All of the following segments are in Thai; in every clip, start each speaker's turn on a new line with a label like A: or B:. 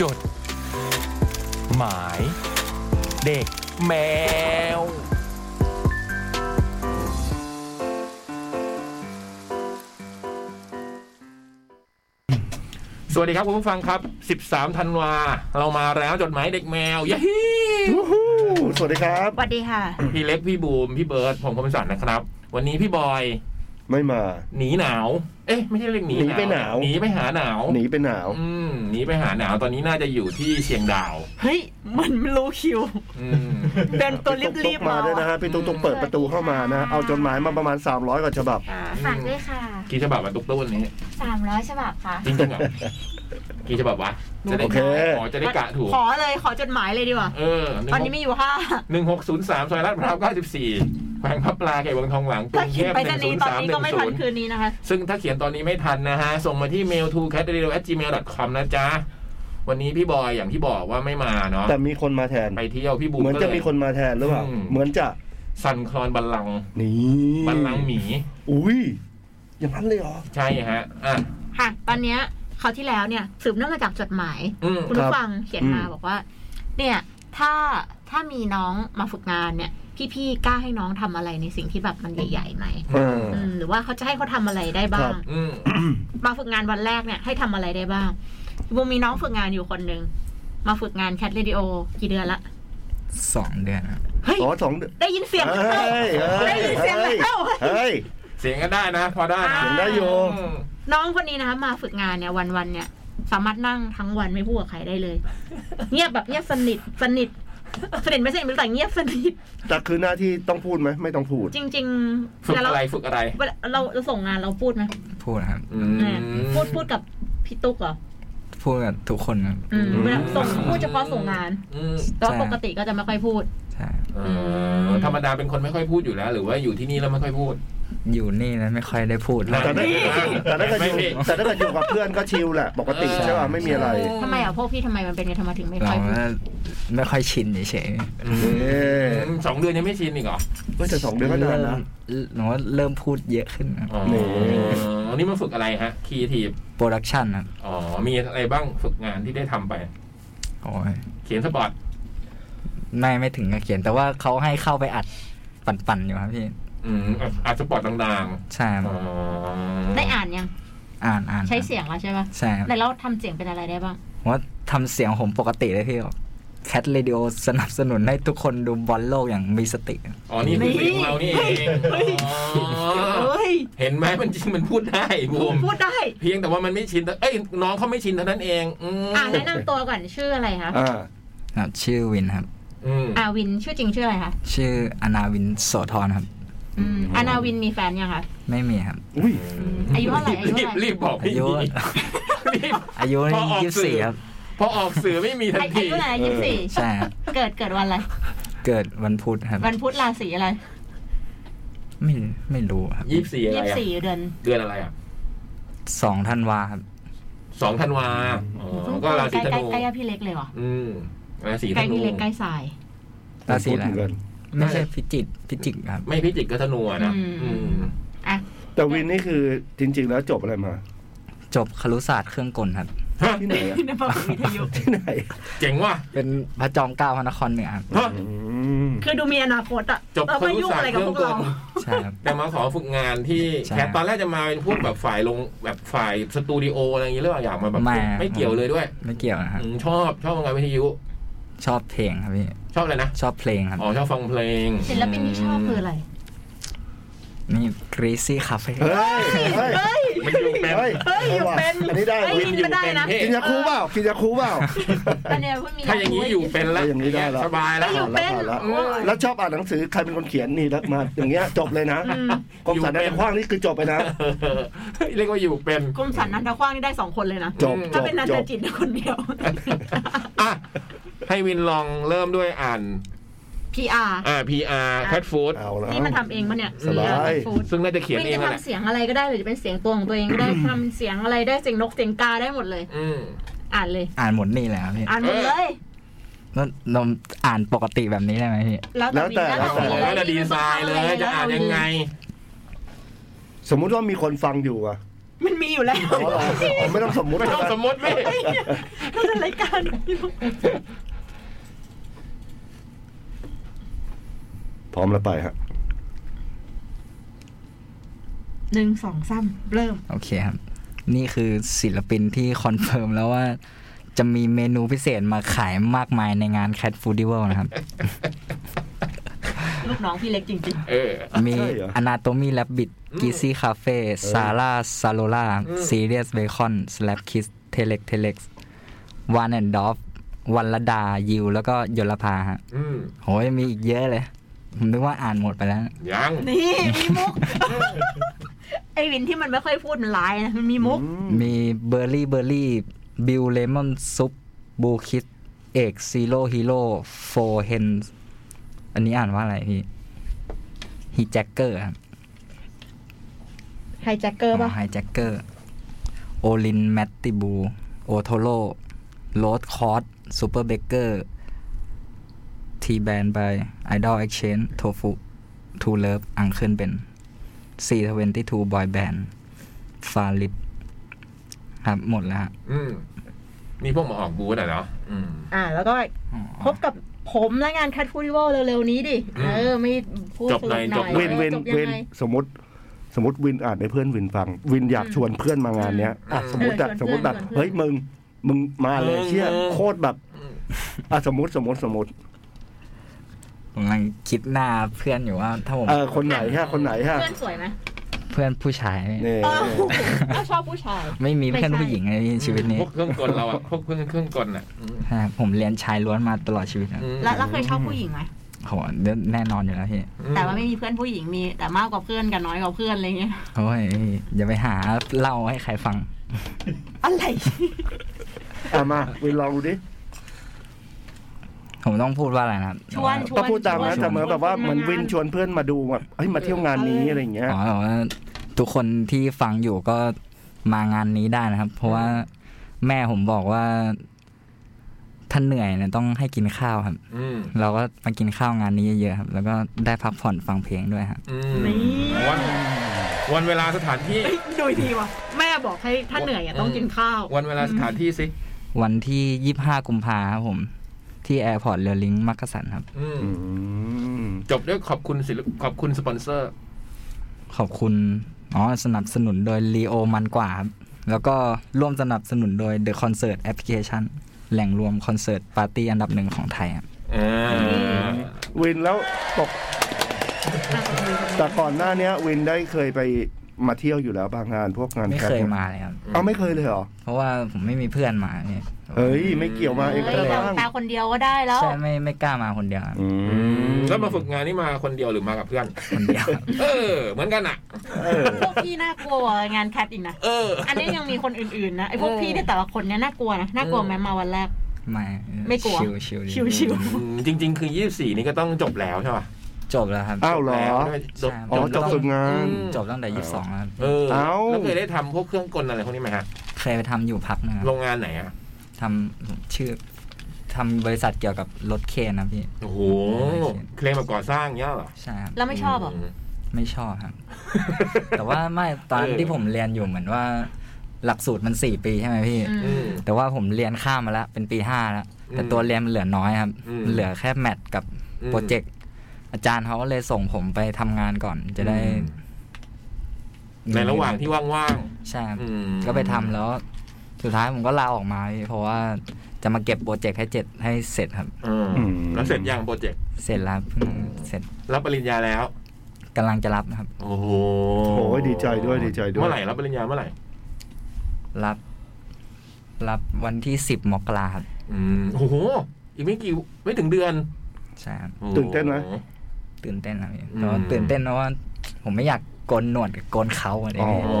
A: จด หมาย เด็กแมว
B: สวัสดีครับคุณผู้ฟังครับ 13 ธันวา เรามาแล้วจดหมายเด็กแมวยะฮี
C: วู้ฮู้สวัสดีครับ
D: สวัสดีค่ะ
B: พี่เล็กพี่บูม พี่เบิร์ดผมคมสันนะครับ วันนี้พี่บอย
C: ไม่มา
B: หนีหนาว เอ๊ะ ไม่ใช่เรียกหนี
C: หนีไปหนาว
B: หนีไปหาหนาว
C: หนีไปหนาว
B: อืมหนีไปหาหนาวตอนนี้น่าจะอยู่ที่เชียงดาว
D: เฮ้ย มันรู้คิว
B: อืม
D: เดินตัว
C: พี่ตุ๊ก
D: รีบ
C: ตุ๊ก
D: ๆ
C: มาด้วยนะฮะพี่ตุ๊กตุ๊กเปิดประตูเข้ามานะ เอาจดหมายมาประมาณ 300กว่าฉบับ
E: อ่าฝากด้วยค่ะ
B: กี่ฉบับวะตุ๊กตุ๊กวันนี้
E: 300 ฉบับค่ะ
B: จริงๆเหรอกี่ฉบับวะจะได้
C: โอเค
B: อ๋อจะได้กะถูก
D: ขอเลยขอจดหมายเลยดีกว่า
B: เออ
D: ตอนนี้มีอยู่ห้า
B: หนึ่งหกศูนย์สามซอยลาดพร้าวเก้าสิบสี่แขวงพับปลาเขตวังทองหลังก
D: ถ้า
B: รุงเท
D: เขียน
B: พ
D: ไป
B: ห
D: จะ
B: นึ่ง
D: นี้
B: ศูนย์สาม
D: ตอน
B: ห
D: นี้
B: นึ่
D: ก็
B: ง
D: ไม่
B: ศู
D: ทั
B: น
D: น
B: ย์
D: คืนนี้นะคะ
B: ซึ่งถ้าเขียนตอนนี้ไม่ทันนะฮะ ส่งมาที่ mail to cat radio gmail com นะจ๊ะ วันนี้พี่บอยอย่างที่บอกว่าไม่มาเนาะ
C: แต่มีคนมาแทน
B: ไปเที่ยวพี่บูม
C: เหมือน
B: ก็
C: จะ
B: เล
C: มี
B: ย
C: คนมาแทนหรือเปล่า
B: อืม
C: เหมือนจะ
B: สันคลอนบัลลังก์
C: นี่
B: บัลลังก์หมี
C: อุ้ยอย่างนั้นเลยเหรอ
B: ใช่ฮะ อ่ะ
D: ค่ะ ตอนเนี้ยคราวที่แล้วเนี่ยสืบเนื่องมาจากจดหมาย
B: อืม
D: คุณ
C: ครับ
D: ผู้ฟังเขียนมา
C: อืม
D: บอกว่า เนี่ยถ้าถ้ามีน้องมาฝึกงานเนี่ย พี่ๆกล้าให้น้องทำอะไรในสิ่งที่แบบมันใหญ่ๆไหม
C: เออ
D: อืมหรือว่าเขาจะให้เขาทำอะไรได้บ้า
C: ครั
D: ง
C: บ
B: อืม
D: มาฝึกงานวันแรกเนี่ยให้ทำอะไรได้บ้างบูมมีน้องฝึกงานอยู่คนหนึ่งมาฝึกงานแคทเรดิโอกี่เดือนละ
F: สองเดือนครับ
D: เฮ้ย
C: อ๋อสองเดือน
D: ได้ยินเสียง
C: เฮ้ยเฮ้
D: ได้
C: ย
D: ยินเสียง
C: เฮ้ย
D: แล้ว
C: เฮ้ย
B: เสียงก็ได้นะ พอได้นะ
D: อ่า
C: เสียงได้อยู่
B: อืม
D: น้องคนนี้นะคะมาฝึกงานเนี่ยวันวันๆเนี่ยสามารถนั่งทั้งวันไม่พูดกับใครได้เลย เงียบแบบเงียบสนิทสนิทสนิทไม่สนิทแต่เงียบสนิท
C: แต่คือหน้าที่ต้องพูดไหมไม่ต้องพูด
D: จริงๆ
B: ฝึก
D: เวลา
B: อะ
D: เรา
B: ไรฝึกอะไร
D: เวลาเราเราส่งงานเราพูดไหม
F: พูดครับ
B: อืม
D: อ่าพูดพูดกับพี่ตุ๊กเหรอ
F: พูดกับทุกคนครับ
D: อืม
B: อืม
D: เวลาส่งพูดเฉพาะส่งงาน
B: อืม
D: แต่ว่า
F: ใช่
D: ปกติก็จะไม่ค่อยพูด
F: ใช่
B: เออธรรมดาเป็นคนไม่ค่อยพูดอยู่แล้ว หรือว่าอยู่ที่นี่แล้วไม่ค่อยพูด
F: อยู่นี่แล้วไม่ค่อยได้พูด
C: แต่ถ้า
B: นี่
C: แต่ถ้าเกิดอยู่แต่ถ้าเกิดอยู่กับเพื่อนก็ชิลแหละ ปกติใช่ป่ะไม่มีอะไร
D: ทำไมอ่ะพวกพี่ทำไมมันเป็นไงทำไมถึงไม่ค่
F: เรา
D: อยพูด
F: ก็ไม่ค่อยชินเฉย
B: อืม
C: เออ
B: อืมสองเดือนยังไม่ชินอีกเหรอ
C: เฮ้ยแต่สอง
F: ๆ
C: เดือนก็นาน
F: เริ่
C: นะ
F: มหนูว่าเริ่มพูดเยอะขึ้นครับ
B: อ๋อ
C: นี่
B: นี่มาฝึกอะไรฮะคีที
F: โปรดักชันครับ
B: อ๋อ มีอะไรบ้างฝึกงานที่ได้ทำไป
F: โอ้ย
B: เขียนสปอร์ต
F: ไม่ไม่ถึงกับเขียน แต่ว่าเขาให้เข้าไปอัดปั่นๆอยู่ครับพี่
B: อืมอ่ะอัดสปอร์ตต่าง
F: ใช่ค
B: ๆ
F: รับ
B: อ๋อ
D: ได้อ่านยัง
F: อ่านอ่าน
D: ใช้เสียงแล้วใช่ปะ
F: ใช่ครับ
D: แต่เราทำเสียงเป็นอะไรได้บ้าง
F: ผมว่าทำเสียงผมปกติเลยพี่แคทเรดิโอสนับสนุนให้ทุกคนดูบอลโลกอย่างมีสติ
B: อ๋อ นี่คือสิ่งของเรานี่เองอ๋อ
D: เฮ้ย
B: เห็นไหมมันจริงมันพูดได้บูม
D: พูดได้
B: เพียงแต่ว่ามันไม่ชินแต่เอ้ยน้องเขาไม่ชินเท่านั้นเองอืม
D: อ่าแนะนำตัวก่อนชื่ออะไรคะ
C: อ่า
F: ครับชื่อวินครับ
B: อืม
D: อาวินชื่อจริงชื่ออะไรคะ
F: ชื่ออนาวินโสธรครับ
D: อืมอานาวินมีแฟนยังคะ
F: ไม่มีครับ
C: อุ้ย
D: อายุเท่าไหร่อายุ
B: รีบรีบบ
D: เท่าไหร่
B: อก
F: อา
B: พี่
F: ยุ
B: รีบ
F: อายุ
B: พอออก
F: ยี่สิบ
B: สื่
F: สี่
B: อ
F: ครับ
B: พอออกสื่อไม่มีทัน
D: อา
B: ที
D: ยุเท่าไหร่
C: เออ
D: ยี่สิบสี่
F: ใช่ครับ
D: เกิดเกิดวันอะไร
F: เกิดวันพุธครับ
D: วันพุธราศีอะไร
F: ไม่ไม่รู้ครับ
B: ยี่สิบสี่อะไร
D: ยี่สิบ
B: อะ
D: สี่เดือน
B: เดือนอะไรอ่ะ
F: สองธันวาครับ
B: สองธันวาอ๋อก็ราศีธ
D: ใกล้
B: นู
D: ใกล้ใกล้พี่เล็กเลยวะ
B: อืมราศีธ
D: ใกล้
B: นู
D: พี่เล็กใกล้สาย
F: ราศี
C: พูด
F: อะไร
C: เหมือนกัน
F: ไม่ใช่พิจิตรพิจิกครับ
B: ไม่พิจิกก็ธนูอะนะ
D: อืม
B: อืม
D: อ่ะ
C: แต่วินนี่คือจริง ๆ แล้วจบอะไรมา
F: จบครุศาสตร์เครื่องกลครับ
C: ที่ไหนอะ
D: ในพระพุทธวิท ยุ
C: ที่ไหน
B: เจ๋งว่ะ
F: เป็นพระจอมเกล้าพระนครเหนือครับ
B: ฮะ
C: อืม
D: คือดูมีอนาคตอะ
B: จบ
D: เรา
B: ค
D: ไม่
B: รุ
D: ยุ่ง
B: ศาสต
D: อะไร
B: ร์
D: กั
B: เค
D: บ
B: รื่อง
D: พว
B: ก
D: กเรา
B: ล
F: ใช่ครับ
B: แต่มาขอฝึกงานที่
F: ใช่
B: แคทตอนแรกจะมาเป็นพวกแบบฝ่ายลงแบบฝ่ายสตูดิโออะไรอย่างเงี้ยหรือเปล่าอยากมาแบบ
F: ไม่
B: ไม่เกี่ยวเลยด้วย
F: ไม่เกี่ยวนะครับ
B: อืมชอบชอบฟังงานวิทยุ
F: ชอบเพลงครับพี่
B: ชอบอะไรนะ
F: ชอบเพลงครับ
B: อ๋อชอบฟังเพลง
D: ศิลปินที่ชอบคืออะไร
F: นี่กรีซี่คาเฟ่
C: เฮ้ย เฮ้ย
D: เฮ้ย
B: มันอยู่เป็น
C: เฮ้ย
D: เฮ้ยอยู่เป็น
C: อาว่ะอันนี้ได้
D: เฮ้ย
C: วิน
D: มันได้นะ
B: เพ่
C: กินยาคูเปล่า กินยาคูเปล่า
D: อันเนี้ยเพิ่งมี
B: ถ้าอย่างนี้อยู่เป็นแล้ว
C: ถ้าอย่างนี้ได้แล้ว
B: สบายแล้ว
D: อยู่เป็น
C: ผ่านละ
D: โอ้ย
C: แล้วชอบอ่านหนังสือ ใครเป็นคนเขียนนี่แล้วมาอย่างเงี้ยจบเลยนะ
D: อืม
C: กรมสรร
B: อยู่เป็
C: ใน
B: น
C: ขว้างนี่คือจบไปนะ
B: เรียกว่าอยู่เป็น
D: กรมสรรนันทขว้างนี่ได้สองคนเลยนะ
C: จบจ
D: ถ้า
C: บ
D: เป็นนัน
C: จ
D: ท
C: บ
D: จิตได้คนเดียว
B: อ่ะ ให้วินลองเริ่มด้วยอ่าน
D: PR
B: อ่า PR cat food
C: เอาละ
D: นี่มันทำเองปะเนี่ย
C: สบาย
D: เออฟู้ด
B: ซึ่งน่าจะเขียน
D: ไม่
B: เอง
D: จะ
B: นั่นแหละ
D: ทำเสียงอะไรก็ได้หรือจะเป็นเสียงตัวของตัวเองก็ได้ ทำเสียงอะไรได้เสียงนกเสียงกาได้หมดเลย
B: อืม
D: อ่านเลย
F: อ่านหมดนี่แหละครับพี่
D: อ่านหมดเลย
F: แล้วนมอ่านปกติแบบนี้ได้ไหมพี่
D: แล้วแต่วิน
C: แล้วแต่
B: แล้วแต่ดีไซน์เลยจะอ่านยังไง
C: สมมุติว่ามีคนฟังอยู่อะ
D: มันมีอยู่แล้ว
C: อ๋อเหรออ๋อไม่ต้องสมมุติ
B: ไม่ต้องสมมติพี่
D: นั่นเป็นรายการ
C: พร้อมแล้วไปฮะ
D: หนึ่งสองสามเริ่ม
F: โอเคครับ นี่คือศิลปินที่คอนเฟิร์มแล้วว่า จะมีเมนูพิเศษมาขายมากมายในงาน Cat Food d i v a l นะครับ
D: ลูกน้องพี่เล็กจริง
B: เออ
F: มี
C: ใช่เหรอ
F: Anatomy Rabbit Gizzy Cafe Sara Salola
B: อืม
F: Serious Bacon Slap Kiss Telex Telex One and Dove วันระดายิวแล้วก็ยลภาฮะ
B: อืม
F: โหยมีอีกเยอะเลย ผมนึกว่าอ่านหมดไปแล้ว
B: ยัง
D: ๆ นี่มี มุก ไอวินที่มันไม่ค่อยพูดมันร้ายนะมันมีมุก
C: อืม
F: มีเบอร์รี่เบอร์รี่บิวเลมอนซุปบูคิดเอกซีโร่ฮีโร่โฟเฮนอันนี้อ่านว่าอะไรพี่ฮีแจ็คเกอร์ครับ
D: ไฮแจ็คเกอร์ป่ะ
F: ไฮแจ็คเกอร์โอลินแมตติบูโอโทโร่โรสคอร์สซูเปอร์เบเกอร์ทีแบนบายไอดอลเอ็กชแนนโทฟุทูเลิฟอังเคิลเป็นซีทเวนตี้ทูบอยแบนด์ฟาลิปครับหมดแล้วฮะ
B: อืมนี่พวกมาออกบูธอ่ะเนาะอืม
D: อ่า แล้วก็พบกับผมและงานคัดฟูดิวัลเร็วๆนี้ดิ
B: อืม
D: เออ ไม่พูด
B: จบหน่อย
D: ส
B: จ
D: รุ
B: บ
D: ป
C: เวนเวน
D: ออจบ
C: เว
D: ยั
C: น
D: งไง
C: สมมติสมมติวินอ่านให้เพื่อนวินฟัง วินอยากชวนเพื่อนมางานเนี้ยอ่ะ
B: อืม
C: สมมติอะ
D: เออชวน
C: สมมติแบบ
D: เพื่อน
C: เฮ้ยมึงมึงมาเลย
B: เออ
C: เชี่ย
B: เออ
C: โคตรแบบอ่ะสมมติสมมติสมมติ
F: ผมกำลังคิดหน้าเพื่อนอยู่ว่าถ้าผม
C: เออคนไหนฮะคนไหนฮะ
D: เพื่อนสวยไหม
F: เพื่อนผู้ชายไม่
C: เนี่ย
D: เออ ก็ชอบผู้ชาย
F: ไม่มีเพื่อนผู้หญิงในชีวิตนี้
B: พวกเครื่องกลเราอะพวกเครื่องเครื่องกลอ่ะอืม
F: ครับผมเรียนชายล้วนมาตลอดชีวิตครับ
B: อืม
D: แล้วแล้วเคยชอบผู้หญิงไหม
F: โหแน่นอนอยู่แล้วพี่
D: แต่ว่าไม่มีเพื่อนผู้หญิงมี แต่มากกว่าเพื่อนกับน้อยกว่าเพื่อนอะไรเงี้ย
F: โอ้ยอย่าไปหาเล่าให้ใครฟัง
D: อะไร
C: อ่ะมาวินลองดูดิ
F: ผมต้องพูดว่าอะไรนะครับ
D: ชวนชวน
C: ก็พูดตามนะแต่เหมือนแบบว่า
D: ชวน
C: เหมือนวิน
D: มางาน
C: ชวนเพื่อนมาดูแบบเฮ้ยมาเที่ยวงานนี้อะไรอย่างเงี้ย
F: อ๋อแต่ว่าทุกคนที่ฟังอยู่ก็มางานนี้ได้นะครับ เพราะว่าแม่ผมบอกว่าท่านเหนื่อยเนี่ยต้องให้กินข้าวครับ
B: อืม
F: เราก็มากินข้าวงานนี้เยอะๆครับ แล้วก็ได้พักผ่อนฟังเพลงด้วยครับ
B: อืม
D: นี่
B: วันวันเวลาสถานที่
D: ดูอีกทีว่ะ แม่บอกให้ถ้าเหนื่อยอะต้องกินข้าว
B: วันเวลาสถานที่สิ
F: วันที่ยี่ห้ากุมภาครับผม ที่แอร์พอร์ตเรือลิงก์มักกะสันครับ
B: อืม
C: อืม
B: จบด้วยขอบคุณศิลปขอบคุณสปอนเซอร์
F: ขอบคุณ อ๋อ สนับสนุนโดย l ีโอมันกว่าครับ แล้วก็ร่วมสนับสนุนโดย The Concert Application แหล่งรวมคอนเสิร์ตปาร์ตี้อันดับหนึ่งของไทยครับ
B: อ่า
C: วินแล้วต กแต่ก่อนหน้าเนี้ย วินได้เคยไปมาเที่ยวอยู่แล้วบางงานพวกงาน
F: ไม่
C: แค
F: เคย
C: มป์
F: มาเลยครับ
C: เอาไม่เคยเลยเหรอ
F: เพราะว่าผมไม่มีเพื่อนมาเนี่ย
C: เฮ้ย ไม่เกี่ยวมาเองก็
D: เฮ้ย
C: ได้
D: แต่
C: บ้าง
D: แต่คนเดียวก็ได้แล้ว
F: ใช่ไม่ไม่กล้ามาคนเดียวครับ
C: อืม
B: แล้วมาฝึกงานนี่มาคนเดียวหรือมากับเพื่อน
F: คน เดียวครับ
B: เออ เหมือนกันอ่ะ
C: เออ
D: พวกพี่น่ากลัวกว่างานแคทอีกนะ
B: เออ
D: อันนี้ยังมีคนอื่นๆนะไอ้พวกพี่เนี่ยแต่ละคนเนี่ยน่ากลัวนะ น่ากลัวไหมมาวันแรก
F: ไม่
D: ไม่กลัว
F: ชิวชิวดี
D: ชิว
B: อืมจริง ๆ คือยี่สี่นี่ก็ต้องจบแล้วใช่ป่ะ
F: จบแล้วครับ
C: อ้าวเหรอ
B: แล้วด้วยจบ
C: อ๋อจบ
B: แล้ว
C: ฝึกงาน
B: อืม
F: จบตั้งแต่ยี่สิบสองแล้วครับ
B: เออ
C: เอ้า
B: แล้วเคยได้ทำพวกเครื่องกลอะไรพวกนี้ไหมฮะ
F: เคยไปทำอยู่พักหนึงครับ
B: โรงงานไหนอ่ะ
F: ทำชื่อทำบริษัทเกี่ยวกับรถเคนนะพี่
B: โอ้โห เคลมแบบก่อสร้างเงี้ยเหรอ
F: ใช่ครับ
D: ๆ แล้วไม่ชอบเหรอ
B: ม
F: ไม่ชอบ ครับ แต่ว่าไม่ตอน
B: เออ
F: ที่ผมเรียนอยู่เหมือนว่า หลักสูตรมันสี่ปีใช่ไหมพี่
D: อืม
B: อืม
F: แต่ว่าผมเรียนข้ามมาแล้ว เป็นปีห้าแล้ว แต่
B: อืม
F: ตัวเรียนมันเหลือน้อยครับ
B: อืม
F: เหลือแค่แมทกับ
B: อืม
F: โปรเจกต์อาจารย์เขาก็เลยส่งผมไปทำงานก่อนจะได้
B: ในระหว่างที่ว่าง
F: ใช่ครับ
B: ๆอืม
F: ก็ไปทำแล้ว สุดท้ายผมก็ลาออกมาพี่เพราะว่าจะมาเก็บโปรเจกต์ให้เจ็ดให้เสร็จครับ
B: อืมแล้วเสร็จยังโปรเจกต์
F: เสร็จแล้วเพิ่งเสร็จ
B: รับปริญญาแล้ว
F: กำลังจะรับนะครับ
B: โอ้โห
C: โอ้ยดีใจด้วยดีใจด้วย
B: เมื่อไหร่รับปริญญาเมื่อไหร่
F: รับ รับวันที่สิบมกราครับ
B: อืมโอ้โห อีกไม่กี่ไม่ถึงเดือน
F: ใช่ครับ
B: โอ้โ
C: ตื่นเต้นไหม
F: ตื่นเต้นนะพี่
B: อืม
F: แต่ว่าตื่นเต้นเพราะว่า ผมไม่อยากโกนหนวดกับโกนเขาอะไรอย่างเงี้ย
B: อ๋อ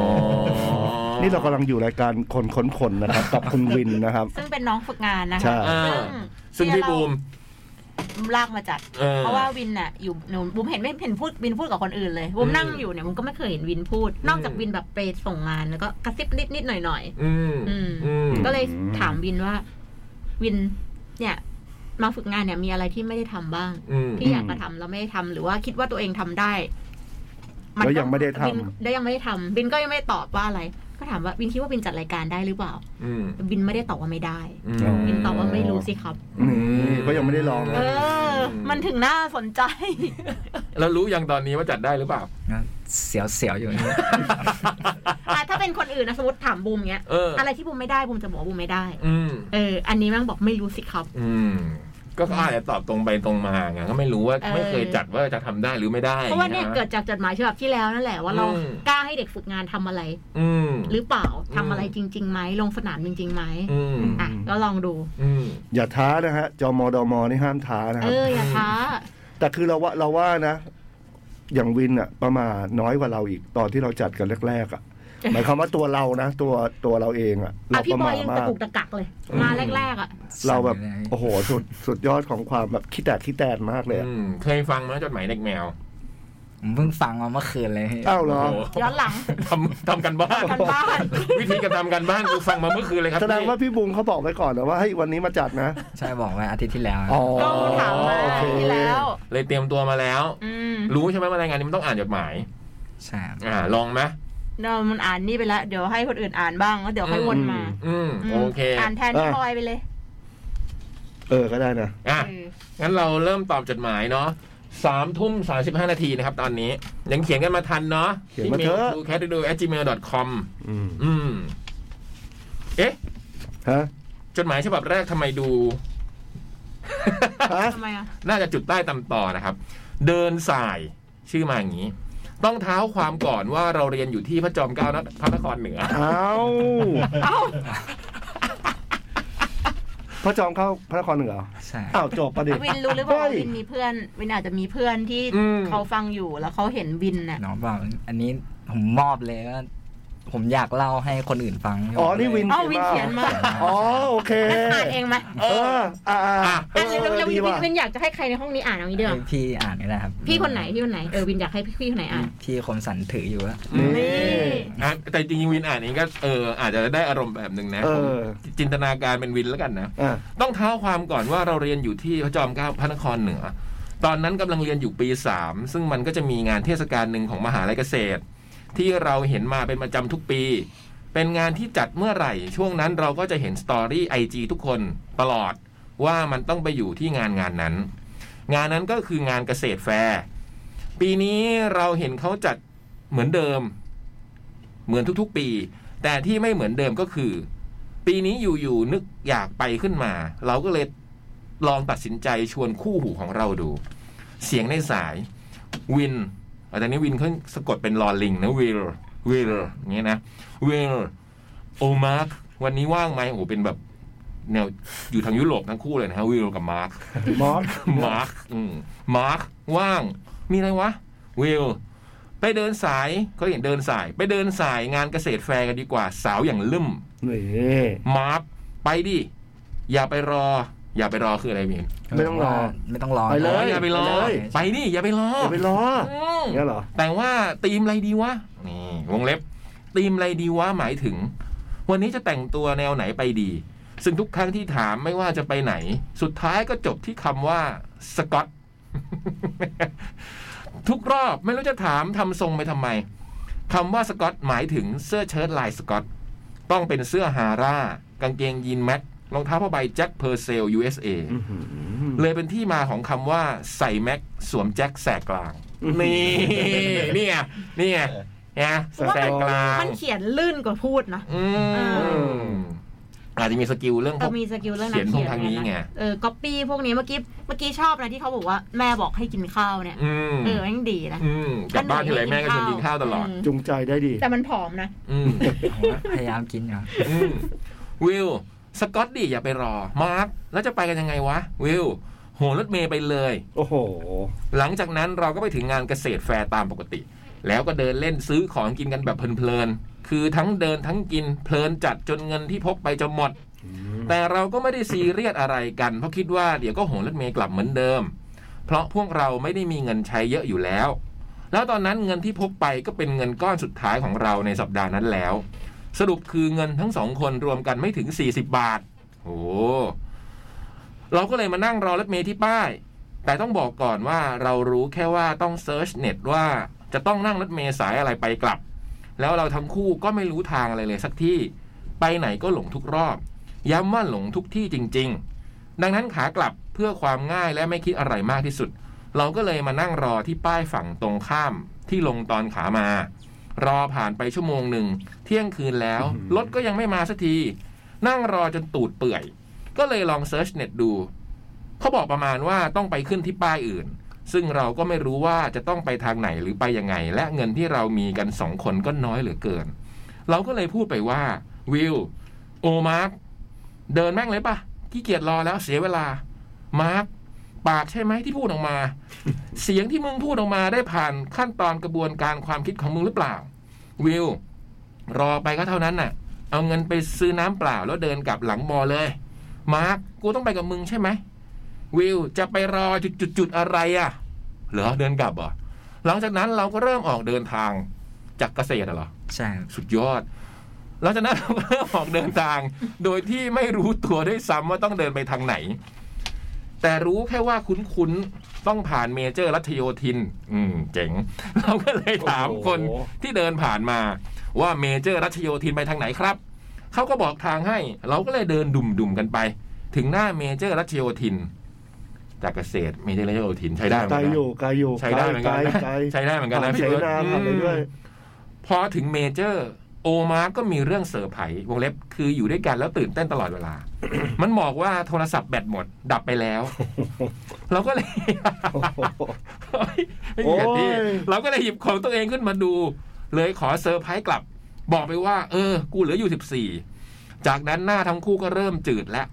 C: นี่เรากำลังอยู่รายการคนค้นคนนะครับ กับคุณวินนะครับ
D: ซึ่งเป็นน้องฝึกงานนะ
C: ใช่
D: คะ
B: อ่า
D: ซึ่
B: ซึ่
D: ง
B: ง
D: ที่
B: พี่
D: เรา
B: บูม
D: ลากมาจัด
B: ออ
D: เพราะว่าวินน่ะอยู่หนูบุมเห็นไม่เห็นพูดวินพูดกับคนอื่นเลยบุมนั่ง
B: อืม
D: อยู่เนี่ยบุมก็ไม่เคยเห็นวินพูด นอกจาก
B: อืม
D: วินแบบไปส่งงานแล้วก็กระซิบนิดนิดๆหน่อยหน่อย
B: อืม
D: อืม
B: อืม
D: ๆก็เลย
C: อืม
D: ถามวินว่า วิน เนี่ย มาฝึกงานเนี่ยมีอะไรที่ไม่ได้ทำบ้าง
B: อืม
D: ที่อยากจะทำแล้วไม่ได้ทำหรือว่าคิดว่าตัวเองทำได้
C: แล้วยังไม่ได้ทำ
D: บินได้ยังไม่ได้ทำบินก็ยังไม่ได้ตอบว่าอะไร ก็ถามว่าวินคิดว่าวินจัดรายการได้หรือเปล่า
B: อืม
D: วินไม่ได้ตอบว่าไม่ได้
B: อืม
D: วินตอบว่าไม่รู้สิครับ
C: นี่ก็ยังไม่ได้ลอง
D: เอ
C: นะ
D: อ มันถึงน่าสนใจ
B: แล้วรู้ยังตอนนี้ว่าจัดได้หรือเปล่า
F: ก็เสียวๆอยู่นี่
D: อ่ะถ้าเป็นคนอื่นนะสมมติถามบูมเงี้ย
B: เอออ
D: อะไรที่บูมไม่ได้บูมจะบอกว่าบูมไม่ได้
B: อืม
D: เออ อันนี้แม่งบอกไม่รู้สิครับ
B: อืม ก็อาจจะตอบตรงไปตรงมาไงก็ไม่รู้ว่า
D: เออ
B: ไม่เคยจัดว่าจะทำได้หรือไม่ได้
D: เพราะว่าเนี่ย
B: ใช่ไหม
D: เกิดจากจดหมายฉบับที่แล้วนั่นแหละว่าเรา
B: อืม
D: กล้าให้เด็กฝึกงานทำอะไร
B: อืม
D: หรือเปล่าทำอะไร
B: อืม
D: จริงๆไหมลงสนามจริงๆไหม
B: อืม
D: อ่ะ
C: อืม
D: ก็ลองดู
B: อืม
C: อย่าท้านะฮะ จมดมนี่ห้ามท้านะ
D: เอ
C: ครับ
D: ออย่าท้า
C: แต่คือเราว่าเราว่านะ อย่างวินอะประมาณน้อยกว่าเราอีกตอนที่เราจัดกันแรกๆ อะหมายความว่าตัวเรานะ ตัวตัวเราเองอะ
D: อ่ะ
C: เรา
D: พี่
C: ประ
D: บอ
C: มาย ท
D: ยัง
C: มา
D: ตะ
C: ก
D: กุกตะกักเลย
B: อืม
D: มาแรกๆอ่ะ
C: เราแบบโอ้โหสุดสุดยอดของความแบบขี้แตกขี้แตนมากเลยอะ
B: อืมเคยฟังไหมจดหมายเด็กแมว
F: ผมเพิ่งฟังมาเมื่อคืนเลย
C: อ้าวเหรอ
B: โโ
D: ย้อนหลัง
B: ทำทำกันบ้าน
D: กันบ้าน
B: วิธีการทำกันบ้านกูฟังมาเมื่อคืนเลยครับ
C: แสดงว่าพี่บุงเขาบอกไว้ก่อนนะว่าเฮ้ยวันนี้มาจัดนะ
F: ใช่บอกไว้อาทิตย์ที่แล้วนะ
C: อ๋อ
D: ก็ถามมา
C: โอเค
D: ที่แล้ว
B: เลยเตรียมตัวมาแล้ว
D: อืม
B: รู้ใช่ไหมว่ารายงานนี้มันต้องอ่านจดหมาย
F: ใช่ครับ
B: อ่า ลองไหม
D: เรามันอ่านนี่ไปแล้ว เดี๋ยวให้คนอื่นอ่านบ้างแล้วเดี๋ยวค่อยวนมา
B: อืม
D: ม
B: โอเค
D: อ่านแทนพี่บอยไปเลย
C: เออก็ได้นะ
B: อ่ะ
D: เออ
B: งั้นเราเริ่มตอบจดหมายเนาะสามทุ่มสาสิบห้านาทีนะครับตอนนี้ ยังเขียนกันมาทันเนาะ
C: เขียนมาเถอะ
B: ดูแคทดู gmail com
C: อืม
B: อืม เอ๊ะ
C: ฮะ
B: จดหมายฉบับแรกทำไมดู
C: ฮะ
D: ทำไมอ่ะ
B: น่าจะจุดใต้ตำต่อนะครับ เดินสายชื่อมาอย่างนี้ ต้องเท้าความก่อนว่าเราเรียนอยู่ที่พระจอมเกล้านครพระนครเหนือ
C: เอา
D: เอ้า
C: พระจอมเข้าพระนครเหนือเหรอ
F: ใช่
C: อ้าวจบประเด็น
D: วินรู้หรือเปล่า
C: ฮ้
D: ว่าย วินมีเพื่อน วินอาจจะมีเพื่อนที่
B: อืม
D: เขาฟังอยู่แล้วเขาเห็นวินน่ะ
F: น้องบอกอันนี้ผมมอบเลยว่าผมอยากเล่าให้คนอื่นฟัง
C: อ๋อนี่วิน
D: เอ้าวินเขียนมา
C: อ๋อโอเค
D: อ่านเองไหม
C: เอออ่าอ่า
D: อ่านเร็วๆแล้ววิ
C: ดี
D: นวิ
C: ว่ะ
D: นวินอยากจะให้ใครในห้องนี้อ่านเอางี้เดียวา
F: ให้พี่อ่านก็ได้ครับ
D: พี่คนไหนพี่คนไหนเออวินอยากให้พี่คนไหนอ่าน
F: พี่คมสันถืออยู่อะ
C: นี่
B: อ่ะแต่จริงๆวินอ่านนี้ก็เอออาจจะได้อารมณ์แบบหนึ่งนะ
C: เออ
B: ผมจินตนาการเป็นวินแล้วกันนะ
C: อ่ะ
B: ต้องเท้าความก่อนว่าเราเรียนอยู่ที่พระจอมเกล้าพระนครเหนือ ตอนนั้นกำลังเรียนอยู่ปีสามซึ่งมันก็จะมีงานเทศกาลหนึ่งของมหาลัยเกษตร ที่เราเห็นมาเป็นประจำทุกปี เป็นงานที่จัดเมื่อไหร่ ช่วงนั้นเราก็จะเห็นสตอรี่ไอจทุกคนตลอดว่ามันต้องไปอยู่ที่งานงานนั้น งานนั้นก็คืองานเกษตรแฟร์ปีนี้เราเห็นเขาจัดเหมือนเดิม เหมือนทุกๆปี แต่ที่ไม่เหมือนเดิมก็คือ ปีนี้อยู่ๆนึกอยากไปขึ้นมา เราก็เลยลองตัดสินใจชวนคู่หูของเราดู เสียงในสายวินอาจารย์นี้วินเขาสะกดเป็นลอลิงนะวิลวิลอย่างเงี้ยนะวิลโอมาร์ควันนี้ว่างไหมโอ้โหเป็นแบบแนวอยู่ทางยุโรปทั้งคู่เลยนะฮะวิลกับมา ร์ค
C: มอส
B: มาร์คอืมมาร์ค ว่าง มีอะไรวะ วิล ไปเดินสายเขาเห็นเดินสาย ไปเดินสายงานเกษตรแฟร์กันดีกว่า สาวอย่างล่ม
C: นี่
B: มาร์ค ไปดิ อย่าไปรอ อย่าไปรอคืออะไรมีน
C: ไม่ต้องรอ
F: ไม่ต้องรอ
C: ไปเล
B: อ๋ออย่าไปรอ
C: ไปเลย
B: ไปดิ อย่าไปรอ
C: อย่าไปรอ
B: อืม
C: อย่างเงี้ยเหรอ
B: แต่ว่าธีมอะไรดีวะ นี่ วงเล็บ ธีมอะไรดีวะ หมายถึง วันนี้จะแต่งตัวแนวไหนไปดี ซึ่งทุกครั้งที่ถามไม่ว่าจะไปไหน สุดท้ายก็จบที่คำว่าสกอต ทุกรอบไม่รู้จะถามทำทรงไปทำไมคำว่าสกอตหมายถึงเสื้อเชิ้ตลายสกอต ต้องเป็นเสื้อฮาร่า กางเกงยีนแม็กรองเท้าผ้าใบแจ็คเพอร์เซล USA เลยเป็นที่มาของคำว่าใส่แม็กสวมแจ็คแสกกลาง
C: อื้อหือ
B: นี่นี่ไงนี่ไงนะแสกกลาง
D: มันเขียนลื่นกว่าพูดนะ
B: อื
D: เอ
B: มอาจจะมีสกิลเรื่องพ
D: เอ
B: ว
D: อก มีสกิลเรื่องนัก
B: เขี
D: เขี
B: ย
D: ย
B: นพ
D: น
B: วกทางนี้ไง
D: เออก๊อปปี้พวกนี้เมื่อกี้เมื่อกี้ชอบนะที่เขาบอกว่าแม่บอกให้กินข้าวเนี่ย
B: อืม
D: เออแม่งดีนะ
B: อืมกลับบ้านทีไรแม่ก็ชวนกินข้าวตลอด
C: จูงใจได้ดี
D: แต่มันผอมนะ
B: อืม
F: ผมก็พยายามกินอยู่ครับ
B: อืมวิลสกอตดิอย่าไปรอ มาร์ค แล้วจะไปกันยังไงวะ วิลโหนรถเมย์ไปเลย
C: โอ้โห
B: หลังจากนั้นเราก็ไปถึงงานเกษตรแฟร์ตามปกติ แล้วก็เดินเล่นซื้อของกินกันแบบเพลินๆ คือทั้งเดินทั้งกินเพลินจัดจนเงินที่พกไปจะหมด แต่เราก็ไม่ได้ซีเรียสอะไรกัน เพราะคิดว่าเดี๋ยวก็โหนรถเมย์กลับเหมือนเดิม เพราะพวกเราไม่ได้มีเงินใช้เยอะอยู่แล้ว แล้วตอนนั้นเงินที่พกไปก็เป็นเงินก้อนสุดท้ายของเราในสัปดาห์นั้นแล้ว สรุปคือเงินทั้งสองคนรวมกันไม่ถึง 40 บาท โอ้โหเราก็เลยมานั่งรอรถเมย์ที่ป้าย แต่ต้องบอกก่อนว่าเรารู้แค่ว่าต้องเซิร์ชเน็ตว่าจะต้องนั่งรถเมล์สายอะไรไปกลับ แล้วเราทั้งคู่ก็ไม่รู้ทางอะไรเลยสักที่ ไปไหนก็หลงทุกรอบ ย้ำว่าหลงทุกที่จริง ๆ ดังนั้นขากลับเพื่อความง่ายและไม่คิดอะไรมากที่สุด เราก็เลยมานั่งรอที่ป้ายฝั่งตรงข้ามที่ลงตอนขามา รอผ่านไปชั่วโมงหนึ่ง เที่ยงคืนแล้ว
C: อื้อหือ
B: รถก็ยังไม่มาสักที นั่งรอจนตูดเปื่อย ก็เลยลองเซิร์ชเน็ตดู เขาบอกประมาณว่าต้องไปขึ้นที่ป้ายอื่น ซึ่งเราก็ไม่รู้ว่าจะต้องไปทางไหนหรือไปยังไง และเงินที่เรามีกันสองคนก็น้อยเหลือเกิน เราก็เลยพูดไปว่าวิวโอมาร์คเดินแม่งเลยปะขี้เกียจรอแล้วเสียเวลา มาร์คปากใช่ไหมที่พูดออกมา เสียงที่มึงพูดออกมาได้ผ่านขั้นตอนกระบวนการความคิดของมึงหรือเปล่า วิว รอไปก็เท่านั้นน่ะ เอาเงินไปซื้อน้ำเปล่าแล้วเดินกลับหลังมอเลย มาร์คกูต้องไปกับมึงใช่ไหม วิวจะไปรอจุดๆๆอะไรอ่ะ เหรอเดินกลับเหรอหลังจากนั้นเราก็เริ่มออกเดินทางจากเกษตรอะเหรอ
F: ใช่
B: สุดยอด หลังจากนั้น เราก็เริ่มออกเดินทาง โดยที่ไม่รู้ตัวด้วยซ้ำว่าต้องเดินไปทางไหน แต่รู้แค่ว่าคุ้นๆ ต้องผ่านเมเจอร์รัชโยธิน อืม เจ๋ง เราก็เลยถามคน
C: โอ้โห
B: ที่เดินผ่านมาว่าเมเจอร์รัชโยธินไปทางไหนครับ เขาก็บอกทางให้ เราก็เลยเดินดุ่มๆกันไป ถึงหน้าเมเจอร์รัชโยธิน จากเกษตรเมเจอร์รัชโยธินใช้ได้เหมือน
C: ไกล
B: กันนะ
C: อยู่ไกลอยู่
B: ใช้ได้เหมือนกันนะ
C: ไกล
B: ใช้ได้เหมือนกันนะพี่
C: เส
B: เบิร์ต
C: นาผ่านอะไรด้วย
B: อืม พอถึงเมเจอร์ โอมาร์ก็มีเรื่องเซอร์ไพรส์วงเล็บคืออยู่ด้วยกันแล้วตื่นเต้นตลอดเวลา มันบอกว่าโทรศัพท์แบตหมด ดับไปแล้ว เราก็เลย ไม่มีแบตที่
C: โอ้ย
B: เราก็เลยหยิบของตัวเองขึ้นมาดู เลยขอเซอร์ไพรส์กลับ บอกไปว่า เออ กูเหลืออยู่ 14 จากนั้นหน้าทั้งคู่ก็เริ่มจืดแล้ว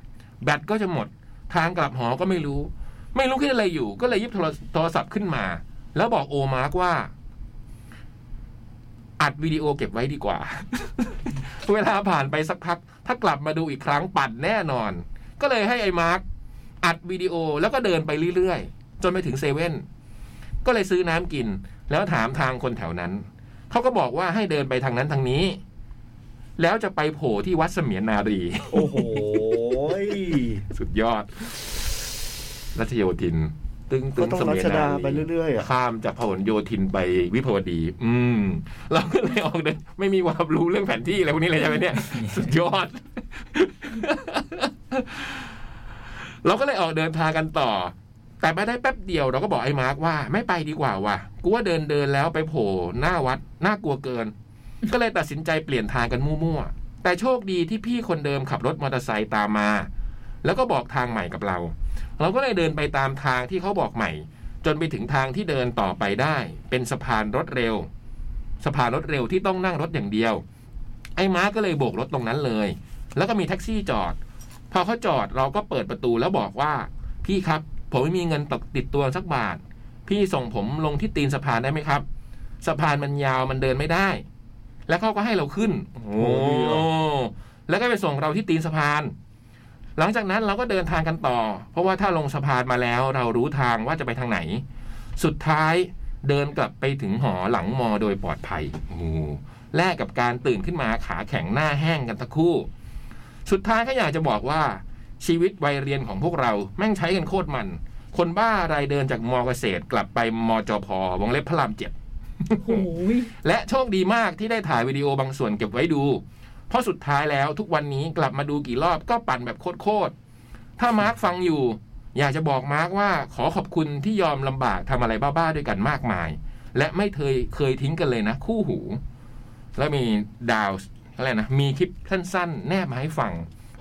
B: แบตก็จะหมด ทางกลับหอก็ไม่รู้ ไม่รู้คิดอะไรอยู่ ก็เลยหยิบโทรโทรศัพท์ขึ้นมา แล้วบอกโอมาร์กว่า อัดวิดีโอเก็บไว้ดีกว่า เวลาผ่านไปสักพัก ถ้ากลับมาดูอีกครั้งปัดแน่นอน ก็เลยให้ไอ้มาร์กอัดวิดีโอแล้วก็เดินไปเรื่อยๆ จนไปถึงเซเว่นก็เลยซื้อน้ำกิน แล้วถามทางคนแถวนั้น เขาก็บอกว่าให้เดินไปทางนั้นทางนี้ แล้วจะไปโผล่ที่วัดเสมียนนารี
C: โอ้โหย
B: สุดยอด รัชโยธิน ตึงตึ
C: ก็
B: ง
C: ต้อง
B: เส
C: รั
B: มีย
C: ช
B: นา
C: ดา
B: รี
C: ไปเรื่อยๆอ่ะ
B: ข้ามจากพหลโยธินไปวิภาวดี อืม เราก็เลยออกเดินไม่มีความรู้เรื่องแผนที่อะไรพวกนี้เลยใช่ไหมเนี่ย สุดยอด เราก็เลยออกเดินทางกันต่อ แต่ไม่ได้แป๊บเดียวเราก็บอกไอ้มาร์กว่าไม่ไปดีกว่าว่ะกูว่าเดินเดินแล้วไปโผล่หน้าวัดน่ากลัวเกิน ก็เลยตัดสินใจเปลี่ยนทางกันมั่วๆแต่โชคดีที่พี่คนเดิมขับรถมอเตอร์ไซค์ตามมา แล้วก็บอกทางใหม่กับเรา เราก็เลยเดินไปตามทางที่เขาบอกใหม่ จนไปถึงทางที่เดินต่อไปได้ เป็นสะพานรถเร็ว สะพานรถเร็วที่ต้องนั่งรถอย่างเดียว ไอ้ม้าก็เลยโบกรถตรงนั้นเลย แล้วก็มีแท็กซี่จอด พอเขาจอดเราก็เปิดประตูแล้วบอกว่า พี่ครับ ผมไม่มีเงินตกติดตัวสักบาท พี่ส่งผมลงที่ตีนสะพานได้ไหมครับ สะพานมันยาวมันเดินไม่ได้ แล้วเขาก็ให้เราขึ้น โอ้โห
C: ดีว่ะ
B: แล้วก็ไปส่งเราที่ตีนสะพาน หลังจากนั้นเราก็เดินทางกันต่อ เพราะว่าถ้าลงสะพานมาแล้วเรารู้ทางว่าจะไปทางไหน สุดท้ายเดินกลับไปถึงหอหลังมอโดยปลอดภัยโอ้โหแลกกับการตื่นขึ้นมาขาแข็งหน้าแห้งกันทั้งคู่ สุดท้ายก็อยากจะบอกว่าชีวิตวัยเรียนของพวกเราแม่งใช้กันโคตรมัน คนบ้าอะไรเดินจากมอเกษตรกลับไปมอจอพอวงเล็บพระรามเจ็ด
D: โอ้ย
B: และโชคดีมากที่ได้ถ่ายวิดีโอบางส่วนเก็บไว้ดู เพราะสุดท้ายแล้วทุกวันนี้กลับมาดูกี่รอบก็ปั่นแบบโคตรๆ ถ้ามาร์คฟังอยู่ อยากจะบอกมาร์คว่าขอขอบคุณที่ยอมลำบากทำอะไรบ้าๆด้วยกันมากมาย และไม่เคยเคยทิ้งกันเลยนะ คู่หู แล้วมีดาวอะไรนะ มีคลิปสั้นๆ แนบมาให้ฟัง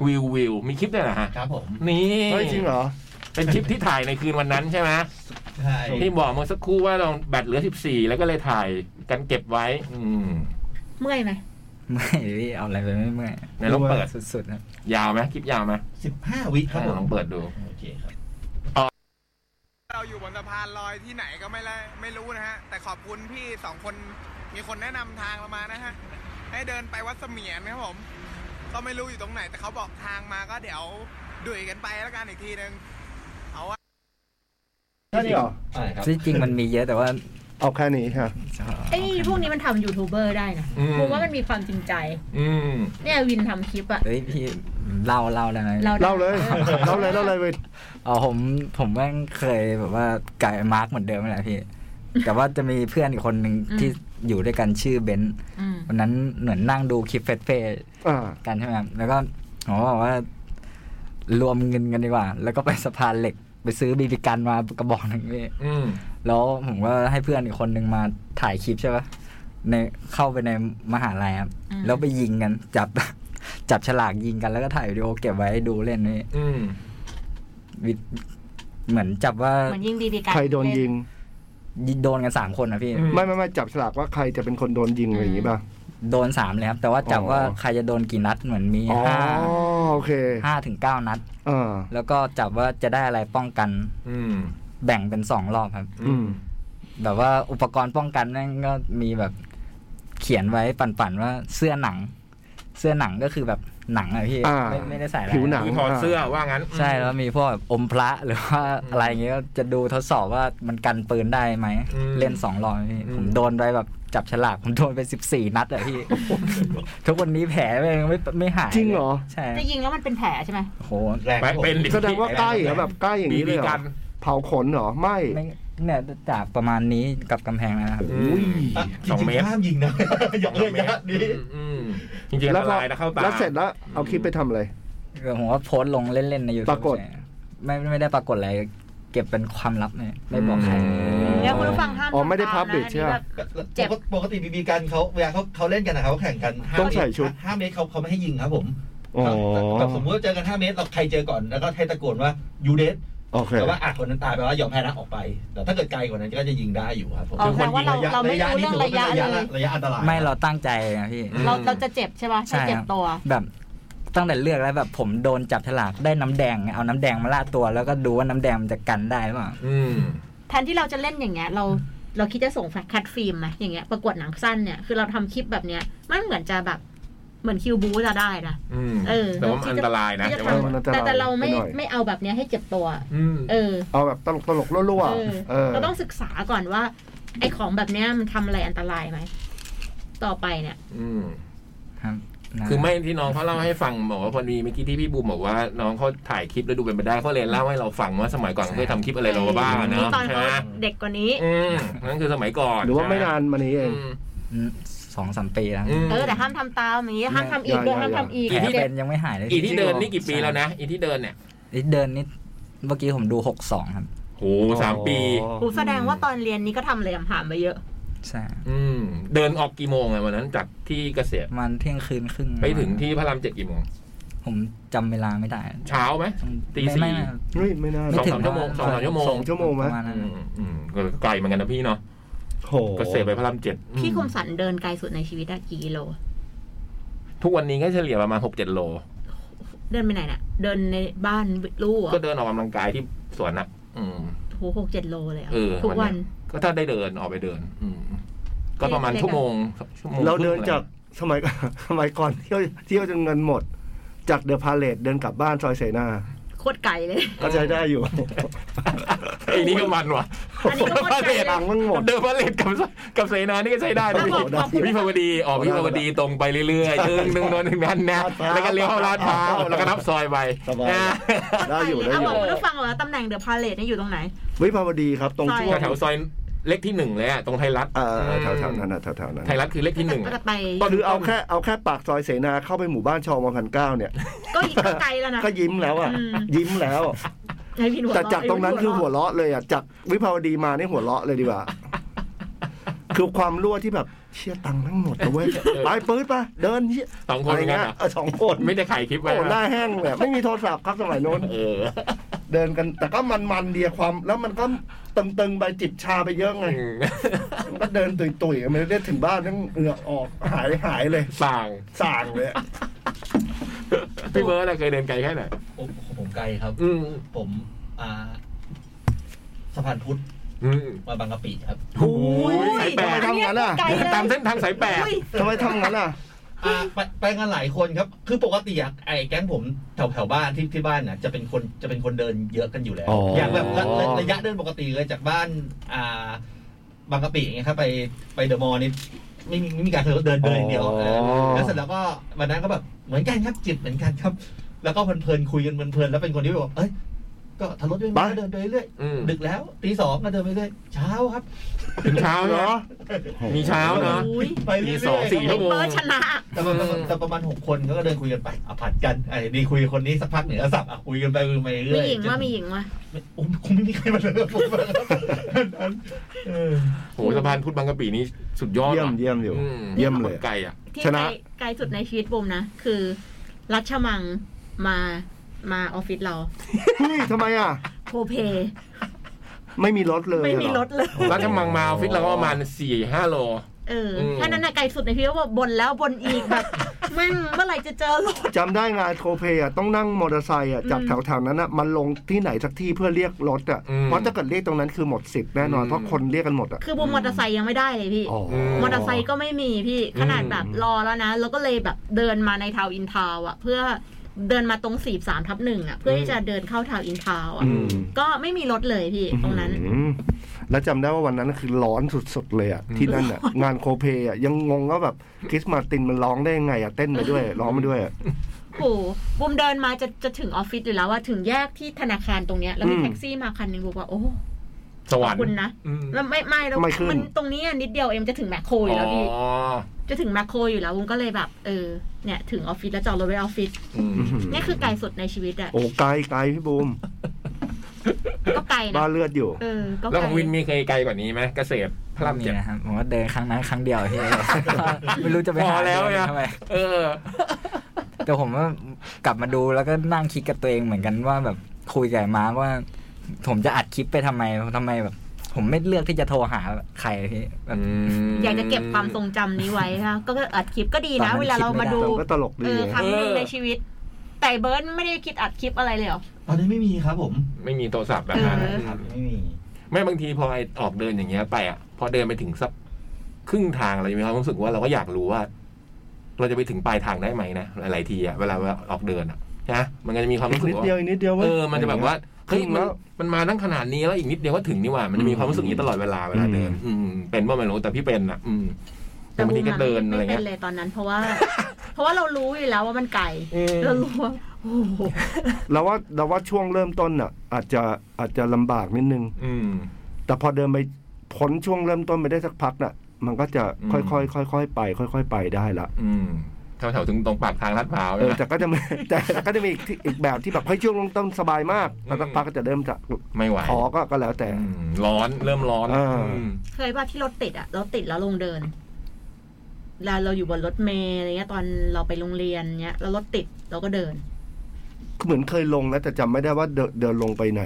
B: วิววิวมีคลิปด้วยเหรอฮะ
G: ครับผม
B: นี่
C: เฮ้ยจริงเหรอ
B: เป็นคลิปที่ถ่ายในคืนวันนั้นใช่ไหม
G: ใช่
B: ที่บอกเมื่อสักครู่ว่าเราแบตเหลือ 14 แล้วก็เลยถ่ายกันเก็บไว้ อืม
D: เมื่อยไหม
F: ไม่พี่เอาอะไรไปไม่เมื่อย
B: ในลองเปิด
F: สุดๆครับ
B: ยาวไหมคลิปยาวไหม
G: สิบห้าวิครับผ
B: ลอ
G: ม
B: งเปิดดู
G: โอเคครับ
H: เราอยู่บนสะพานลอยที่ไหนก็ไม่ละไม่รู้นะฮะ แต่ขอบคุณพี่สองคนมีคนแนะนำทางเรามานะฮะ ให้เดินไปวัดเสมียนครับผม ก็ไม่รู้อยู่ตรงไหน แต่เขาบอกทางมาก็เดี๋ยวดุยกันไปแล้วกันอีกทีนึง เอาว่า
C: แค่นี้เหรอ
G: ใช่ครับ
F: ที่จริงมันมีเยอะแต่ว่า
C: เอาแค่นี้ค่ะ
D: ไอ้พวกนี้มันทำยูทูบเบอร์ได้นะ
B: อืม
D: ผมว่ามันมีความจริงใจ
B: อืม
D: เนี่ยวินทำคลิปอะ
F: เฮ้ยพี่เล่าเล่าได้ไหม
D: เรา
C: เล่าเลย เล่าเลยเล่าเลยเว้ย
F: อ๋อผมผมแม่งเคยแบบว่ากลายมาร์กเหมือนเดิมนั่นแหละพี่ แต่ว่าจะมีเพื่อนอีกคนหนึ่งที่ อยู่ด้วยกันชื่อเบนซ์
D: อืม
F: วันนั้นเหมือนนั่งดูคลิปเฟสเฟส
C: อ่า
F: กันใช่ไหมครับแล้วก็ผมก็บอกว่ารวมเงินกันดีกว่า แล้วก็ไปสะพานเหล็ก ไปซื้อบีบีกันมากระบอกหนึ่งพี่
B: อืม
F: แล้วผมก็ให้เพื่อนอีกคนนึงมาถ่ายคลิปใช่ปะในเข้าไปในมหาลัยครับ แล้วไปยิงกัน จับ จับฉลากยิงกันแล้วก็ถ่ายวิดีโอเก็บไว้ดูเล่นนี่
B: อืม
F: วิเหมือนจับว่า
D: เหมือนยิงบีบีกัน
C: ใครโดนยิง
F: ยิงโดนกันสามคนนะพี่
B: อืม
C: ไม่ไม่ไม่จับฉลากว่าใครจะเป็นคนโดนยิงอะไรอย่างนี้ป่ะ
F: โดนสามเลยครับ แต่ว่าจับว่า
C: อ๋อ
F: ใครจะโดนกี่นัดเหมือนมี
C: อ๋อ
F: ห้า
C: โอเค
F: ห้าถึงเก้านัด
C: อ่า
F: แล้วก็จับว่าจะได้อะไรป้องกัน
B: อืม
F: แบ่งเป็นสองรอบครับ
C: อืม
F: แบบว่าอุปกรณ์ป้องกันนั่นก็มีแบบเขียนไว้ปั่นๆว่าเสื้อหนัง เสื้อหนังก็คือแบบหนังอะพี่
C: อ่า
F: ไม่ไม่ได้ใส่อะไร
C: ผิวหนัง
B: คือถอดเสื้อว่างั้น
F: ใช่แล้วมีพวกแบบอมพระหรือว่าอะไรอย่างเงี้ยก็จะดูทดสอบว่ามันกันปืนได้ไหม
B: อืม
F: เล่นสองรอบพี่
B: อืม
F: ผมโดนไปแบบจับฉลากผมโดนไปสิบสี่นัด อะพี่ ทุกวันนี้แผลแม่งไม่ไม่หาย
C: จริงเหรอ
F: ใช่
D: จะยิงแล้วมันเป็นแผลใช่ไหม
F: โห
G: แรง
B: ไป
G: ครับผม
B: เป็นดิ
C: แสดงว่าใกล้เหรอแบบใกล้อย่าง
B: บี
C: นี้เล
B: บี
C: ยเหร
B: กั
C: อน เผาขนเหรอไม่
F: ไม่เนี่ยจากประมาณนี้กับกำแพงนะครับ
B: อืม
C: อุ้ย
G: อ่ะจ
B: สอง
G: ริง
B: เมตร
G: ๆห้ามยิงนะ อย่าเล่นนะนี่
B: อืมจริงๆอันตรายนะเข้าตา
C: แล้วเสร็จแล้วเอาคลิปไปทำอะไร
F: เออผมว่าโพสต์ลงเล่น ๆ ในยูทู
C: ปรากฏ
F: ไม่ไม่ได้ปรากฏอะไร เก็บเป็นความลับไม่ไม่บอกใคร
B: อืม
D: แล้วคุณผู้ฟังห้าม
C: อ๋อไม่ได้
D: ทำตานะ
C: publish ใช่ปะ
D: เจ็บ
G: ปกติบีบีกันเขาเวลาเขาเขาเล่นกันนะเขาแข่งกันห้า
C: ต้องใส่
G: เมร
C: ชุด
G: ห้าเมตรเขาเขาไม่ให้ยิงครับผม
C: อ๋อ
G: แบบสมมติว่าเจอกันห้าเมตรเราใครเจอก่อนแล้วก็ให้ตะโกนว่ายูเดส
C: โอเค
G: แต่ว่าอ่ะคนนั้นตายแปลว่ายอมแพ้นะออกไป แต่ถ้าเกิดไกลกว่านั้นก็จะยิงได้อยู่ครับผม
D: อ๋อ
G: คือคนยิง
D: แปลว่าเรา
G: ระยะ
D: เราไม่
G: ระยะ
D: รู้
G: นี่
D: เรื่อง
G: ถือว่าเป็น
D: ระยะเลย
G: ระยะระยะอันตราย
F: ไม่เราตั้งใจนะพี่
B: อืม
D: เราเราจะเจ็บใช่ปะ
F: ใช่
D: จะ
F: ครับ
D: เจ็บตัว
F: แบบตั้งแต่เลือกแล้วแบบผมโดนจับฉลากได้น้ำแดง เอาน้ำแดงมาลาดตัว แล้วก็ดูว่าน้ำแดงมันจะกันได้หรือเปล่า
B: อืม
D: แทนที่เราจะเล่นอย่างเงี้ยเราเราคิดจะส่งแฟลชคัดฟิล์มไหมอย่างเงี้ยประกวดหนังสั้นเนี่ยคือเราทำคลิปแบบเนี้ยมันเหมือนจะแบบเหมือนคิวบูจะได้นะ
B: อืม
D: เออ
B: แต่ว่ามันอันตรายนะ
D: ที่จ
B: แต่
D: ท
B: ว่า
C: เออมันอันต
D: ำ
C: ราย
D: แต่แต่เราไม่
C: ไปหน่อย
D: ไม่เอาแบบเนี้ยให้เจ็บตัว
B: อืม
D: เออ
C: เอาแบบตลกตลกๆรั่ว
D: เออ
C: ๆเออ
D: เราต้องศึกษาก่อนว่า ไอ้ของแบบเนี้ยมันทำอะไรอันตรายไหมต่อไปเนี่ย
B: อืม
F: ครับนะ
B: คือไม่ที่น้องเขาเล่าให้ฟังบอกว่าพอดีเมื่อกี้ที่พี่บูมบอกว่าน้องเขาถ่ายคลิปแล้วดูเป็นไปได้เขาเลยเล่าให้เราฟังว่าสมัยก่อนเขาเคยทำคลิปอะไรเราบ้างอะเน
D: นี่
B: อะ
D: ตอน
B: ใช่
D: เขา
B: ไหม
D: เด็กกว่านี้
B: อืมนั่นคือสมัยก่อน
C: หรือว่าไม่นานมานี้เอ
B: อื
C: ง
B: ม
F: อืมสองสามปีแล้ว
B: อืม
D: เออแต่ห้ามทำตามอย่างงี้ห้ามทำอีกด้วยห้ามทำอีก
F: แผล
D: เจ็บ
F: เป็นยังไม่หายเลย
B: อีที่เดินนี่กี่ปีแล้วนะอีที่เดินเนี่ย
F: อีที่เดินนี่เมื่อกี้ผมดูหกสองครับ
B: โหสามปี
D: กูแสดงว่าตอนเรียนนี้ก็ทำอะไรคำถามไปเยอะ
F: ใช่
B: อืม เดินออกกี่โมงอะวันนั้นจากที่เกษตร
F: ประมันเที่ยงคืนครึ่ง
B: ไปถึงที่พระรามเจ็ดกี่โมง
F: ผมจำเวลาไม่ได้
B: เช้าไหม ตีสี่
F: ไม่ไม่ไม่
C: เฮ้ยไม่น่า
B: สอง
F: ไถึ
B: สามชั่วโมงสองสามชั่วโมง
C: สองชั่วโมงไหม
F: ประมาณนั้น
B: อืมอืมก็ไกลเหมือนกันนะพี่เนาะ
C: โห
B: เกษตรไปพระรามเจ็ดอืม
D: พี่คมสันเดินไกลสุดในชีวิตอะกี่กิโล
B: ทุกวันนี้ก็เฉลี่ยประมาณหกเจ็ดโล
D: เดินไปไหนน่ะ เดินในบ้านลูก
B: ก็
D: อะ
B: เดินออกกำลังกายที่สวนน่ะ อืม
D: โหหกเจ็ดโลเลยอะ
B: เออ
D: ทุกวัน
B: วันเนี้ย ก็ถ้าได้เดินออกไปเดิน อืม ก็ประมาณ
D: เล็กๆอะ
B: ชั่วโมงชั่วโมง
C: เราเดิน
B: ค
C: จากสมัย สมัยก่อน เที่ยวเที่ยวจนเงินหมด จากเดอะพาเลตเดินกลับบ้านซอยเสนา
D: โคตรไกลเลย
C: ก็ใช้ได้ อยู่
B: ไอ้นี่ก็มันว่ะ
D: อันนี้ก็โคตรไกลเลย
C: ตังค์มันหมด
B: เดินพาเลทกับกับเสนานี่ก็ใช้ได้นะพี่
D: บอกบอก
B: พี่พาวดีออกพี่พาวดีตรงไปเรื่อยๆเดินหนึ่งโนนหนึ่งนั้นนะแล้วก็เลี้ยวเข้าลาดพร้าวแล้วก็นับซอยไป
C: สบาย
B: นะ
C: ได้อยู่ได้
D: เอา
C: อบ
D: อยู่ กคุณผู้ฟังว่าตำแหน่งเดอะพาเลตนี่ยอยู่ตรงไหน
C: วิภาวดีครับตรงช่วง
B: แถวๆซอยเล็กที่หนึ่งเลยอะตรงไทยรัฐ
C: เอ่อแถวแถวๆนั้นนะแถวแถวๆนั้น
B: ไทยรัฐคือเล็กที่หนึ่ง
D: ก็
B: อะ
D: จะไป
C: หรือเอาแค่เอาแค่ปากซอยเสนาเข้าไปหมู่บ้านชอมพันเก้า เนี่ย
D: ก็อีกก็ไกลแล้วนะ
C: ก็ยิ้มแล้วอ่ะ
D: อืม
C: ยิ้มแล้ว
D: ให้พี่หัว
C: แต่
D: เะ
C: จากตรงนั้นคือหัวเราะเลยอ่ะจากวิภาวดีมานี่หัวเราะเลย ดีกว่า คือความรั่วที่แบบเชี่ยตังค์ทั้งหมดนะเว้ย ไปปื๊ดไปเดินเหีย
B: สองค
C: อะ
B: น
C: ไร
B: เหมือนกัน
C: เงี้ย
B: อะ
C: เออสองคน
B: ไม่ได้ขายคลิปไว้
C: โอ้ห
B: นะ
C: น้าแห้งเลยไม่มีโทรศัพท์ครับสมัยโน้น
B: เออ
C: เดินกัน แต่ก็มันๆเดียความ แล้วมันก็ตึงๆไปจิบชาไปเยอะไง
B: อืม
C: มันก็เดินตุยๆไม่ได้ถึงบ้านทั้งเหงือกออกหายหายเลย
B: สั่าง
C: ส่างเลยอะ
B: พี่เบิร์ดอะเคยเดินไกลแค่ไหน
G: โอ้ผมไกลครับ
B: อืม
G: ผมอ่าสะพานพุทธ
B: อืม
G: มาบางกะปิครับ
C: โอ้ย
B: สายแป
C: ทำไม
B: ด
C: ทำงั้นอ่ะ
D: ไกลเลย
B: ตามเส้นทางสายแปด
D: อุ้ย
C: ทำไมทำงั้นอ่ะ
G: อ่าไปไปกันหลายคนครับ คือปกติอะไอ้แก๊งผมแถวแถวบ้านที่ที่บ้านน่ะจะเป็นคนจะเป็นคนเดินเยอะกันอยู่แล้ว
C: อ๋ออ
G: ย่างแบบระระระยะเดินปกติเลยจากบ้านอ่าบางกะปิอย่างเงี้ยครับไปไปเดอะมอลล์นี่ไม่มีไม่มีการเดินเดินเดินอย่างเดียวนะแล้วเสร็จแล้วก็วันนั้นก็แบบเหมือนกันครับจิบเหมือนกันครับ แล้วก็เพลินๆคุยกันเพลินๆแล้วเป็นคนที่แบบเอ้ย ก ก็ถ้ารถไม่
C: ไป
G: มาก็เดินไปเรื่อย
B: อืม
G: ๆดึกแล้วตีสองก็เดินไปเรื่อยเช้าครับ
B: ถึงเช้า
C: เหร
B: เนาะ
C: อ
B: มีเช้าเนอะ
D: อุ้ย
G: ไปเรื่อย
B: ตีสองสี่
G: ๆ
B: โอ้
G: ครับ
B: โห
D: เบอร์ชนะ
G: แต่ประมาณแต่ประมาณหกคนเขาก็เดินคุยกันไปอ่ะผัดกันไอ้ดีคุยกับคนนี้สักพักหนึ่งอ่ะสับอ่ะคุยกันไปคุยกันไป
D: มี
G: เรื่อย
D: หญิงว่ามีหญิงว่า
G: ไม่โอ้คงไม่มีใครมา เลยกับผมอะนั้นเออ
B: โหสะพานพุทธบางกะปินี่สุดยอด
C: เยี่ยม
B: ว่ะ
C: เยี่ยมอยู่
B: อื
C: เยี่ยมเลย
B: ไกลอ่ะ
D: ที่
C: ชนะ
D: ไกลไกลสุดในชีวิตบุมนะ คือ รัชมังมามาออฟฟิศเรา
C: เฮ้ยทำไมอ่ะ
D: โทเพ
C: ไม่มีรถเลย
D: ไม่มีรถเลย
B: รัชมังมาออฟฟิศเราก็ประมาณสี่ห้าโล
D: เอออ
B: ม
D: แค่นั้นนะไกลสุดในชีวิตว่าบนแล้วบนอีกแบบแม่งเมื่อไหร่จะเจอรถ
C: จำได้งานโทเพอ่ะต้องนั่งมอเตอร์ไซค์อ่ะจาก
D: อืม
C: แถวๆนั้นอ่ะมันลงที่ไหนสักที่เพื่อเรียกรถอ่ะ
B: อืม
C: เพราะถ้าเกิดเรียกตรงนั้นคือหมดสิทธิ์แน่นอน
B: อืม
C: เพราะคนเรียกกันหมดอ่ะ
D: คือบุมมอเตอร์ไซค์ยังไม่ได้เลยพี่
C: อ๋อ
D: มอเตอร์ไซค์ก็ไม่มีพี่
B: อืม
D: ขนาดแบบรอแล้วนะ แล้วก็เลยแบบเดินมาในทาวน์อินทาวน์อ่ะ เพื่อเดินมาตรงสี่สามทับหนึ่งอ่ะ เพื่อที่จะเดินเข้าทาวน์อินทาวน์อ่ะ
C: อืม
D: ก็ไม่มีรถเลยพี่ตรงนั้น
C: อืมแล้วจำได้ว่าวันนั้นคือร้อนสุดๆเลยอ่ะที่นั่นอ่ะงานโคเพอ่ะยังงงว่าแบบคริสมาตินมันร้องได้ยังไงอ่ะเต้นไปด้วยร้องไปด้วยอ่ะ
D: โอ้โหบุมเดินมาจะจะถึงออฟฟิศอยู่แล้วว่าถึงแยกที่ธนาคารตรงเนี้ยแล้วมี
C: อืม
D: แท็กซี่มาคันหนึงบอกว่าโอ้
B: ส
D: ข
B: ว
D: อ
B: ร
D: บ
B: รค์
D: คุณนะ
B: อืม
D: แล้วไม่ไม่แล้ว
C: ไม่ขึ้น
D: มันตรงนี้อะนิดเดียวเอ็มจะถึงแมคโครอยู่แล้วพี่
B: อ๋อ
D: จะถึงแมคโครอยู่แล้วบุมก็เลยแบบเออเนี่ยถึงออฟฟิศแล้วจอดรถไว้ออฟฟิศ
B: อืม
D: เนี่ยคือไกลสุดในชีวิตอะ
C: โอ้ไกลไกลพี่บูม
D: ก็ไกลนะ
C: บ้าเลือดอยู่
D: เออก็
B: แล้วข
D: ไกล
B: องวินมีเคยไกลกว่านี้ไหมเกษตรพระราม
F: มี
B: เจ็ด
F: นะครับผมว่าเดินครั้งนั้นครั้งเดียว พี่ ไม่รู้จะไปหา
B: พอแล้วเนี่ย
F: เดินทำไม
B: เออ
F: แต่ผมว่ากลับมาดูแล้วก็นั่งคิดกับตัวเองเหมือนกันว่าแบบคุยกับไอ้มาร์คว่า ผมจะอัดคลิปไปทำไมทำไมแบบ ผมไม่เลือกที่จะโทรหาใครพี่แบบ
D: อยากจะเก็บความทรงจำนี้ไว้นะก็ก็อัดคลิปก็ดีนะ
F: ตอนนั้น
D: เวลาเรามาดู
F: คิดไม่ได้
C: ก็ตลก
D: เอ
C: ดี
D: อครั้งหนึ่ง
B: เออ
D: ในชีวิต แต่เบิร์ดไม่ได้คิดอัดคลิปอะไรเลยเหรอ
G: ตอนนี้ไม่มีครับผม
B: ไม่มีโทรศัพท์แบบนั้น
D: เออ
G: ครับ
B: ม
G: ไม่มี
B: ไม่บางทีพอไอออกเดินอย่างเงี้ยไปอ่ะ พอเดินไปถึงสักครึ่งทางอะไรมีความรู้สึกว่าเราก็อยากรู้ว่า เราจะไปถึงปลายทางได้ไหมนะหลายๆทีอ่ะเวลาเวลาออกเดินอ่ะนะมันก็จะมีความ
C: อี
B: รู้
C: ก
B: สึก
C: นิด
B: ว่า
C: เดียวอีกนิดเดียวว้
B: เอย อมันจะแบบว่าเฮ้ยมัน
C: แล้ว
B: มันมาตั้งขนาดนี้แล้วอีกนิดเดียวก็ถึงนี่หว่ามันจะมีความรู้สึกอย่างนี้ตลอดเวลาเวลาเดิน อืมเป็นว่าไม่รู้แต่พี่เป็นอ่ะ อืมแต่บางทีก็เดิน
D: บูม
B: อะไร
D: ไม่
B: เงี้
D: เป็
B: ย
D: นเลยตอนนั้น เพราะว่า เพราะว่าเรารู้อยู่แล้วว่ามันไก่
B: เออ
D: เรารู้ว่าโอ้โห
C: เราว่าเราว่าช่วงเริ่มต้นอ่ะ อาจจะอาจจะลำบากนิดนึง
B: อืม
C: แต่พอเดินไปพ้นช่วงเริ่มต้นไปได้สักพักน่ะ มันก็จะ
B: อืม
C: ค่อยๆค่อยๆไป ค่อยๆไปได้ละ
B: อืมแถวๆถึงตรงปากทางลาดพร้าว
C: เออ
B: นะ
C: แต่ก็จะมี แต่แต่ก็จะมีอีกที่อีกแบบที่แบบเฮ้ยช่วงเริ่มต้นสบายมาก
B: อืม
C: แล้วสักพักก็จะเริ่มจะ
B: ไม่ไหว
C: ขอก็ก็แล้วแต่
B: อืมร้อนเริ่มร้อน
C: อ่า
B: ม
D: เคยว่าที่รถติดอ่ะรถติดแล้วลงเดินแล้วเราอยู่บนรถเมล์อะไรเงี้ยตอนเราไปโรงเรียนเนี้ย แล้วรถติดเราก็เดิน
C: เหมือนเคยลงนะแต่จำไม่ได้ว่าเดินเดินลงไปไหน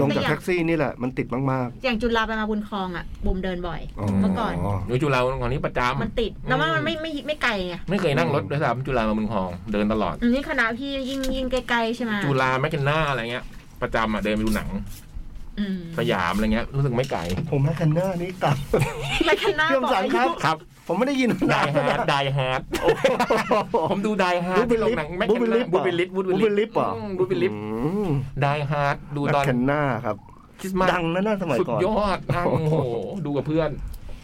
C: ลงจาก
D: ไม่อยาก
C: แท็กซี่นี่แหละมันติดมาก
D: อย่างจุฬาไปมาบุญคลองอ่ะบุมเดินบ่อย
C: อ๋อ
D: เมื่อก่อน
B: หนูจุฬาของนี้ประจำ
D: มันติดแล้วว่ามันไม่ไม่ไม่ไม่ไกลไง
B: ไม่เคยนั่งรถด้วยซ้ำจุฬามาเมืองทอง เดินตลอด
D: อันนี้คณะพี่ยิ่งยิ่งไกลๆใช่ไหม
B: จุฬาแมกนาอะไรเงี้ย ประจำอ่ะเดินไปดูหนัง
D: อืม
B: สยามอะไรเงี้ยรู้สึกไม่ไกล
C: ๆ ผมแมคคันเนอร์นี่กลับ
D: ไปคณะ
C: เรื่อง
D: บอก
C: สัง
D: อา
C: ครั
D: ยุ
C: บ
B: ครับ
C: ผมไม่ได้ยิน
B: ไดฮาร์ด ไดฮาร์ดผมดูไดฮาร์ด
C: บูบิลลิฟ
B: หนังแมก
C: บูบิล
B: นา
C: ลิฟ
B: บูบิลลิฟ
C: บูบิลลิฟอ่ะ
B: บูบิลลิฟไดฮาร์ดดู
C: แม
B: ต
C: ค
B: อน
C: คันเนอร์ครับ
B: คริสต์มาส
C: ดังนะน่าสมัย
B: สุด
C: ก่อน
B: ยอดนั่งโอ้โหดูกับเพื่อน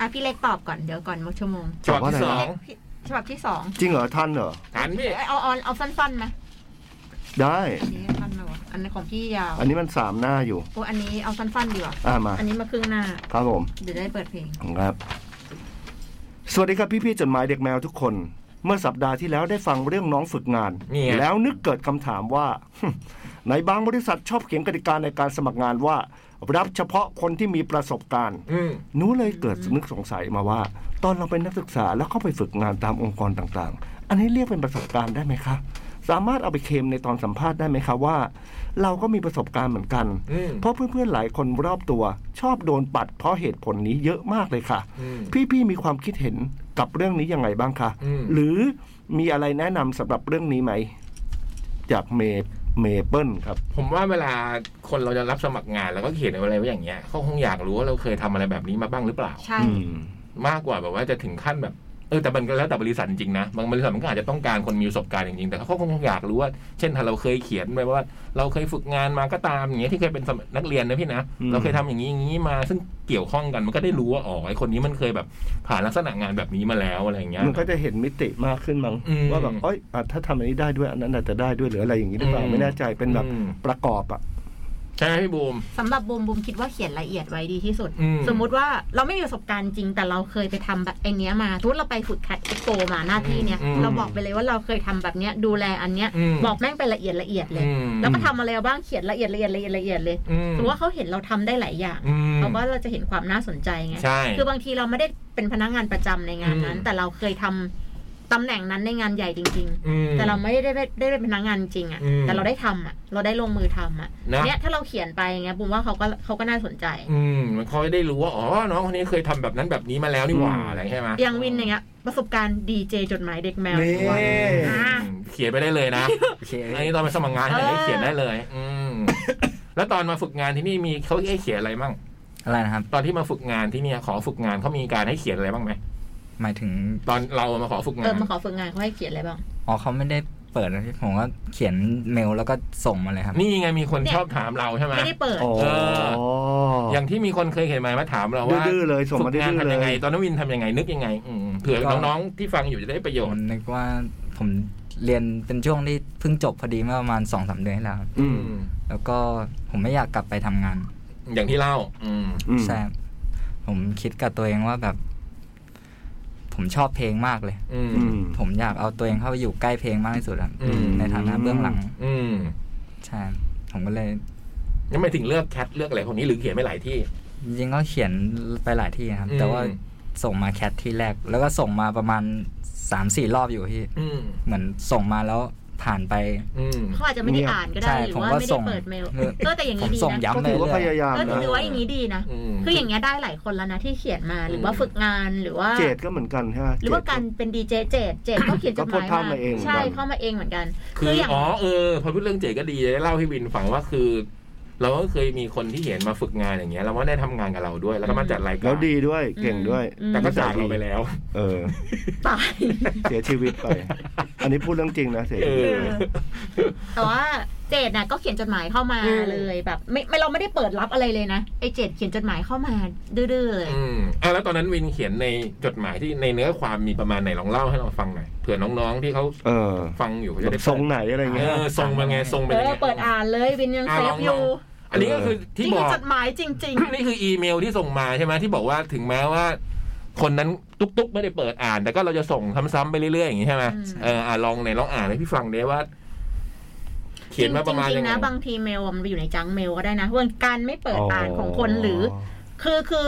D: อ่ะพี่เล็กตอบก่อนเดี๋ยวก่อนหมดชั่วโมง
B: จอดที่สอง
D: พี่ฉบับที่สอง
C: จริงเหรอท่านเหรอ
B: หันพี่
D: เอ้ยเอาเอาเอาสั้นๆไหม
C: ได้
D: อันนี้สั้นไหมวะอันนี้ของพี่ยาว
C: อันนี้มันสามหน้าอยู่
D: โอ้อันนี้เอาสั้นๆดีกว่า
C: อ่ามา
D: อันนี้มาครึ่งหน้า
C: ครับผม
D: เดี๋ยวได้เปิดเพลง
C: ครับ สวัสดีครับพี่ๆจดหมายเด็กแมวทุกคน เมื่อสัปดาห์ที่แล้วได้ฟังเรื่องน้องฝึกงาน
B: เนี่ย
C: แล้วนึกเกิดคำถามว่า ในบางบริษัทชอบเขียนกติกาในการสมัครงานว่า รับเฉพาะคนที่มีประสบการณ์
B: อืม
C: หนูเลยเกิดนึกสงสัยมาว่า ตอนเราเป็นนักศึกษาแล้วเข้าไปฝึกงานตามองค์กรต่างๆ อันนี้เรียกเป็นประสบการณ์ได้ไหมคะ สามารถเอาไปเคลมในตอนสัมภาษณ์ได้ไหมคะว่า เราก็มีประสบการณ์เหมือนกัน
B: อืม
C: เพราะเพื่อนๆหลายคนรอบตัว ชอบโดนปัดเพราะเหตุผลนี้เยอะมากเลยค่ะ
B: อืม
C: พี่ๆมีความคิดเห็นกับเรื่องนี้ยังไงบ้างคะ
B: อืม
C: หรือมีอะไรแนะนำสำหรับเรื่องนี้ไหมจากเมเมเปิลครับ
B: ผมว่าเวลาคนเราจะรับสมัครงานแล้วก็เขียนอะไรไว้อย่างเงี้ยเขาคงอยากรู้ว่าเราเคยทำอะไรแบบนี้มาบ้างหรือเปล่า
D: ใช่
C: อืม
B: มากกว่าแบบว่าจะถึงขั้นแบบเออแต่มันก็แล้วแต่บริษัทจริงๆนะบางบริษัทมันก็อาจจะต้องการคนมีประสบการณ์จริงๆแต่เขาก็คงอยากรู้ว่า เช่นถ้าเราเคยเขียนไว้ว่า เราเคยฝึกงานมาก็ตามอย่างเงี้ยที่เคยเป็นสมัยนักเรียนนะพี่นะ
C: อืม
B: เราเคยทำอย่างนี้อย่างนี้มา ซึ่งเกี่ยวข้องกันมันก็ได้รู้ว่าอ๋อไอคนนี้มันเคยแบบผ่านลักษณะงานแบบนี้มาแล้วอะไรอย่างเงี้ย
C: มันก็จะเห็นมิติมากขึ้นมั้ง
B: อืม
C: ว่าแบบเอ้ยอ่ะถ้าทำอันนี้ได้ด้วยอันนั้นอาจจะได้ด้วยหรืออะไรอย่างนี้หรือเปล่า
B: อืม
C: ไม่แน่ใจเป็นแบบ
B: อืม
C: ประกอบอะ
B: ใช่ไหมพี่บูม
D: สำหรับบูมบูมคิดว่าเขียนละเอียดไว้ดีที่สุด
B: อืม
D: สมมุติว่าเราไม่มีประสบการณ์จริง แต่เราเคยไปทำแบบไอเนี้ยมาสมมติเราไปฝึกขัดเอ็กโปมาหน้าที่เนี้ย
A: อืม
D: เราบอกไปเลยว่าเราเคยทำแบบเนี้ยดูแลอันเนี้ย
B: อืม
D: บอกแม่งไปละเอียดละเอียดเลย
B: อืม
D: แล้วก็ทำอะไรบ้างเขียนละเอียดละเอียดละเอียดละเอียดเลย
B: อืม
D: สมมติว่าเขาเห็นเราทำได้หลายอย่าง
B: อืม
D: เขาก็เราจะเห็นความน่าสนใจไง
B: ใช่
D: คือบางทีเราไม่ได้เป็นพนักงานประจำในงานนั้น
B: อืม
D: แต่เราเคยทำตำแหน่งนั้นในงานใหญ่จริง ๆ
B: ม
D: แต่เราไม่ได้ได้ได้เป็นพนักงานจริง
B: อืม
D: อะ่ะแต่เราได้ทำอ่ะ เราได้ลงมือทำอ่ะ
B: นะ
D: เนี่ยถ้าเราเขียนไปอย่างเงี้ยบุมว่าเขาก็เขาก็น่าสนใจ
B: อืมมันเขาได้รู้ว่าอ๋อน้องคนนี้เคยทำแบบนั้นแบบนี้มาแล้วนี่หว่า
C: อืม
B: อะไรใช่ไหม
D: อย่างวินอย่างเงี้ยประสบการณ์ดีเจจดหมายเด็กแมว
C: นี่
B: อืมเขียนไปได้เลยนะ
F: โอเค
B: อันนี้ตอนไปสมัครงาน
D: เออ
B: เนี่ยให้เขียนได้เลย อืม แล้วตอนมาฝึกงานที่นี่มีเขาให้เขียนอะไรบ้าง
F: อะไรนะครับ
B: ตอนที่มาฝึกงานที่เนี่ยขอฝึกงานเขามีการให้เขียนอะไรบ้างไหม
F: หมายถึง
B: ตอนเรามาขอฝึ
D: เอง
B: กา
D: อน มาขอฝึกงานเขาให้เขียนอะไรบ้าง
F: อ๋อเขาไม่ได้เปิดนะพี่ผมก็เขียนเมลแล้วก็ส่งมาเลยครับ
B: นี่ไงมีคน
D: เนี่ย
B: ชอบถามเราใช่ไหม
D: ไม่ได้เปิด
C: อ๋อ
B: อย่างที่มีคนเคยเห็นมามาถามเราว่า
C: ดื้อๆเลยส่งมาดื้อๆ
B: ฝึกงนทำยังไง
C: เลย
B: ตอนนั้นวินทำยังไงนึกยังไง อืมเผื่อ
F: ก็
B: น้องๆที่ฟังอยู่จะได้ประโย
F: ผ
B: ช
F: ม
B: น์
F: นึกว่าผมเรียนเป็นช่วงที่เพิ่งจบพอดีเมื่อประมาณสองสามเดือนที่แล้วครับ
C: อืม
F: แล้วก็ผมไม่อยากกลับไปทำงาน
B: อย่างที่เล่า อืม
C: อืม
F: ใช่ผมคิดกับตัวเองว่าแบบ ผมชอบเพลงมากเลย
B: อืม
F: ผมอยากเอาตัวเองเข้าไปอยู่ใกล้เพลงมากที่สุดครับ
B: อืม
F: ในฐานะเบื้องหลัง
B: อืม
F: ใช่ผมก็เลย
B: ยังไม่ถึงเลือกแคทเลือกอะไรพวกนี้หรือเขียนไม่หลายที่
F: จริงๆก็เขียนไปหลายที่ครับ
B: อืม
F: แต่ว่าส่งมาแคทที่แรก แล้วก็ส่งมาประมาณสามสี่รอบอยู่พี่
B: อืม
F: เหมือนส่งมาแล้วผ่านไป
B: อืม
D: เขาอาจจะไม่ได้อ่านก็ได้
F: ใช่
D: หรือ
F: ผม
D: ว่า
F: ก็
D: ไม่ได้
F: ส่ง
D: เปิดเมล
F: เออ
D: ก็แต่อย่าง
F: ผม
D: นี้ดี
F: ส่ง
D: นะ
F: ย้ำ
C: ก็
F: ไป
C: ถือว่าพ
F: เรื่อย
C: ยายาม
D: ก็
C: นะ
D: ถือว่าอย่างนี้ดีนะ
B: อืม
D: คืออย่างเงี้ยได้หลายคนแล้วนะที่เขียนมาหรือว่าฝึกงานหรือว่า
C: เจดก็เหมือนกันใช่ไหม
D: หรือว่าการเป็นดีเจเจดเจดก็เขียนจด
C: ก็
D: หมา
C: โพส
D: ย
C: ต์ภาพมาเองเหมือนกัน
D: ใช่เข้ามาเองเหมือนกัน
B: คืออ๋อเออพอพูดเรื่องเจ๋ก็ดีจะได้เล่าให้วินฟังว่าคือ เราก็เคยมีคนที่เห็นมาฝึกงานอย่างเงี้ยแล้วว่าได้ทำงานกับเราด้วย แล้วก็มาจัดรายการ
C: แล้วดีด้วยเก่งด้วย
D: อืม
B: แต่ก็จากเราไปแล้ว
C: เออ
D: ตาย
C: เสียชีวิตไป อันนี้พูดเรื่องจริงนะเสีย
B: เอ
C: ชีวิต
B: อ
D: แต่ว่าเจดน่ะก็เขียนจดหมายเข้ามา
B: อืม
D: เลยแบบไม่ไม่เราไม่ได้เปิดรับอะไรเลยนะไอเจดเขียนจดหมายเข้ามาดื้อๆเลย
B: อืมอ่ะแล้วตอนนั้นวินเขียนในจดหมายที่ในเนื้อความมีประมาณไหนลองเล่าให้เราฟังหน่อยเผื่อน้องๆที่เขา
C: เออ
B: ฟังอยู่เขาจะได้
C: ทรงไหนอะไร
B: เอ
C: เงี้ย
B: อทรงเป็นไงทรงเป็น
D: เอ
B: ยัง
D: อ
B: ไง
D: เปิดอ่านเลยวินยัง
B: อ่ะ
D: เซ
B: ล
D: ฟ
B: อง
D: อยู่
B: ลอง อันนี้ก็คือ
D: จริ
B: ที่
D: ง
B: บอก
D: ๆจดหมายจริง
B: นี่คืออีเมลที่ส่งมาใช่ไหมที่บอกว่าถึงแม้ว่า คนนั้นตุ๊กๆไม่ได้เปิดอ่าน แต่ก็เราจะส่งซ้ำๆไปเรื่อยๆอย่างนี้ใช่ไหม
D: อืม
B: เอออ่ะลองไหนลองอ่านให้พี่ฟังเด้ว่า
D: ๆ
B: เขียนมาประมาณ
D: จริ
B: ยัง ง
D: ๆ
B: ไง
D: นะบางทีเมลอะมันไปอยู่ในจังเมลก็ได้นะว่าการไม่เปิดอ่านของคนหรือ คือคือ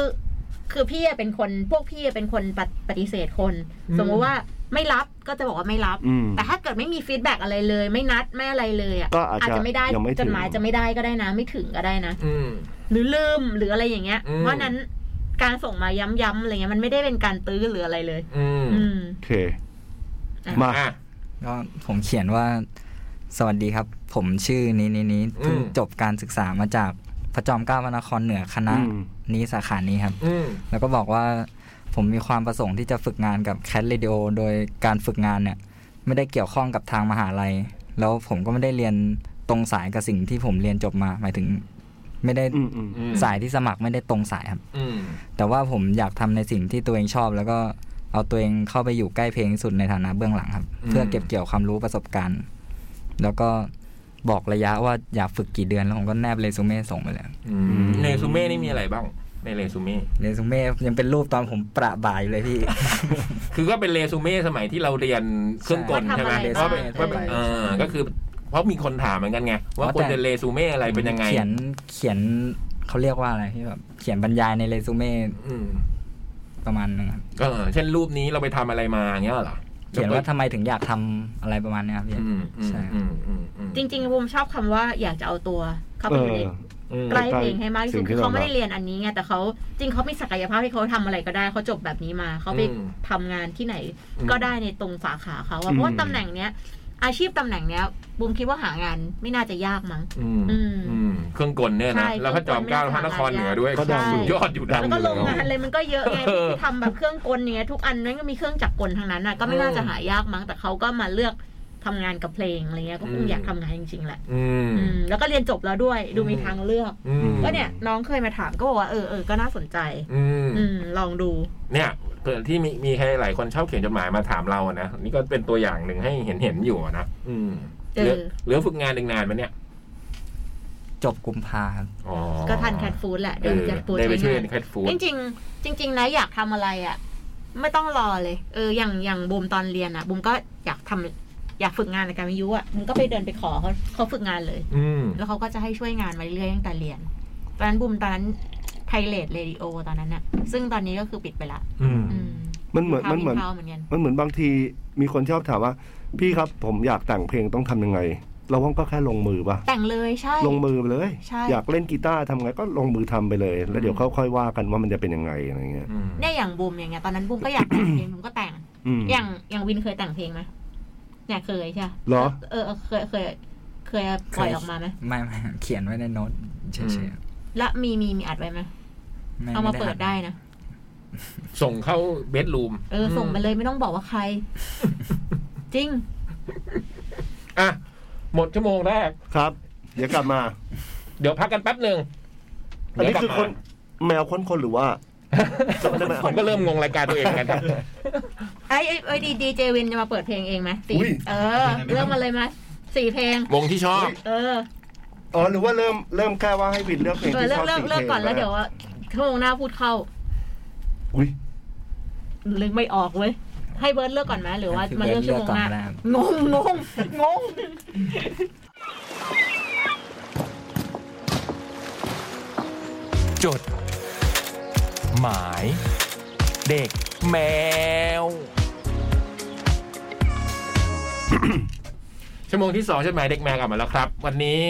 D: คือพี่อะเป็นคนพวกพี่อะเป็นคนปฏิปฏิเสธคน
B: อืม
D: สมมติว่าไม่รับก็จะบอกว่าไม่รับ
C: อืม
D: แต่ถ้าเกิดไม่มีฟีดแบ็กอะไรเลย ไม่นัดไม่อะไรเลยอ่ะ
C: ก็อาจจะ
D: ไม่ได้
C: ยังไม่ถึง
D: จดหมายจะไม่ได้ก็ได้นะ ไม่ถึงก็ได้นะ
B: อืม
D: หรือลืมหรืออะไรอย่างเงี้ย
B: อืม
D: เพราะนั้นการส่งมาย้ำๆอะไรเงี้ยมันไม่ได้เป็นการตื้อหรืออะไรเลย
B: อืม
D: อืม
C: โอเค
D: อ่ะ
C: มา
B: อ่ะ
F: ก็ผมเขียนว่า สวัสดีครับ ผมชื่อนี้นี้นี้เพิ่ง
B: อืม
F: จบการศึกษามาจากพระจอมเกล้าพระนครเหนือคณะ
C: อืม
F: นี้สาขานี้ครับ
B: อืม
F: แล้วก็บอกว่าผมมีความประสงค์ที่จะฝึกงานกับแค t เรดิโอโดยการฝึกงานเนี่ย ไม่ได้เกี่ยวข้องกับทางมหาลัย แล้วผมก็ไม่ได้เรียนตรงสายกับสิ่งที่ผมเรียนจบมา หมายถึง ไม่ได้
C: อืมอืม
B: อืม
F: สายที่สมัครไม่ได้ตรงสายครับ
B: อืม
F: แต่ว่าผมอยากทำในสิ่งที่ตัวเองชอบ แล้วก็เอาตัวเองเข้าไปอยู่ใกล้เพลงที่สุดในฐานะเบื้องหลังครับ
B: อืม
F: เพื่อเก็บเกี่ยวความรู้ประสบการณ์ แล้วก็บอกระยะว่าอยากฝึกกี่เดือนแล้วผมก็แนบเรซูเม่ส่งไปเลย
B: อืมในเรซูเม่นี่มีอะไรบ้าง ในเรซูเม่
F: เรซูเม่ยังเป็นรูปตอนผมประบ่ายอยู่เลยพี่
B: คือก็เป็นเรซูเม่สมัยที่เราเรียนเครื่องกล
D: ใช่
B: ใช่ไหม
D: ว่าทำอะไร
B: ว่าเป็น
D: บ้าง
B: ว่าเป็นเออก็คือเพราะมีคนถามเหมือนกันไงว่า
F: อ๋อ
B: ควร
F: แต่
B: จะเรซูเม่อะไรเป็นยังไง
F: เขียนเขียนเขาเรียกว่าอะไรที่แบบเขียนบรรยายในเรซูเม่
B: อืม
F: ประมาณนึงครับ
B: เออเช่นรูปนี้เราไปทำอะไรมาอย่างเงี้ยเหรอ
F: เขียนว่าทำไมถึงอยากทำอะไรประมาณเนี้ยครับพี่
B: อืมอืม
F: ใช่
B: อืมอืมอืม
D: จริงๆบูมชอบคำว่าอยากจะเอาตัว เข้า
C: เอ
D: ไปอ
C: อ
D: ยู่ใน
B: อืม
D: ใกล้เพลงให้มากที่สุด
C: สิ่งที่
D: คือ
C: เรา
D: เขาไม่ได้เรียนอันนี้ไงแต่เขาจริงเขามีศักยภาพที่เขาทำอะไรก็ได้เขาจบแบบนี้มาเขาไปทำงานที่ไหนก็ได้ในตรงสาขาเขาอะเพราะว่าตำแหน่งเนี้ย อาชีพตำแหน่งเนี้ยบูมคิดว่าหางานไม่น่าจะยากมั้ง
B: อืม
D: อืม
B: อืมเครื่องกลเนี่ย
D: ใช่
B: นะ แล้วพระจอมเกล้าพระนครเหนือด้วย
C: ก็ดัง
D: ใช่
B: สุดยอดอยู่ดัง
D: แล้ว
B: อ
D: ก็
B: ยู่
D: โร
B: แล้ว
D: งงานเลยมันก็เยอะไง
B: เออ
D: ที่ทำแบบเครื่องกลเนี้ยทุกอันนั้นก็มีเครื่องจักรกลทางนั้นน่ะก็ไม่น่าจะหายากมั้งแต่เขาก็มาเลือกทำงานกับเพลงอะไรเงี้ยก็ค
B: อื
D: ง
B: ม
D: อยากทำงานจริงๆแหละ
B: อืม
D: อืมแล้วก็เรียนจบแล้วด้วยดูมีทางเลือก
B: อืม
D: ก็เนี่ยน้องเคยมาถามก็บอกว่าเออเออก็น่าสนใจ
B: อืม
D: อืมลองดู
B: เนี่ยเกิดที่มีมีใครหลายคนชอบเขียนจดหมายมาถามเราอะนะนี่ก็เป็นตัวอย่างหนึ่งให้เห็นเห็นอยู่อะนะอืม
D: เอ
B: เหลือ
D: อ
B: เหลือฝึกงานหนึ่งนานไหมเนี่ย
F: จบกุมภาครับ
B: อ๋อ
D: ก็ทันแคทฟู้ดแหละ
B: เอ
D: เดิน
B: อ
D: แคทฟู้ด
B: ได้ไปช่วย
D: ใช้งาน
B: แคทฟู้ด
D: จริงๆจริง ๆ นะอยากทำอะไรอะ่ะ ไม่ต้องรอเลย เอออย่างอย่างบูมตอนเรียนอะ่ะบูมก็อยากทำอยากฝึกงานในการวิทยุอะ่ะบูมก็ไปเดินไปขอเขาเขาฝึกงานเลย
B: อืม
D: แล้วเขาก็จะให้ช่วยงานมาเรื่อยๆตั้งแต่เรียนตอนนั้นบูมตอนนั้นไทยเลดเรดิโอตอนนั้นอะ่ะ ซึ่งตอนนี้ก็คือปิดไปละ
B: อืม
D: อืม
C: มันเหมือน
D: ข่าว
C: มันเหมือน
D: ข่าวเหมือนกัน
C: มันเหมือนบางทีมีคนชอบถามว่า พี่ครับผมอยากแต่งเพลงต้องทำยังไง เราว่าก็แค่ลงมือปะ
D: แต่งเลยใช่
C: ลงมือไปเลย
D: ใช่
C: อยากเล่นกีตาร์ทำไงก็ลงมือทำไปเลย แล้วเดี๋ยวค่อยๆว่ากันว่ามันจะเป็นยังไงอะไรเงี้ย
B: อืม
D: เนี่ยอย่างบูมอย่างเงี้ยตอนนั้นบูมก็อยากแต่งเพลงบูม ก็แต่ง
C: อืม
D: อย่างอย่างวินเคยแต่งเพลงไหมเนี่ยเคยใช่ปะ
C: เหรอ
D: เออเออเคยเคย เคยปล่อยออกมาไหม
F: ไม่ไม่เขียนไว้ในโน้ตเฉย
D: และมีมีมีอัดไว้ไหม
F: ๆไ
D: เอามาเปิดได้นะ
B: ส่งเข้าเบดรูม
D: เออ ส่งไปเลยไม่ต้องบอกว่าใค ร จริง
B: อ่ะ หมดชั่วโมงแรก
C: ครับ เดี๋ยวกลับมา
B: เดี๋ยวพักกันแป๊บหนึ่ง
C: อันนี้
B: เดี๋ยวกลับ
C: คือคน
B: มา
C: แมวค้นคนหรือว่า
B: ผมก็เริ่มงงรายการตัวเองเหมือนกันครับ
D: ไอ้ไอ้ไอ้ดีดีเจวินจะมาเปิดเพลงเองไหมสี่
C: อุ๊ย
D: เออ เริ่มมาเลยไหมสี่เพลง
B: วงที่ชอบ
D: เออ
C: อ๋อหรือว่าเริ่มเริ่มแค่ว่าให้วินเลือกเพลง
D: เออ
C: ที่
D: เลิ
C: ช
D: ก
C: อบ
D: เลิก
C: สี่เพลง
D: เลิกก่อนแล้วเดี๋ยวว่าชั่วโมงหน้าพูดเข้า
C: อุ้ย
D: ลึกไม่ออกเว้ย ให้เบิร์ดเลิกก่อนไหมหรือว่า
F: ให้
D: มา
F: เบิ
D: เลื
F: ร์
D: อกชั่ว
F: ด
D: โมงหน้า
F: เลือกก่อนก็ได้
D: งงงงงง
A: จด หมาย เด็กแมว
B: ชั่วโมงที่สองจดหมายเด็กแมวกลับมาแล้วครับ วันนี้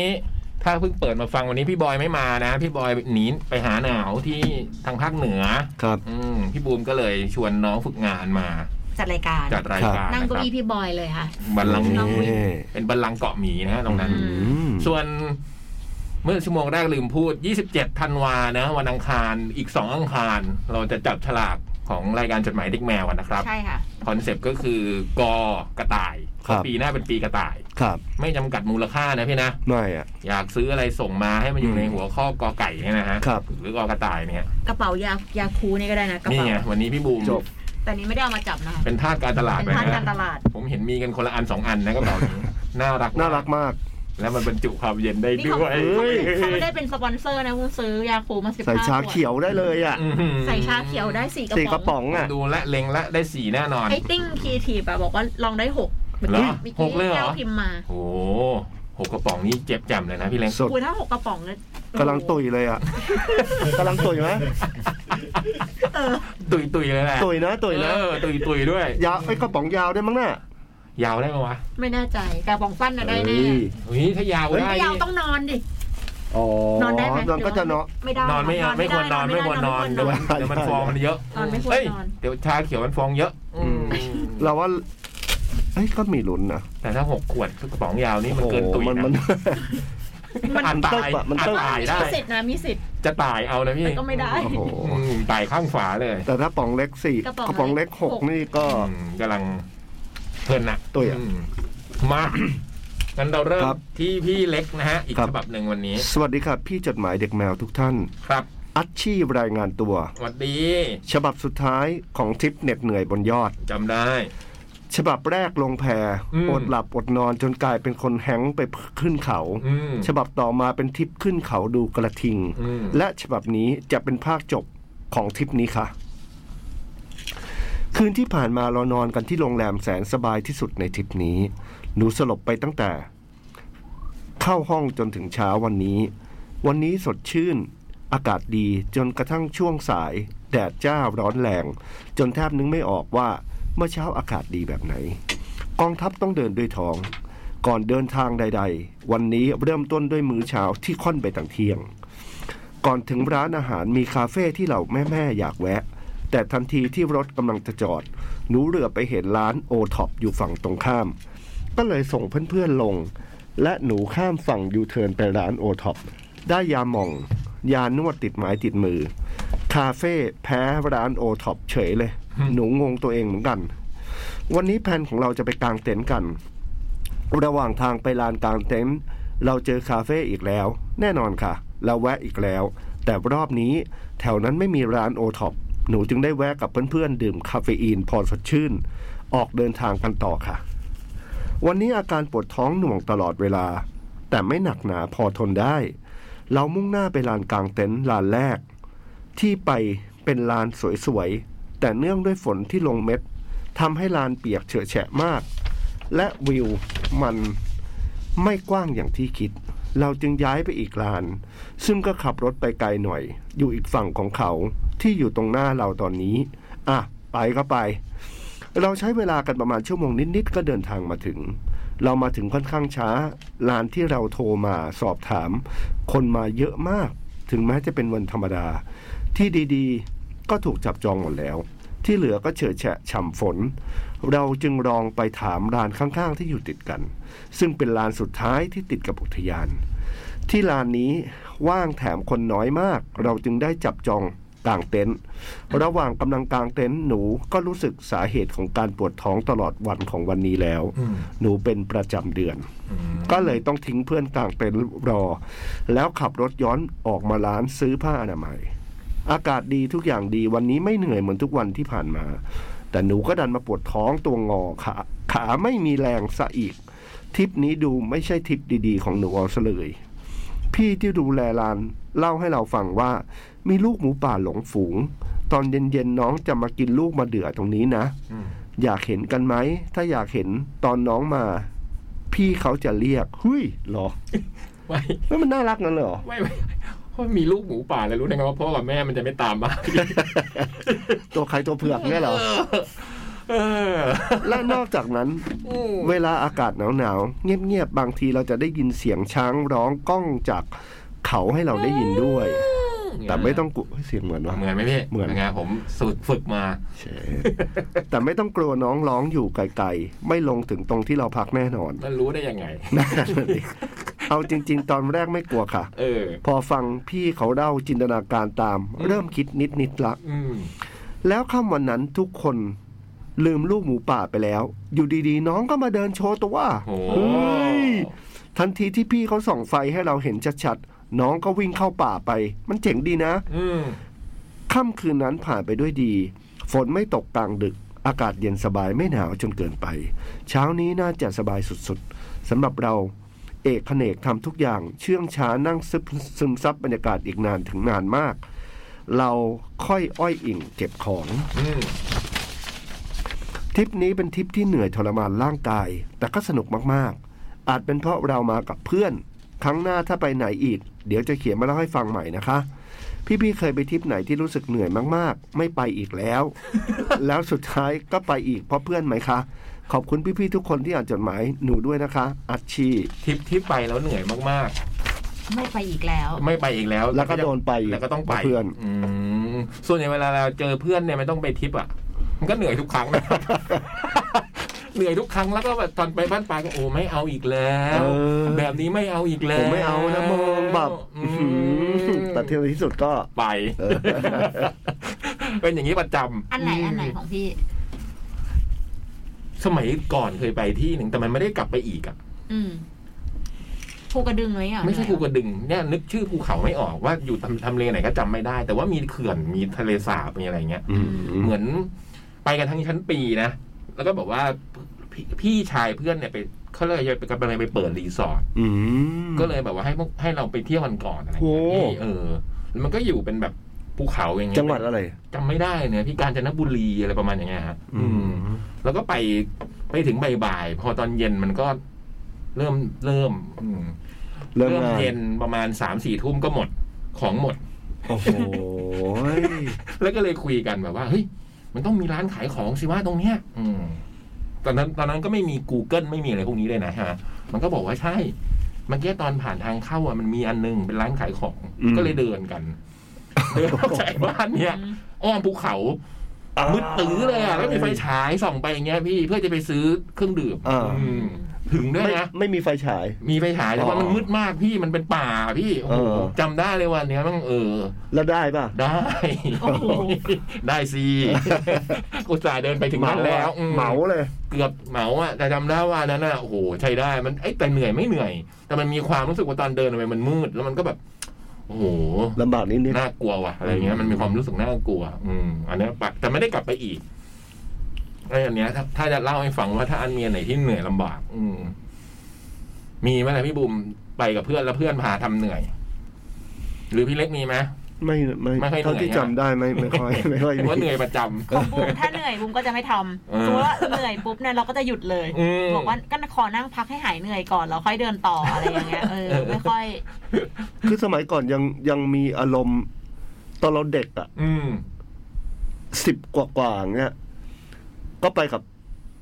B: ถ้าเพิ่งเปิดมาฟังวันนี้พี่บอยไม่มานะ พี่บอยหนีไปหาหนาวที่ทางภาคเหนือ
C: ครับ
B: อืมพี่บูมก็เลยชวนน้องฝึกงานมา
D: จัดรายการ
B: จัดรายการ
D: นั่ง
B: นะค
D: เก้า
B: รับ
D: อี้พี่บอยเลยค่ะ
B: บัลลังก์
D: น้องวิน
B: เป็นบัลลังก์เกาะหมีนะฮะตรงนั้น
D: อื
C: อืม
B: ส่วนเมื่อชั่วโมงแรกลืมพูด 27 ธันวานะ วันอังคารอีก 2 อังคาร เราจะจับฉลากของรายการจดหมายเด็กแมวกันนะครับ
D: ใช่ค่ะ
B: คอนเซปต์ก็คือกอกระต่ายเพราะปีหน้าเป็นปีกระต่าย
C: ครับ
B: ไม่จำกัดมูลค่านะพี่นะ
C: ไม่อ่ะ
B: อยากซื้ออะไรส่งมาให้มันอยู่ใน
C: อืม
B: หัวข้อกอไก่เนี่ยนะฮะ
C: ครับ
B: หรือกอกระต่ายเนี่ย
D: กระเป๋ายายาคูนี่ก็ได้นะกระ
B: นี่
D: เป๋า
B: ไงวันนี้พี่บูม
C: จบ
D: แต่นี้ไม่ได้เอามาจับนะคะ
B: เป็นทาสการตลาด
D: เป็น
B: ไป
D: พาร์ทการต
B: นะ
D: ลาด
B: ผมเห็นมีกันคนละอันสองอันนะกระเป๋านี้ น่ารัก
C: น่ารักมาก
B: แล้วมันบรรจุความเย็นได้
D: นี่
B: ด้
D: เขา
B: วย
C: เฮ้ย
D: เขาไม่ได้เป็นสปอนเซอร์นะวุ้นซื้อยาคูมาสิบ
C: ใส่
D: ห้า
C: ชาเขียวได้เลยอ่ะ
B: อื้อหือ
D: ใส่ชาเขียวได้สี่
C: สี่ก
D: ก
C: ระ
D: ระ
C: ป๋
D: ป๋
C: อ
D: อง ง
C: อ่ะ
B: ดูและเล็งและได้สีแน่นอน
D: ไอ้ติ้งคีทีปะบอกว่าลองได้หก
B: เหรอ
D: มื่อ
B: หกเลยเหรอ
D: แก้วพิมพ์มา
B: โอ้โหหกกระป๋องนี้เจ็บจำเลยนะพี่เล้ง
C: สด
D: คุณถ้าหกกระป๋องเนี่ย
C: กำลังตุยเลยอ่ะกำลังตุยไหม
B: ตุยตุยๆเลยแหละ
C: ตุยนะตุยนะ
B: เออตุยตุยๆด้วย
C: ยาวไอ้ยกระป๋องยาวได้วยมั้งน่ะ
B: ยาวได้ไหมวะ
D: ไม่แน่ใจกระป๋องสั้นนะได้แน่
C: เฮ้ย
B: เฮ้ยถ้ายาว
D: ไม่
B: ได้
D: ยาว
B: นี่
D: ต้องนอนดิ
C: อ๋อน
D: อนได้ไหม
C: นอนก็จะเนาะ
D: ไม่ได้
B: นอนไม่เอาไม่ควรนอนไม่ควรนอนเดี๋ยวมัน
C: ได้
B: เดี๋ยวมัน
C: ได้
B: ฟองมันเยอะ
D: นอนไม่ควร
B: เอ้ย
D: นอน
B: เดี๋ยวชาเขียวมันฟองเยอะอืม
C: เราว่าเอ้ยก็มีลุ้นนะ
B: แต่ถ้าหกขวดกระป๋องยาวนี่มัน
C: โอ้โห
B: เกินตุย
C: มัน
B: นะ
C: มัน
D: มัน
B: อันตาย
C: มัน
B: อัน
C: เติบอะมันเติบ
B: ตายได้
D: มีสิทธิ์นะมีสิทธิ์
B: จะตายเอานะพี่
D: ก็ไม่ได้
C: โอ้โห
B: อืมตายข้างฝาเลย
C: แต่ถ้าป๋องเล็กสี่
D: กระป๋อง
C: กระป๋องเล็กหก
D: หก
C: นี่ก็
B: อืมกำลังเพลินนะ
C: ตุยอะ
B: มมา งั้นเราเริ่ม
C: ครับ
B: ที่พี่เล็กนะฮะ อีก
C: ครับ
B: ฉบับหนึ่งวันนี้
C: สวัสดีครับพี่จดหมายเด็กแมวทุกท่าน
B: ครับ
C: อัชชีรายงานตัว
B: สวัสดี
C: ฉบับสุดท้ายของทริปเหน็ดเหนื่อยบนยอด
B: จำได้
C: ฉบับแรกลงแพ
B: อืม
C: อดหลับอดนอนจนกลายเป็นคนแฮงก์ไปขึ้นเขา
B: อืม
C: ฉบับต่อมาเป็นทริปขึ้นเขาดูกระทิง
B: อืม
C: และฉบับนี้จะเป็นภาคจบของทริปนี้ค่ะ คืนที่ผ่านมาเรานอนกันที่โรงแรมแสนสบายที่สุดในทริปนี้ หนูสลบไปตั้งแต่ เข้าห้องจนถึงเช้าวันนี้ วันนี้สดชื่น อากาศดีจนกระทั่งช่วงสาย แดดจ้าร้อนแรง จนแทบนึกไม่ออกว่าเมื่อเช้าอากาศดีแบบไหน กองทัพต้องเดินด้วยท้อง ก่อนเดินทางใด ๆ วันนี้เริ่มต้นด้วยมื้อเช้าที่ค่อนไปต่างเที่ยง ก่อนถึงร้านอาหารมีคาเฟ่ที่เราแม่ๆอยากแวะ แต่ทันทีที่รถกำลังจะจอด หนูเหลือไปเห็นร้านโอท็อปอยู่ฝั่งตรงข้าม ก็เลยส่งเพื่อนๆลง และหนูข้ามฝั่งยูเทิร์นไปร้านโอท็อปได้ยาหม่อง ยานวดติดไม้ติดมือ คาเฟ่แพ้ร้านโอท็อปเฉยเลย หนูงงตัวเองเหมือนกัน วันนี้แผนของเราจะไปกางเต็นท์กัน ระหว่างทางไปลานกลางเต็นท์เราเจอคาเฟ่อีกแล้ว แน่นอนค่ะ เราแวะอีกแล้ว แต่รอบนี้แถวนั้นไม่มีร้านโอท็อปหนูจึงได้แวะกับเพื่อนๆ ดื่มคาเฟอีนพอสดชื่น ออกเดินทางกันต่อค่ะ วันนี้อาการปวดท้องหน่วงตลอดเวลา แต่ไม่หนักหนาพอทนได้ เรามุ่งหน้าไปลานกลางเต็นท์ลานแรก ที่ไปเป็นลานสวยๆ แต่เนื่องด้วยฝนที่ลงเม็ดทำให้ลานเปียกเฉอะแฉะมาก และวิวมันไม่กว้างอย่างที่คิด เราจึงย้ายไปอีกลาน ซึ่งก็ขับรถไปไกลหน่อย อยู่อีกฝั่งของเขาที่อยู่ตรงหน้าเราตอนนี้ อ่ะ ไปก็ไป เราใช้เวลากันประมาณชั่วโมงนิดๆก็เดินทางมาถึง เรามาถึงค่อนข้างช้าร้านที่เราโทรมาสอบถาม คนมาเยอะมาก ถึงแม้จะเป็นวันธรรมดา ที่ดีๆ ก็ถูกจับจองหมดแล้ว ที่เหลือก็เฉอะแฉะฉ่ำฝน เราจึงลองไปถามร้านข้างๆ ที่อยู่ติดกัน ซึ่งเป็นร้านสุดท้ายที่ติดกับอุทยาน ที่ร้านนี้ว่างแถมคนน้อยมาก เราจึงได้จับจองกลางเต็นท์ ระหว่างกำลังกลางเต็นท์หนูก็รู้สึกสาเหตุของการปวดท้องตลอดวันของวันนี้แล้ว
B: อืม
C: หนูเป็นประจำเดือน
B: อืม
C: ก็เลยต้องทิ้งเพื่อนกลางเต็นท์รอ แล้วขับรถย้อนออกมาร้านซื้อผ้าอนามัย อากาศดีทุกอย่างดีวันนี้ไม่เหนื่อยเหมือนทุกวันที่ผ่านมา แต่หนูก็ดันมาปวดท้องตัวงอขาขาไม่มีแรงซะอีกทริปนี้ดูไม่ใช่ทริปดีๆ ของหนูเอาซะเลย พี่ที่ดูแลลานเล่าให้เราฟังว่า มีลูกหมูป่าหลงฝูง ตอนเย็นๆน้องจะมากินลูกมาเดือตรงนี้นะ
B: อืม
C: อยากเห็นกันไหม ถ้าอยากเห็นตอนน้องมา พี่เขาจะเรียก หุยเหรอ
B: ไว้
C: ไม่มันน่ารักงั้นเลยเหรอ
B: ไว้ไว้เพราะมีลูกหมูป่าเลยรู้ได้ไงว่าพ่อกับแม่มันจะไม่ตาม มา
C: ตัวใครตัวเผือกเนี่ยเหรอ
B: เออ
C: และนอกจากนั้น
B: อืม
C: เวลาอากาศหนาวๆ เงียบๆ บางทีเราจะได้ยินเสียงช้างร้องก้องจากเขาให้เราได้ยินด้วย แต่ไม่ต้องกลัวเฮ้ยเสียงเหมือนวะ
B: เหมือนไหมพี่
C: เหมือน
B: ไงผมสูตรฝึกมา
C: เชฟแต่ไม่ต้องกลัวน้องร้องอยู่ไกลๆ ไม่ลงถึงตรงที่เราพักแน่น อน
B: มันรู้ได้ยังไง
C: นั่นเองเอาจริง ๆ ตอนแรกไม่กลัวค่ะ
B: เออ
C: พอฟังพี่เขาเล่าจินตนาการตาม
B: อืม
C: เริ่มคิดนิดๆละ
B: อืม
C: แล้วค่ำวันนั้นทุกคนลืมลูกหมูป่าไปแล้ว อยู่ดีๆ น้องก็มาเดินโชว์ตัว
B: โอ้โห
C: เฮ้ยทันทีที่พี่เขาส่องไฟให้เราเห็นชัดๆ น้องก็วิ่งเข้าป่าไป มันเจ๋งดีนะ
B: อืม
C: ค่ำคืนนั้นผ่านไปด้วยดี ฝนไม่ตกกลางดึก อากาศเย็นสบายไม่หนาวจนเกินไป เช้านี้น่าจะสบายสุดๆสำหรับเรา เอกขเนกทำทุกอย่าง เชื่องช้านั่งซึมซึมซับบรรยากาศอีกนานถึงนานมาก เราค่อยอ้อยอิ่งเก็บของ
B: อืม
C: ทริปนี้เป็นทริปที่เหนื่อยทรมานร่างกาย แต่ก็สนุกมากๆ อาจเป็นเพราะเรามากับเพื่อน ครั้งหน้าถ้าไปไหนอีก เดี๋ยวจะเขียนมาเล่าให้ฟังใหม่นะคะ พี่ๆเคยไปทริปไหนที่รู้สึกเหนื่อยมากๆ ไม่ไปอีกแล้ว แล้วสุดท้ายก็ไปอีกเพราะเพื่อนไหมคะ ขอบคุณพี่ๆทุกคนที่อ่านจดหมายหนูด้วยนะคะอัชชี
B: ทริปที่ไปแล้วเหนื่อยมาก
D: ไม่ไปอีกแล้ว
B: ๆ ไม่ไปอีกแล้ว
C: แล้วก็โดนไป
B: แล้วก็ต้องไป
C: เพื่อน
B: อืมส่วนใหญ่เวลาเราเจอเพื่อนเนี่ยไม่ต้องไปทริปอ่ะ มันก็เหนื่อยทุกครั้ง นะครับ เหนื่อยทุกครั้งแล้วก็แบบตอนไปบ้านปลายก็โอ้ไม่เอาอีกแล้ว
C: เออ
B: แบบนี้ไม่เอาอีกแล้
C: ผ
B: ว
C: มไม่เอานะมองแบบ
B: อื
C: อื้อ
B: ม
C: หือแต่ที่ที่สุดก็
B: ไป
C: เออ
B: เป็นอย่างนี้ประจำ
D: อันไหนอันไหนของพี่
B: สมัยก่อนเคยไปที่หนึ่งแต่มันไม่ได้กลับไปอีกอ่ะ
D: อืมภูกระดึงเลยอ่ะ
B: ไม่ใช่ภูกระดึงเนี่ยนึกชื่อภูเขาไม่ออกว่าอยู่ทำทำเลไหนก็จำไม่ได้ แต่ว่ามีเขื่อนมีทะเลสาบมีอะไรเงี้ย
C: อืม
B: เหมือนไปกันทั้งชั้นปีนะ แล้วก็บอกว่าพี่พี่ชายเพื่อนเนี่ยไปเขาเลยจะไปกำลังไปเปิดรีสอร์ท
C: อืม
B: ก็เลยแบบว่าให้พวกให้เราไปเที่ยวกันก่อนอะไร
C: โอ้
B: เงี้ยนี่เออแล้วมันก็อยู่เป็นแบบภูเขาอย่างเงี้ย
C: จังหวัดอะไร
B: จำไม่ได้เนี่ยพี่กาญจนบุรีอะไรประมาณอย่างเงี้ยฮะอืม แล้วก็ไปไปถึงบ่ายๆพอตอนเย็นมันก็เริ่มเริ่มอืม
C: เริ่ม
B: เริ่ม
C: งาน
B: เย็นประมาณสามสี่ทุ่มก็หมดของหมด
C: โอ้โหย
B: แล้วก็เลยคุยกันแบบว่าเฮ้ยมันต้องมีร้านขายของสิว่าตรงเนี้ย อืมตอนนั้นตอนนั้นก็ไม่มี Google ไม่มีอะไรพวกนี้เลยนะฮะ มันก็บอกว่าใช่เมื่อกี้ตอนผ่านทางเข้าอ่ะมันมีอันนึงเป็นร้านขายของ ก็เลยเดินกัน เดินออกจากบ้านเนี่ยอ้อมภูเขามืดตื้อเลยอ่ะแล้วมีไฟฉายส่องไปอย่างเงี้ยพี่เพื่อจะไปซื้อเครื่องดื่ม
C: อ่า
B: อืมถึงด้วย
C: ไม่
B: นะ
C: ไม่มีไฟฉาย
B: มีไฟฉายแต่ว่า
C: อ๋อ
B: มันมืดมากพี่มันเป็นป่าพี่โอ้โห
C: เออ
B: จำได้เลยวันเนี้ยมั่งเออ
C: แล้วได้ป่ะ
B: ได้ ได้ สิอุตส่าห์เดินไปถึง
C: เหมา
B: นั่นแล้วอื
C: เหมาเลย
B: เกือบเหมาอ่ะแต่จำได้ว่าอันนั้นอ่ะโอ้โหใช้ได้มันไอ้ยแต่เหนื่อยไม่เหนื่อย แต่มันมีความรู้สึกว่าตอนเดินไปมันมืด แล้วมันก็แบบ โอ้โห
C: ลำบากนิดนิด
B: น่ากลัวว่ะอะไรเงี้ยมันมีความรู้สึกน่ากลัว อืมอันเนี้ยปะแต่ไม่ได้กลับไปอีกไอ้อันเนี้ยถ้าถ้าจะเล่าให้ฟังว่าถ้าอันเมียไหนที่เหนื่อยลำบาก อืมมีไหมล่ะพี่บุ๋มไปกับเพื่อนแล้วเพื่อนพาทำเหนื่อย หรือพี่เล็กมีไหม
C: ไม่ไม่
B: ไม่ค่อยเหนื่อย
C: เท่าที่
B: นะ
C: จำได้ไม่ไม่ค่อยไม่ค่อย
B: ผมว่าเหนื่อยประจำ
D: ของบูมถ้าเหนื่อยบูมก็จะไม่ท
B: เออ
D: ำสมมติว่าเหนื่อยปุ๊บเนี่ยเราก็จะหยุดเลย
B: อืม
D: บอกว่าก็ขอนั่งพักให้หายเหนื่อยก่อนแล้วค่อยเดินต่ออะไรอย่างเงี้ยเออไม่ค่อย
C: คือสมัยก่อนยังยังมีอารมณ์ ตอนเราเด็กอ่ะ
B: อืม
C: สิบกว่ากว่าๆเนี้ยก็ไปกับ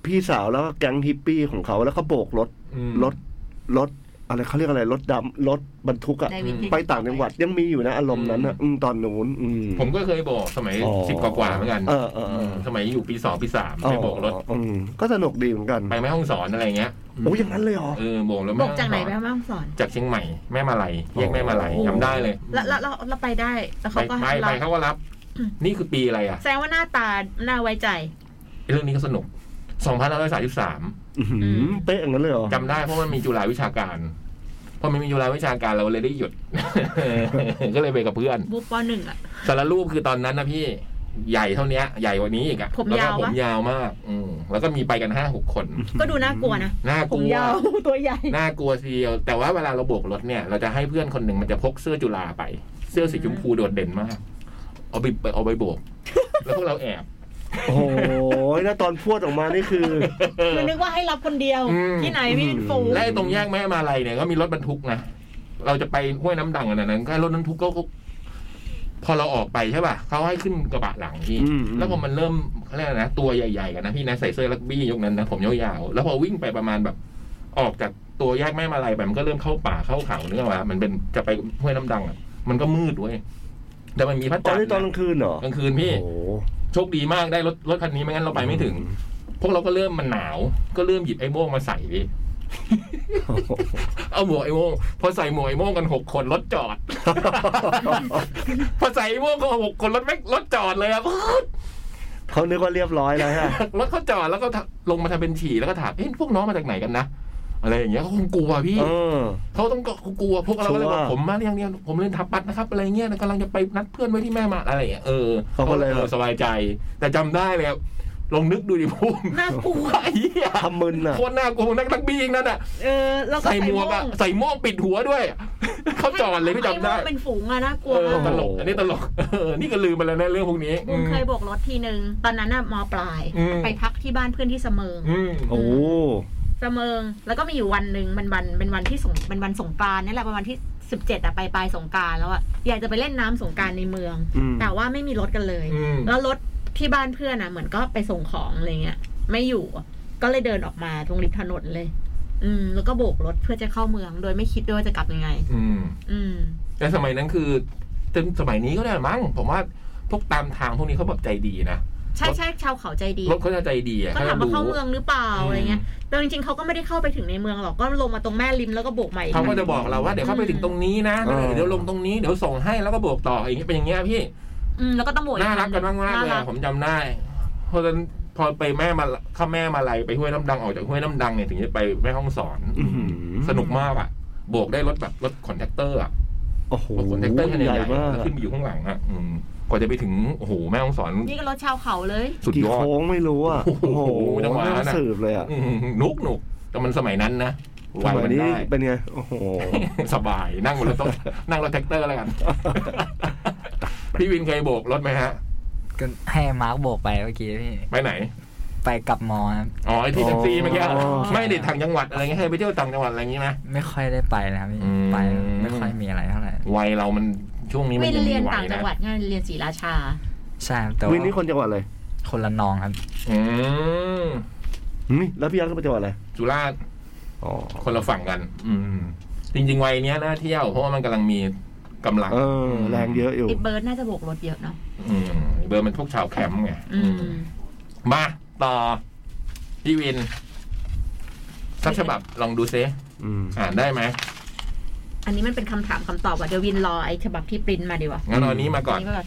C: พี่สาวแล้วก็แก๊งฮิปปี้ของเขาแล้วก็โบกรถ
B: อืม
C: รถรถอะไรเขาเรียกอะไรรถดำรถบรรทุกอ่ะ
D: ได้วิธี
C: ไปต่างจังหวัดยังมีอยู่นะอารมณ์นั้นนะอืมตอนนู้นอืม
B: ผมก็เคยโบอกสมัย
C: อ๋อ
B: สิบกว่าๆเหมือนกัน
C: เออเออเออ
B: สมัยอยู่ปีสองปีสามไปโบกรถ
C: อืมก็สนุกดีเหมือนกัน
B: ไปแม่ห้องสอนอะไรเงี้ย
C: โอ้ยอย่างนั้นเลยเหรอ
B: เออโบกแล้ว
D: บ
B: แม่
D: อกจากไหนไปบ้างสอน
B: จากเชียงใหม่แม่มาลัยแยกแม่มาลัย
C: โอ้
B: จำได้เลย
D: แล้วแล้วเราเราไปได้แล้ว
B: ไป
D: เขาก็
B: ไป
D: ให้
B: ไป
D: เรา
B: เขาก็รับ นี่คือปีอะไรอ่ะ
D: แสดงว่าหน้าตาน่าไว้ใจ
B: เรื่องนี้ก็สนุก2533
C: อื้อหือเป๊ะอย่างนั้นเลยเหรอ
B: จำได้เพราะมันมีจุฬาวิชาการ พอมันมีจุฬาวิชาการเราเลยได้ห ยุด ก็เลยไปกับเพื่อน
D: บุ๊บปหนึ่งอ่ะ
B: สารรูปคือตอนนั้นนะพี่ใหญ่เท่าเนี้ยใหญ่กว่านี้อีกอะ
D: ผม
B: แล้วก็
D: ยาว
B: ผม
D: ปะ
B: ยาวมาก อืมแล้วก็มีไปกันห้าหกคน
D: ก็ดูน่ากลัวนะ
B: น่า
D: ผ
B: ก
D: ม
B: ลัวย
D: าว ตัวใหญ่
B: น่ากลัวทีเดียวแต่ว่าเวลาเราโบกรถเนี่ย เราจะให้เพื่อนคนหนึ่งมันจะพกเสื้อจุฬาไป เสื้อสีชมพูโดดเด่นมาก เอาไปเอาไปโบก แล้วพวกเราแอบ
C: โอ้ยแล้วตอนพวดออกมานี่คือ
D: คือนึกว่าให้รับคนเดียว
B: อืม
D: ที่ไหนพี่เป็นฝูง
B: และไอ้ตรงแยกแม่มาลัยเนี่ยก็มีรถบรรทุกนะเราจะไปห้วยน้ำดังอันนั้นก็รถบรรทุกก็ก็พอเราออกไปใช่ป่ะเขาให้ขึ้นกระบะหลังพี่
C: อืม
B: แล้วพอมันเริ่มเขาเรียกอะไรนะตัวใหญ่ๆกันนะพี่นะใส่เสื้อรักบี้ยกนั้นนะผมยาวๆแล้วพอวิ่งไปประมาณแบบ ออกจากตัวแยกแม่มาลัยไปมันก็เริ่มเข้าป่าเข้าเขาเนื้ออกมามันเป็นจะไปห้วยน้ำดังอะมันก็มืดเว้ยแต่มันมีพระ
C: ตอ
B: จันท
C: นนี้
B: ร์
C: ตอนกลางคืนเหรอก
B: ลางคืนพี่
C: โอ้โห
B: โชคดีมากได้รถรถคันนี้ไม่งั้นเราไปไม่ถึง พวกเราก็เริ่มมันหนาว ก็เริ่มหยิบไอ้โม่งมาใส่ดิ
C: โอ้โห
B: เอาหมวกไอ้โม่งพอใส่หมวกไอ้โม่งกันหกคนรถจอด พอใส่ไอ้โม่งก็หกคนรถแม่งรถจอดเลยอะ
C: เขานึกว่าเรียบร้อยแล้วฮะ
B: รถเขาจอดแล้วก็ลงมาทำเป็นฉี่แล้วก็ถามเอ้พวกน้องมาจากไหนกันนะอะไรอย่างเงี้ยเขาคงกลัวพี่
C: เออ
B: เขาต้องก็กลัวพวกเราก็เลย
C: ชัวร์
B: บอกผมมาเรียงเรียนผมเรียนทับปัดนะครับอะไรเงี้ยกำลังจะไปนัดเพื่อนไว้ที่แม่มาอะไรอย่างเงี้ยเออ
C: เขาก็เลย
B: ออสบายใจ แต่จำได้เลยครับลองนึกดูดิ พุ่ม
D: น่ากลัว
B: ไอ้เหี้ย
C: ทำมึนอ่ะ
B: โคนน่ากลัวนักนักบีงนั่นอ่ะ
D: เออแล้วก็
B: ใส่หมวกอะใส่หมวกปิดหัวด้วยเขาจอดเลยพี่จำได้
D: อ้ม่วงเป็นฝูงอะน่ากลัว
B: เออ
D: มา
B: ต
D: ก
B: ลก อันนี้ตลก เออ นี่ก็ลืมไปแล้วนะเรื่องพวกนี้
D: บูมเคยโบกรถทีนึง ตอนนั้นอะมปลาย
B: อืม
D: ไปพักที่บ้านเพื่อนที่เสมิง
B: อืม
C: โอ้โห
D: เสมิงแล้วก็มีอยู่วันหนึ่งมันวันเป็นวันที่สงเป็นวันสงกรานต์นี่แหละประมาณที่สิบเจ็ดอะไปปลายสงกรานต์แล้วอะอยากจะไปเล่นน้ำสงกรานต์ในเมือง
C: อืม
D: แต่ว่าไม่มีรถกันเลย
B: อืม
D: แล้วรถที่บ้านเพื่อนอะเหมือนก็ไปส่งของอะไรเงี้ย ไม่อยู่อะก็เลยเดินออกมาตรงริมถนนเลย อืม แล้วก็โบกรถเพื่อจะเข้าเมือง โดยไม่คิดด้วยว่าจะกลับยังไง
B: อืม
D: อืม
B: แต่สมัยนั้นคือจนสมัยนี้ก็ได้มั้ง ผมว่าพวกตามทางพวกนี้เขาแบบใจดีนะ
D: ใช่ใช่ชาวเขาใจดี
B: รถเขาจะใจดีอะ
D: ก็ถาม
B: จะ
D: ว่า
B: รู้
D: เข้าเมืองหรือเปล่า
B: อืม
D: อะไรเงี้ย แต่จริงๆเขาก็ไม่ได้เข้าไปถึงในเมืองหรอก ก็ลงมาตรงแม่ริมแล้วก็โบกใหม่อีก
B: เขาก็จะบอกเราว่าเดี๋ยวเข้าไปถึงตรงนี้นะ เดี๋ยวลงตรงนี้ เดี๋ยวส่งให้แล้วก็โบกต่ออย่างเงี้ยเป็นอย่างเงี้ยพี่
D: อืมแล้วก็ต้องโบกอี
B: น่ารักกันมากๆ
D: น่
B: เลย
D: รั
B: อะผมจำได้ เพราะฉะนั้นพอไปแม่มาข้าแม่มาลัยไปห้วยน้ำดังออกจากห้วยน้ำดังเนี่ยถึงจะไปแม่ห้องสอน
C: อื้อหือ
B: สนุกมากอ่ะ โบกได้รถแบบรถขนแท็กเตอร์อะ
C: โอ้โห
B: โอ้โหแท็กเตอร์คัน
C: ให
B: ให
C: ญ่
B: ญ่ๆ
C: มา
B: แล้
C: ก
B: วขึ้นไปอยู่ข้างหลังอ่ะอืมกว่าจะไปถึง โอ้โห แม่ห้องสอน
D: นี่ก็รถชาวเขาเลย
B: สุด
C: กี่
B: ยอด
C: โค้งไม่รู้อ่ะ
B: โอ้โห
C: โอ้โห
B: จังหวะนั้นอะ
C: น่าสืบเลยอ่ะ
B: อืมนุกหนุกแต่มันสมัยนั้นนะไว
C: สมัย
B: มัน
C: นี้
B: ได้
C: เป็นไง โอ้โห
B: สบายนั่งบนรถต้องนั่งรถแท็กเตอร์แล้วกัน พี่วินเคยโบกรถไหมฮะ
F: ก็ให้มาร์กโบกไปเมื่อกี้พี่
B: ไปไหน
F: ไปกลับมอครับ
B: อ๋อไอที่แท็กซี่เมื่อกี้
C: อ๋อ
B: ไม่เด็ดทางจังหวัดอะไรเงี้ยให้ไปเที่ยวต่างจังหวัดอะไรอย่างงี้ไหม
F: ไม่ค่อยได้ไปนะครับพี่
B: อืม
F: ไปไม่ค่อยมีอะไรเท่าไหร่
B: วัยเรามันช่วงนี้มั
D: ไม่
B: น
D: ได้
B: ยังมี
D: เรียน
B: วั
D: ต่าง
B: ย
D: จั
B: นะ
D: งหวัดไงเรียนศรีราชา
F: ใช่ครับแต่
C: วิ
F: ว่าน
C: นี่คนจังหวัดอะไร
F: คนละนองครับ
B: อืม
C: หึแล้วพี่ยักษ์เป็นจังหวัดอะไร
B: จุฬาษฎร์
C: อ๋อ
B: คนละฝั่งกัน อืม จริง ๆ วัยเนี้ยน่าเที่ยวเพราะว่ามันกำลังมีกำลัง
C: เออ แรงเยอะอยู่
D: ไอ้เบิร์ดน่าจะโบกรถเยอะเนาะ
B: อืมเบอร์มันพวกชาวแคมป์ไง
D: อืม
B: มาต่อ พี่วินสักฉบับลองดูซิ
C: อืม
B: อ่านได้ไหม
D: อันนี้มันเป็นคำถามคำตอบว่ะเดี๋ยววินรอไอ้ฉบับที่ปริ้นมาดีกว่า
B: งั้นเอาอันนี้มาก่อน
D: นี่ก่อน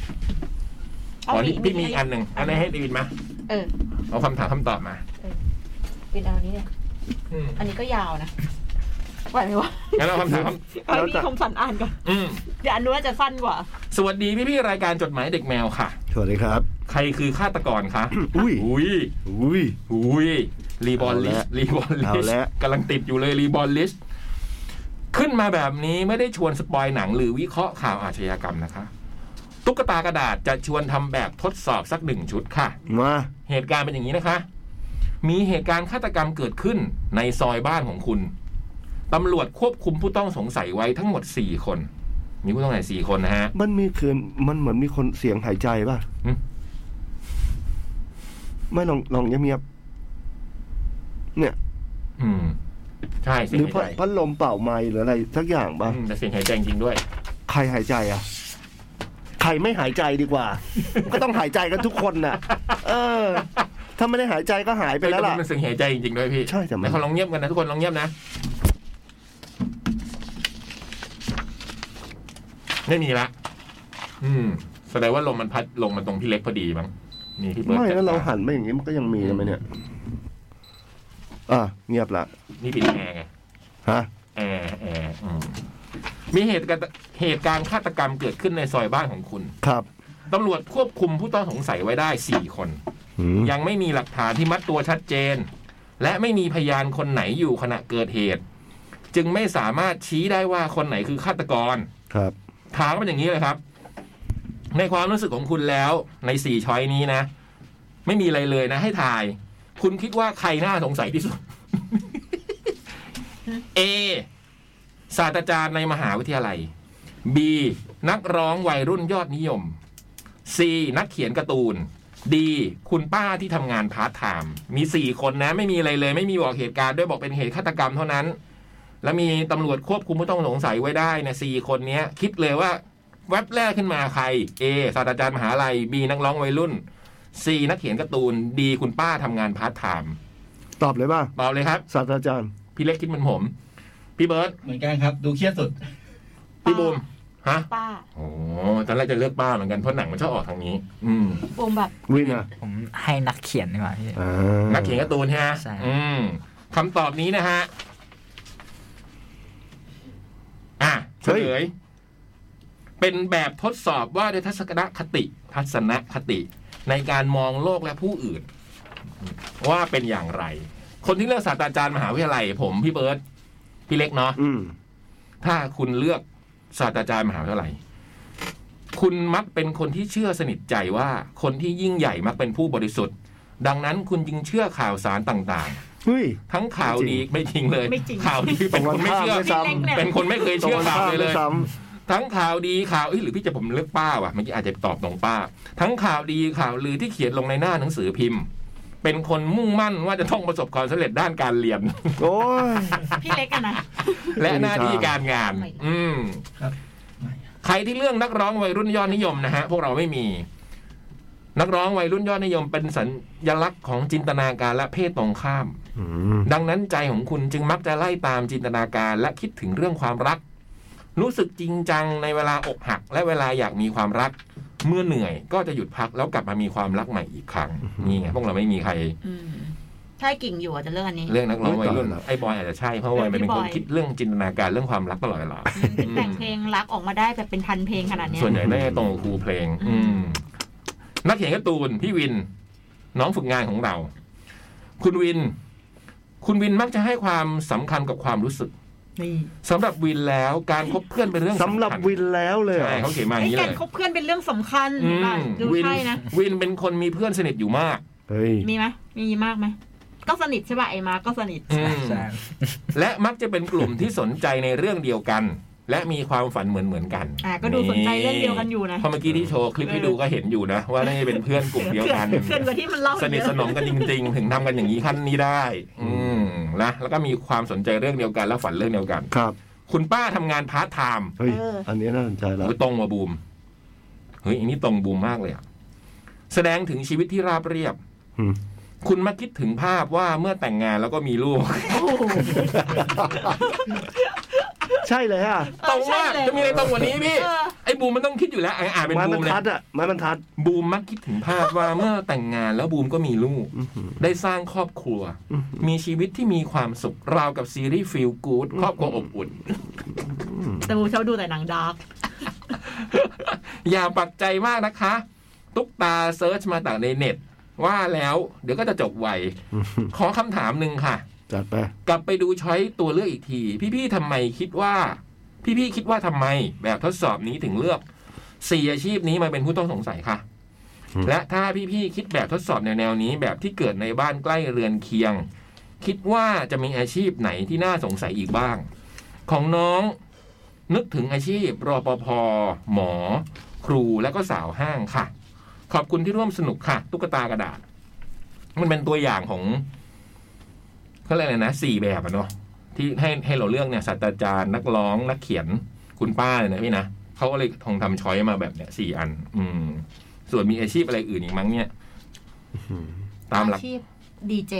B: อ๋อนี่พี่มีอีกอันหนึ่งอันไหนให้พี่วินมา
D: เออ
B: เอาคำถามคำตอบมา
D: วินเอาอันนี้เนี่ยอันนี้ก็ยาวนะไหวไหมวะ
B: งั้นเอาคำถามคำ
D: เอาพี่คมสันอ่านก่อน
B: อืม
D: เดี๋ยวอันนู้นจะสั้นกว่า
B: สวัสดีพี่พี่ๆรายการจดหมายเด็กแมวค่ะ
C: สวัสดีครับ
B: ใครคือฆาตกรคะ
C: อุ้ย
B: อุ้ย
C: อุ้ย
B: อุ้ยรีบอลลิส
C: เอาละ
B: รีบอลลิ
C: เอา
B: ส
C: ละ
B: กำลังติดอยู่เลยรีบอลลิส ขึ้นมาแบบนี้ไม่ได้ชวนสปอยหนังหรือวิเคราะห์ข่าวอาชญากรรมนะคะ ตุ๊กตากระดาษจะชวนทำแบบทดสอบสักหนึ่งชุดค่ะ
C: มา
B: เหตุการณ์เป็นอย่างนี้นะคะ มีเหตุการณ์ฆาตกรรมเกิดขึ้นในซอยบ้านของคุณ ตำรวจควบคุมผู้ต้องสงสัยไว้ทั้งหมด 4 คน มีผู้ต้องสงสัย4คนนะฮะ
C: มันมีคืนมันเหมือนมีคนเสียงหายใจป่ะ
B: อืม
C: ไม่ลองลองเงียบๆเนี่ย
B: อืม ใช่เสีย
C: ห
B: ง
C: รือ
B: หาย
C: พัด
B: ใจ
C: พัดลมเป่าไม้หรืออะไรสักอย่างป่ะ
B: อืมแต่เสียงหายใจจริงๆด้วย
C: ใครหายใจอ่ะ ใครไม่หายใจดี กว่า ก็ต้องหายใจกันทุกคนน่ะ เออ ถ้าไม่ได้หายใจก็หายไปแล้วล่ะ
B: มันเสียงหายใจจริงๆด้วยพี่
C: ใช่แต่มัน
B: เขาลองเงียบกันนะทุกคนลองเงียบนะ ไม่มีละ อืม แสดงว่าลมมันพัดลงมาตรงพี่เล็กพอดีมั้งนี่พี่เบิร์ด
C: ไม่แล้วเรา
B: จัดก
C: หันไปอย่างนี้มันก็ยังมีใช่ไหมเนี่ย อ่ะเงียบละ
B: นี่ปิดแอร์ไง
C: ฮะ
B: แอร์แอร์อืมมีเหตุการณ์เหตุการณ์ฆาตกรรมเกิดขึ้นในซอยบ้านของคุณ
C: ครับ
B: ตำรวจควบคุมผู้ต้องสงสัยไว้ได้สี่คน
C: อืม
B: ยังไม่มีหลักฐานที่มัดตัวชัดเจน และไม่มีพยานคนไหนอยู่ขณะเกิดเหตุ จึงไม่สามารถชี้ได้ว่าคนไหนคือฆาตกร
C: ครับ
B: ถามมันอย่างนี้เลยครับ ในความรู้สึกของคุณแล้วในสี่ช้อยนี้นะ ไม่มีอะไรเลยนะ ให้ถ่าย คุณคิดว่าใครน่าสงสัยที่สุด A ศาสตราจารย์ในมหาวิทยาลัย B นักร้องวัยรุ่นยอดนิยม C นักเขียนการ์ตูน D คุณป้าที่ทำงานพาร์ทไทม์มีสี่คนนะ ไม่มีอะไรเลย ไม่มีบอกเหตุการณ์ด้วยบอกเป็นเหตุฆาตกรรมเท่านั้น แล้วมีตำรวจควบคุมผู้ต้องสงสัยไว้ได้เนะสี่คนเนี้ย คิดเลยว่าแว็บแรกขึ้นมาใคร A ศาสตราจารย์มหาลัย B นักร้องวัยรุ่น C นักเขียนการ์ตูน D คุณป้าทำงานพาร์ทไทม์
C: ตอบเลยป่ะ
B: เบาเลยครับ
C: ศาสตราจารย์
B: พี่เล็กคิดเหมือนผม พี่เบิร์ต
G: เหมือนกันครับ ดูเครียดสุด
B: พี่บูมฮะ
D: ป้า
B: โอ้ตอนแรกจะเลือกป้าเหมือนกันเพราะหนังมันชอบออกทางนี้ อืม
D: บูมแบบ
C: วินอ่ะ
F: ผมให้นักเขียนดีกว่าพี่
C: อ่า
B: นักเขียนการ์ตูนฮะ
F: ใช่
B: อืมคำตอบนี้นะฮะ อ่ะเฉลย เป็นแบบทดสอบว่าด้วยทัศนคติ ทัศนคติ ในการมองโลกและผู้อื่น ว่าเป็นอย่างไร คนที่เลือกศาสตราจารย์มหาวิทยาลัย ผมพี่เบิร์ตพี่เล็กเนาะ
C: อืม
B: ถ้าคุณเลือกศาสตราจารย์มหาวิทยาลัย คุณมักเป็นคนที่เชื่อสนิทใจว่า คนที่ยิ่งใหญ่มักเป็นผู้บริสุทธิ์ ดังนั้นคุณจึงเชื่อข่าวสารต่าง
C: เฮ้ย
B: ๆ ทั้งข่าวดีไม่จริงเลย ข่าวดีเป็นคนไม่เชื่อ
C: ตรงกันข้ามด้วยซ้
D: เล็กเนี่ย
B: เป็นคนไม่เคย
C: ตรง
B: เชื่อ
C: กัน
B: ข่าว
C: ข้าม
B: เลย
C: เล
B: เลย ย
C: ซ้
B: ทั้งข่าวดีข่าวเอ้ยหรือพี่จะผมเลือกป้าว่ะเมื่อกี้อาจจะตอบตรงป้า ทั้งข่าวดีข่าวลือที่เขียนลงในหน้าหนังสือพิมพ์ เป็นคนมุ่งมั่นว่าจะต้องประสบความสำเร็จด้านการเรียน
C: ำโอ้ย
D: พี่เล็กอะนะ
B: และหน้าที่การงาน อืม
G: ครับ
B: ใครที่เรื่องนักร้องวัยรุ่นยอดนิยมนะฮะ พวกเราไม่มี นักร้องวัยรุ่นยอดนิยมเป็นสัญลักษณ์ของจินตนาการและเพศตรงข้าม
C: อืม
B: ดังนั้นใจของคุณจึงมักจะไล่ตามจินตนาการและคิดถึงเรื่องความรัก รู้สึกจริงจังในเวลาอกหัก และเวลาอยากมีความรัก เมื่อเหนื่อยก็จะหยุดพักแล้วกลับมามีความรักใหม่อีกครั้งนี่ไงพวกเราไม่มีใคร
D: อืมถ้ากิ่งอยู่อาจจะเลือกอันนี้
B: เรื่องนักร้องวัยรุ่น
C: ไม่ต่อหรอก
B: ไอ้บอยอาจจะใช่เพราะว่าบอยมันเป็นคนคิดเรื่องจินตนาการเรื่องความรักตลอดเวลา
D: แต่งเพลงรักออกมาได้แบบเป็นพันเพลงขนาดเนี้ย
B: ส่วนใหญ่น่าจะตรงกับครูเพลง
D: อื
B: อื
D: ม
B: ม นักเขียนการ์ตูน พี่วิน น้องฝึกงานของเรา คุณวิน คุณวินมักจะให้ความสำคัญกับความรู้สึก
D: นี่
B: สำหรับวินแล้วการคบเพื่อนเป็นเรื่อง
C: สำหรับวินแล้วเลยเหรอ
B: ใช่เขาเขียนมาอย่าง
D: ไอ้
B: นี้
D: กา
B: เล
D: ร
B: ย
D: คบเพื่อนเป็นเรื่องสำคัญ
B: อืม
D: ดู
B: วิน
D: ใช่นะ
B: วินเป็นคนมีเพื่อนสนิทอยู่มาก
C: เฮ้ย
D: มีไหมมีมากไหมก็สนิทใช่ป่ะไอ้มาก็สนิท
B: อืม
F: ใช่
B: และมักจะเป็นกลุ่มที่สนใจในเรื่องเดียวกัน และมีความฝันเหมือนเหมือนๆกัน
D: อ่ะก็ดูสนใจเรื่องเดียวกันอยู่นะ
B: เพอเมื่อกี้ที่โชว์คลิปให้ดูก็เห็นอยู่นะ ว่าน่าจะเป็นเพื่อนกลุ่มเดียวกัน
D: เกินกว่าที่มันเล่า
B: สนิทสนมกันจริง ๆ ถึงทำกันอย่างนี้ขั้นนี้ได้ อืมนะแล้วก็มีความสนใจเรื่องเดียวกันและฝันเรื่องเดียวกัน
C: ครับ
B: คุณป้าทำงานพาร์ทไทม์
C: เฮ้ย อันนี้น่าสนใจแล้ว
B: โอ้ยตรงว่าบูมเฮ้ยอันนี้ตรงบูมมากเลยอะแสดงถึงชีวิตที่ราบเรียบ
C: อืม
B: คุณมาคิดถึงภาพว่าเมื่อแต่งงานแล้วก็มีลูก
C: ใช่เลยฮะ
B: ตรงมากจะมีอะไรตรงกว่านี้พี่
D: เออ
B: ไอ้บูมมันต้องคิดอยู่แล้วอ่ะอ่านเป็น
C: ไม้
B: บู
C: บร
B: ม
C: ร
B: เล
C: ทั
B: ย
C: ดอะไม้บรรทัด
B: บูมมักคิดถึงภาพว่าเมื่อแต่งงานแล้วบูมก็มีลูก
C: อื้อหือ
B: ได้สร้างครอบครัว มีชีวิตที่มีความสุขราวกับซีรีส์ฟิลกูดครอบครัวอบอุ่น
D: แต่บูชอบดูแต่หนังดาร์ก
B: อย่าปักใจมากนะคะ ตุ๊กตาเซิร์ชมาต่างในเน็ต ว่าแล้วเดี๋ยวก็จะจบไว ขอคำถามหนึ่งค่ะ
C: จัดไป
B: กลับไปดูช้อยตัวเลือกอีกที พี่ๆทำไมคิดว่า พี่ๆคิดว่าทำไม แบบทดสอบนี้ถึงเลือกสี่อาชีพนี้มาเป็นผู้ต้องสงสัยค่ะ
C: อืม
B: และถ้าพี่ๆคิดแบบทดสอบแนวๆนี้ แบบที่เกิดในบ้านใกล้เรือนเคียง คิดว่าจะมีอาชีพไหนที่น่าสงสัยอีกบ้าง ของน้องนึกถึงอาชีพรปภหมอ ครูและก็สาวห้างค่ะ ขอบคุณที่ร่วมสนุกค่ะ ตุ๊กตากระดาษ มันเป็นตัวอย่างของ เขาเรียกอะไรนะสี่แบบอะเนาะที่ให้ให้เราเลือกเนี่ยศาสตราจารย์นักร้องนักเขียนคุณป้าเนี่ยนะพี่นะเขาก็เลยทองทำช้อยมาแบบเนี้ยสี่อัน อืม ส่วนมีอาชีพอะไรอื่นอีกมั้งเนี่ย ตามหลัก
D: อาชีพดีเจ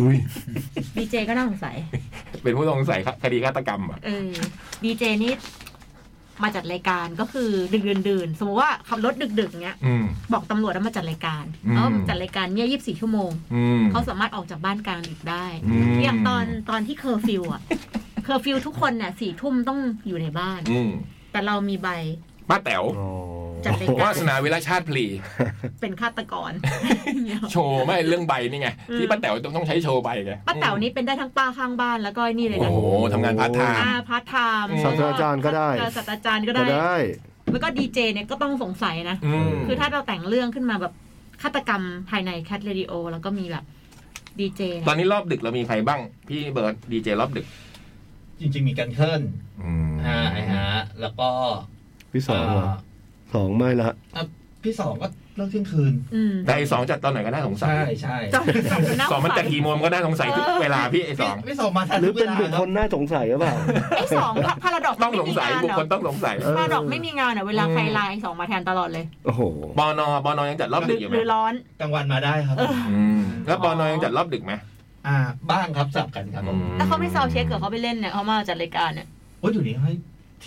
C: อุ้ย
D: ดีเจก็น่าสงสัย
B: เป็นผู้ต้องสงสัยคดีฆาตกรรมอ่ะ
D: เออดีเจนี่มาจัดรายการก็คือดึกดื่นๆสมมติว่าขับรถดึกๆเนี้ย
B: อืม
D: บอกตำรวจแล้วมาจัดรายการ
B: อืม
D: แล้วจัดรายการเนี่ยยีิบสี่ชั่วโมง
B: อืม
D: เขาสามารถออกจากบ้านกลางดึกได้
B: อืม
D: อย่างตอนตอนที่เคอร์ฟิวอ่ะ เคอร์ฟิวทุกคนเนี่ยสี่ทุ่มต้องอยู่ในบ้าน
B: อืม
D: แต่เรามีใบ
B: ป้าแต๋ว
D: จัดรายกร
B: วาสนาเวลาชาติพลี
D: เป็นฆาต กร
B: โชว์ไม่เรื่องใบนี่ไง ที่ป้าแต๋วต้องต้องใช้โชว์ใบไง
D: ป้าแต๋วนี่เป็นได้ทั้งป้าข้างบ้านแล้วก็ไอ้นี่เลย
B: โอ้
D: นะ
B: โหทำงานพาร์ทไทม์
D: อาพาร์ทไทม์
B: ศาสตราจารย์ก็ได้
D: ศาสตราจารย์ก็
C: ก็
D: ได้
C: ได้
D: แล้วก็ดีเจเนี่ยก็ต้องสงสัยนะ
B: อืม
D: คือถ้าเราแต่งเรื่องขึ้นมาแบบฆาตกรรมภายในแคทเรดิโอแล้วก็มีแบบดีเจ
B: ตอนนี้รอบดึกเรามีใครบ้าง พี่เบิร์ดดีเจรอบดึก
G: จริง ๆ มีกันเคลื่อนอ่าไอ้ฮะแล้วก็
C: พี่สองเหรอ
G: เอ่อ
C: สองไม่ละ
G: พี่สองก็เลิกเที่ยงคืน
D: อืม
B: แต่ไอ้สองจัดตอนไหนก็น่าสงสัย
G: ใช่ใช่
D: จำจำนะ
B: สองมันจัดกี่โมงก็น่าสงสัยทุกเวลาพี่ไอ้สอง
G: พี่พี่สองมาทัน
C: หรือเป็น
G: ว
C: บุค
G: ลา
C: คลน่าสงสัยหรือเปล่า
D: ไอ้สองพาพาราดอก
B: ต้องสงสัยบุคคลต้องสงสัย
C: เออ
D: พาราดอกไม่มีงานอ่ะเวลาใครไลน์ไอ้สองมาแทนตลอดเลย
C: โอ้โห
B: ปอนอปอนอยังจัดรอบ
D: ห
B: ดึ
D: รื
B: ก
D: อ
B: อยู่ไห
D: ห
B: ม
D: รือร้อน
G: กลางวันมาได้ครับ
B: อืมแล้วปอนอยังจัดรอบดึกไหม
G: อ่า บ้างครับสลับกันครับผม
D: แต่เขาไม่ซาวเช็คเหรอเขาไปเล่นเนี่ยเขามาจัดรายการเนี่ย
G: โอ้ยอยู่นี่ให้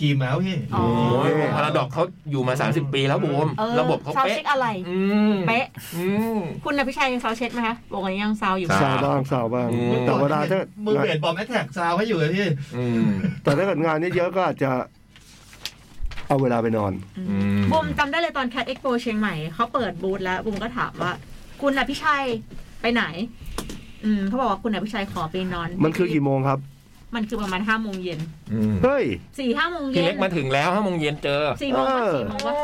G: ทีมแล้วพี่
D: อ๋อ
B: โอ้ยพาราดอกเขาอยู่มา 30 ปีแล้วบูม
D: เออ
B: ระบบเขา
D: ซาว
B: เป๊ะ
D: เช็คอะไร
B: อืม
D: เป๊ะ
B: อืม
D: คุณนภิชัยยังซาวเช็คไหมคะบอกว่ายังซาวอยู่
B: ใช่
C: สาวบ้างสาวบ้าง
B: อืม
C: แต่เวลาถ้า
G: มือเบียดบอมแอทแทกซาวให้อยู่เลยพี่
B: อืม
C: แต่ถ้าเกิดงานเยอะๆก็อาจจะเอาเวลาไปนอน
B: อืม
D: บุมจำได้เลยตอนแคดเอ็กโปเชียงใหม่เขาเปิดบูธแล้วบุมก็ถามว่า คุณอภิชัยไปไหน อืมเขาบอกว่าคุณอภิชัยขอไปนอน
C: มันคือกี่โมงครับ
D: มันคือประมาณห้าโมงเย็น
B: อืม
C: เฮ้ย
D: สี่ห้าโมง
B: พี่
D: เย็น
B: เล็กมาถึงแล้วห้าโมงเย็นเจอ
D: สี่โมงว่าสี่โมงว่า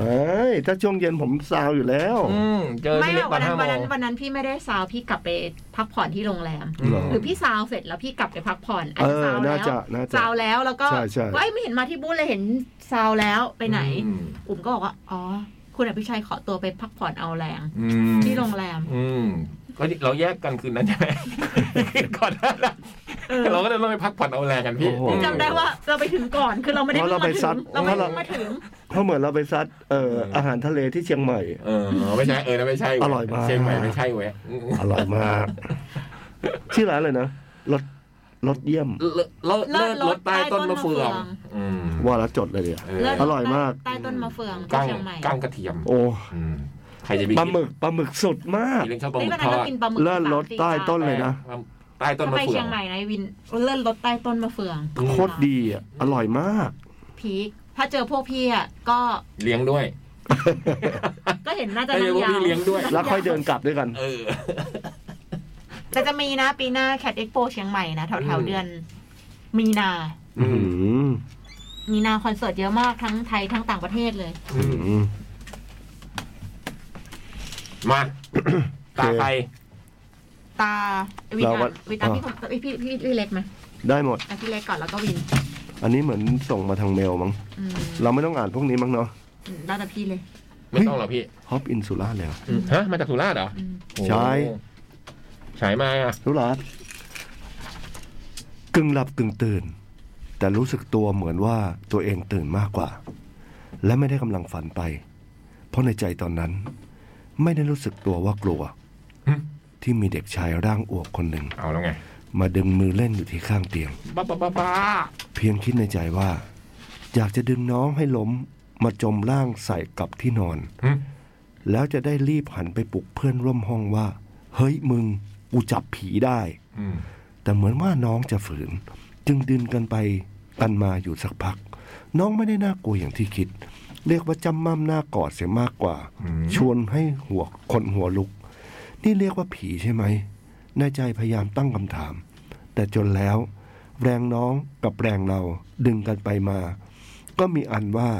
C: เฮ้ยถ้าช่วงเย็นผมซาวอยู่แล้ว
B: อืมเจอ
D: ไม่
B: พี่เล็ก
D: อะ
B: ต
D: วั
B: อน
D: นนั้
B: ห้านโม
D: วันนั้
B: ง
D: นวันนั้นพี่ไม่ได้ซาวพี่กลับไปพักผ่อนที่โรงแรม
C: เหรอ
D: หรือพี่ซาวเสร็จแล้วพี่กลับไปพักผ่อนอาจ
C: เออ
D: จะซาว
C: น่า
D: แล้
C: จะ
D: ว
C: น่าจะ
D: ซาวแล้วแล้วก็
C: ใช่ใช่
D: ว่าเอ้ยไม่เห็นมาที่บูธเลยเห็นซาวแล้วไปไหน
B: อืม
D: อุ่มก็บอกว่าอ๋อ คุณอภิชัยขอตัวไปพักผ่อนเอาแรง
B: อืม
D: ที่โรงแรม
B: อืมก็เราแยกกันคืนนั้นใช่ไหม คืนก่อนหน้านั้น
D: เออ
B: เราก็เลยต้องไปพักผ่อนเอาแรงกันพี่
C: โอ้โห
D: จำได้ว่าเราไปถึงก่อนคือเราไม่ได้
C: อ๋อเราไป
D: พิ่ง
C: ซัด
D: เราไม่ได้มาถึง
C: เพราะเหมือนเราไปซัดเอ่ออาหารทะเลที่เชียงใหม่
B: เออไม่ใช่เออนะไม่ใช่เว้
C: อร่อยมาก
B: เชียงใหม่ไม่ใช่เว้ยอืม
C: อร่อยมาก ชื่อร้านเลยนะรสรสเยี่ยม
B: เลิศเลิศเลิศรถใต้ต้นมะเฟืองอืม
C: ว่าแล้วจดเลยเดี๋ยว
B: เ
D: เลิศ
C: อร่อยมาก
D: ใต้ต้นมะเฟืองที่
B: กั้ง
D: เชียงใหม่
B: กั้งกระเทียม
C: โอ้
B: อืมใครจะไป
C: ปลาหมึกปลาหมึกสุดมาก
B: กินเรื่องชอบปลาห
D: นี่
B: มึก
D: วัน
B: ทอ
D: นั้นเรา
B: ด
D: กินปลาหมึก
C: เลิศรสใต้ต้นเลยนะ
B: ใต้ต้
D: ถ้าม
B: นะ
D: ไป
B: เฟือ
D: เชี
B: ง
D: ยงใหม่นะวินเลิศรถใต้ต้นมะเฟือง
B: อืม
C: โคตรดีอ่ะ อร่อยมาก
D: พีคถ้าเจอพวกพี่อ่ะก็
B: เลี้ยงด้วย
D: ก็เห็นน่าจะ
B: ไม่ใช่พวก
D: นั่งยา
B: พี่
D: ว
B: เลี้ยงด้วย
C: แล้วค่อยเดินกลับด้วยกัน
B: เออ
D: แต่จะมีนะปีหน้าแคดเอ็กโปเชียงใหม่นะแถว
B: อื
D: แถ
B: ม
D: วเดือน มีนา
C: อืม
D: มีนาคอนเสิร์ตเยอะมากทั้งไทยทั้งต่างประเทศเลย
B: อืม
C: อืม
B: มาตาใคร
D: ตาวิน
C: เราก็
D: อ่ะวินอ่ะ
C: อ่ะ
D: พี่ผมพี่พี่พี่พี่เล็กไหม
C: ได้หมด
D: อ่ะพี่เล็กก่อนแล้วก็วิน
C: อันนี้เหมือนส่งมาทางเมลมั้ง
D: อืม
C: เราไม่ต้องอ่านพวกนี้มั้งเนาะ
D: แล้วแต่พี่เลย
B: ไม่ต้องหรอกพี่
C: ฮอปอินสุล่าแล้ว
B: ฮะมาจากสุราษฎร์เหรอ
D: อืม
B: โอ้โห
C: ใช่
B: ฉายมาอ่ะ
C: รู้หรอกึ่งหลับกึ่งตื่น แต่รู้สึกตัวเหมือนว่าตัวเองตื่นมากกว่า และไม่ได้กำลังฝันไป เพราะในใจตอนนั้น ไม่ได้รู้สึกตัวว่ากลัว
B: หึ
C: ที่มีเด็กชายร่างอวบคนหนึ่ง
B: เอาแล้วไง
C: มาดึงมือเล่นอยู่ที่ข้างเตียง
B: บ้าบ้าบ้าบ้า
C: เพียงคิดในใจว่า อยากจะดึงน้องให้ล้ม มาจมร่างใส่กับที่นอน
B: หึ
C: แล้วจะได้รีบหันไปปลุกเพื่อนร่วมห้องว่า เฮ้ยมึงกูจับผีได้
B: อืม
C: แต่เหมือนว่าน้องจะฝืน จึงดึงกันไปกันมาอยู่สักพัก น้องไม่ได้น่ากลัวอย่างที่คิด เรียกว่าจำม่ำหน้ากอดเสียมากกว่า ชวนให้หัวคนหัวลุก นี่เรียกว่าผีใช่ไหมในใจพยายามตั้งคำถาม แต่จนแล้ว แรงน้องกับแรงเราดึงกันไปมา ก็มีอันว่า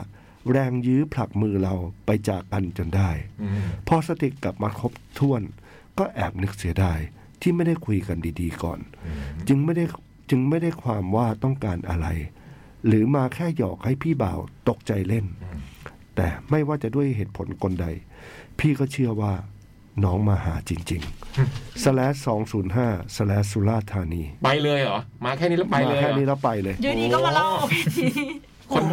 C: แรงยื้อผลักมือเราไปจากกันจนได้
B: อืม
C: พอสติกลับมาครบถ้วน ก็แอบนึกเสียดายที่ไม่ได้คุยกันดีๆก่อน จึงไม่ได้จึงไม่ได้ความว่าต้องการอะไร หรือมาแค่หยอกให้พี่บ่าวตกใจเล่น แต่ไม่ว่าจะด้วยเหตุผลกลใด พี่ก็เชื่อว่าน้องมาหาจริงๆสแลสองศูนย์ห้าสแลสุราษฎร์ธานี
B: ไปเลยเหรอ มาแค่นี้แล้วไปเลยเห
C: มา
B: ร
C: แค่
B: อ
C: นี้แล้วไปเลย
D: อยู่ดีก็มาเล่า
B: โอ้ คน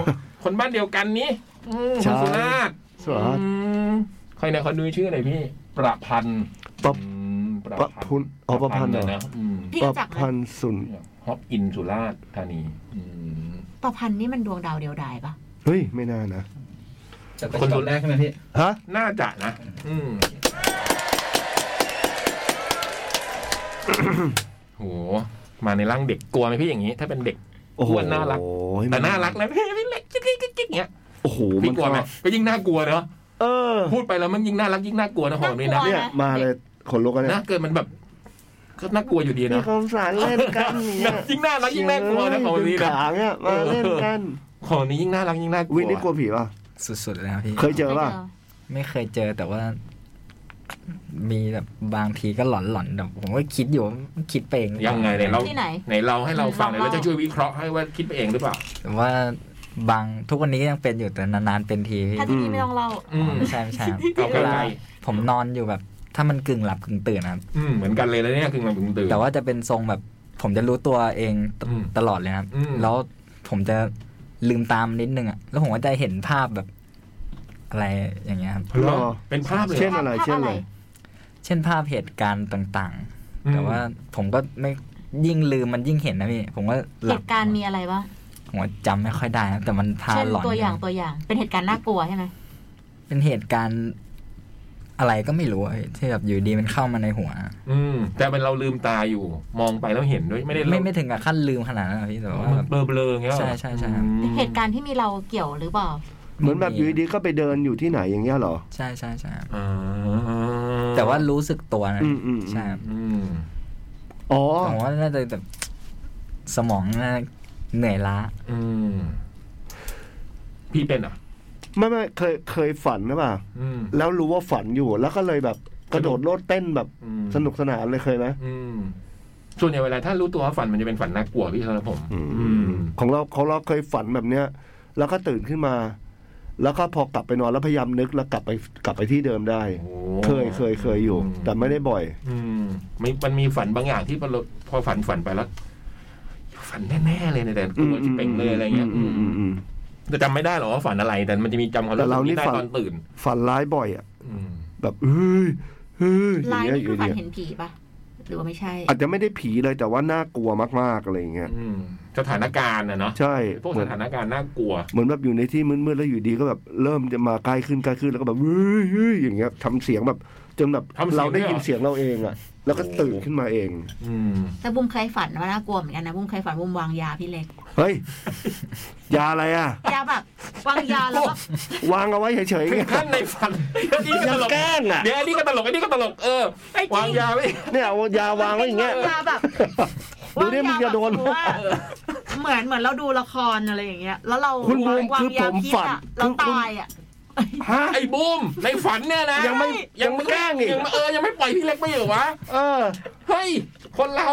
B: คนบ้านเดียวกันนี้อืม
C: ใช่
B: คุณสุราษฎร์
C: สวัสดี
B: อืมใครนะขอดูชื่อหน่อยพี่ ประพันธ์
C: ปะ
B: อืม
C: ประพันธ์อ๋อประพันธ์เหรอ
B: นะอืม
D: พี่
C: ป
D: รู้จั
C: ระ
D: กไหม
C: พันธ์สุน
B: ฮอปอินสุราษฎร์ธานีอืม
D: ประพันธ์นี่มันดวงดาวเดียวดายปะ
C: เฮ้ย ไม่น่านะ
G: จะเป็นคนแรกใช่ไหมพี่
C: ฮะ
B: น่าจะนะ อืม โห มาในร่างเด็กกลัวไหมพี่อย่างนี้ ถ้าเป็นเด็ก
C: โอ้โห
B: อ้วนน่ารัก แต่น่ารักแล้วพี่พี่เล็กจิ๊กจิ๊กจิ๊กจิ๊กเงี้ย
C: โอ้โห
B: พี่กลัวไหมก็ยิ่งน่ากลัวเนาะ
C: เออ
B: พูดไปแล้วมันยิ่งน่ารักยิ่งน่ากลัวนะหอมนี่นะ
C: เนี่ย มาเลยขนลุกแล้วเนี่ย
B: นะเกิดมันแบบก็น่ากลัวอยู่ดี
C: มี
B: นะ
C: ความสารเล่นกันเนี่ย
B: ยิ่งน่ารักยิ่งน่ากลัวนะหอม
C: ดึ
B: นี้
C: ง
B: นะ
C: ขาเนี่ยมาเล่นกัน
B: หอมนี้ยิ่งน่ารักยิ่งน่ากลัว
C: วินนี่กลัวผีป่ะ
F: สุดๆเลยนะพี่
C: เคยเจอป่ะ
F: ไม่เคยเจอแต่ว่า มีแบบบางทีก็หลอนๆแบบผมก็คิดอยู่ว่าคิดไปเอง
B: ยังไงเนี่ยเรา
D: ที่ไหน
B: ไหนเราให้เราฟังหน่อยเราจะช่วยวิเคราะห์ให้ว่าคิดไปเองหรือเปล่า
F: แต่ว่าบางทุกวันนี้ก็ยังเป็นอยู่แต่นานๆเป็นทีพี่
D: ถ้าที่นี่ไม่ต้องเล่า
B: อืม
F: ไม่ใช่ไม่ใช่
B: เอา
F: เว
B: ไกล
F: ลาผมนอนอยู่แบบ ถ้ามันกึ่งหลับกึ่งตื่นนะครับ
B: ๆอืมเหมือนกันเลยแล้วเนี่ยคือมันถึงตื่น
F: แต่ว่าจะเป็นทรงแบบ ผมจะรู้ตัวเองต
B: อืม
F: ตลอดเลยนะครับ
B: อืม
F: แล้วผมจะลืมตามนิดนึงอ่ะแล้วผมก็จะเห็นภาพแบบ อะไรอย่างเงี้ยครับ
B: เหรอ
C: หรอ
B: เป็นภาพเลยเหรอ
C: เช่นอะไร
D: ภาพอะไร
C: เช่นอะไร
F: เช่นภาพเหตุการณ์ต่าง
B: อื
F: ๆ
B: ม
F: แต่ว่าผมก็ไม่ยิ่งลืมมันยิ่งเห็นนะพี่ผมก็ห
D: เห
F: ลับ
D: ตุการณ์มีอะไรปะ
F: ผมก็จำไม่ค่อยได้นะแต่มันพา
D: เช่น
F: หลอน
D: ตัวอย่างตัวอย่าง เป็นเหตุการณ์น่ากลัวใช่ไหม
F: เป็นเหตุการณ์อะไรก็ไม่รู้อะพี่ที่แบบอยู่ดีมันเข้ามาในหัว
B: อืม แต่เป็นเราลืมตาอยู่ มองไปแล้วเห็นด้วยไม่ได้
F: ไม่ไม่ถึงกับขั้นลืมขนาดนั้นอะพี่แต่ว่าแบบ
B: เบลอเบลอๆอย่างเงี้ย
F: ใช่ใช่ใช่
B: อืม
D: เหตุการณ์ที่มีเราเกี่ยวหรือเปล่า
C: เหมือนแบบอยู่ดีๆก็ไปเดินอยู่ที่ไหนอย่างเงี้ยเหรอ
F: ใช่ใช่ใช่
B: อ่า
F: แต่ว่ารู้สึกตัวนะ
C: อืมอืมอืม
F: ใช่ครับ
B: อืม
C: อ๋อ
F: ผมว่าน่าจะแบบสมองน่าเหนื่อยล้า
B: อืมพี่เป็นเหรอ่ะ
C: ไม่ไม่เคยเคยฝันหรือเปล่า
B: อืม
C: แล้วรู้ว่าฝันอยู่ แล้วก็เลยแบบกระโดดโลดเต้นแบบ
B: อืม
C: สนุกสนานเลยเคยไหม
B: อืม ส่วนใหญ่เวลาถ้ารู้ตัวว่าฝันมันจะเป็นฝันน่ากลัวพี่สำหรับผม อืม
C: ของเราของเราเคยฝันแบบเนี้ย แล้วก็ตื่นขึ้นมา แล้วก็พอกลับไปนอนแล้วพยายามนึกแล้วกลับไปกลับไปที่เดิมได้
B: โอ้
C: เคยเคยเคยอยู่
B: อืม
C: แต่ไม่ได้บ่อย
B: อืมมีมันมีฝันบางอย่างที่พอเราพอฝันฝันไปแล้วฝันแน่ๆเลยเนี่ยแต่กลัวจะเป็นเลยอะไรเงี้ย
C: อืมอืมอืม
B: แต่จำไม่ได้หรอกว่าฝันอะไร แต่มันจะมีจำความรู้
C: แต่
B: สึ
C: เรา
B: ก
C: นี่
B: นี้ได้
C: ฝัน
B: ตอนตื่น
C: ฝันร้ายบ่อยอ่ะ
B: อืม
C: แบบเฮ้ยเฮ้ย
D: ลาย
C: อย่าง
D: นี่
C: เงี้ยอยู่เนี่
D: คือฝัน
C: ย
D: เห็นผีปะหรือว่าไม่ใช่
C: อาจจะไม่ได้ผีเลยแต่ว่าน่ากลัวมากๆอะไรอย่างเงี้ย
B: อืมสถานการณ์นะเนาะ
C: ใช่
B: พวก
C: เหมื
B: ส
C: อน
B: ถานการณ์น่ากลัว
C: เหมือนแบบอยู่ในที่มืดๆแล้วอยู่ดีก็แบบเริ่มจะมาใกล้ขึ้นใกล้ขึ้นแล้วก็แบบเฮ้ยเฮ้ยอย่างเงี้ยทำเสียงแบบจนแบบ
B: ทำเสียง
C: เราได้ยิน
B: ด้วยเหรอ
C: เสียงเราเองอ่ะ แล้วก็ตื่นขึ้นมาเอง
B: อืม
D: แต่บุ้มเคยฝันว่าน่ากลัวเหมือนกันนะบุ้มเคยฝันบุ้มวางยาพี่เล็ก
C: เฮ้ย ยาอะไรอ่ะ
D: ยาแบบวางยาแล้วก็
C: วางเอาไว้เฉยๆ
B: ถึง
C: เนี่ย
B: ขั้นในฝันอันนี้ก็
C: ยั
B: ต
C: ง
B: ลก
C: แกล้งอ่ะ
B: เดี๋ยวอันนี้ก็ตลกอันนี้ก็ตลกเออ
D: ไอ้จ
B: วาง
D: ริง
B: ยาไว้
C: เนี่ยเอายาวางไว้อย่างเงี้ย
D: วางยาแบบ
C: ดูดิมึงจะโดน
D: วางยาแบบว่าเหมือนเหมือนเราดูละครอะไรอย่างเงี้ย แล้วเรา
C: คุณบูม
D: วาง
C: คือผ
D: ยาม พิษ
C: ฝัน
D: อะ
C: คือ
D: เรา
C: คุณ
D: ตายอะ
C: ฮะ
B: ไอ้บูมในฝันเนี่ยนะ
C: ยังไม่ยังไม่แกล้งอีก
B: ยังไม่เออยังไม่ปล่อยพี่เล็กไปเหรอวะ
C: เออ
B: เฮ้ยคนเรา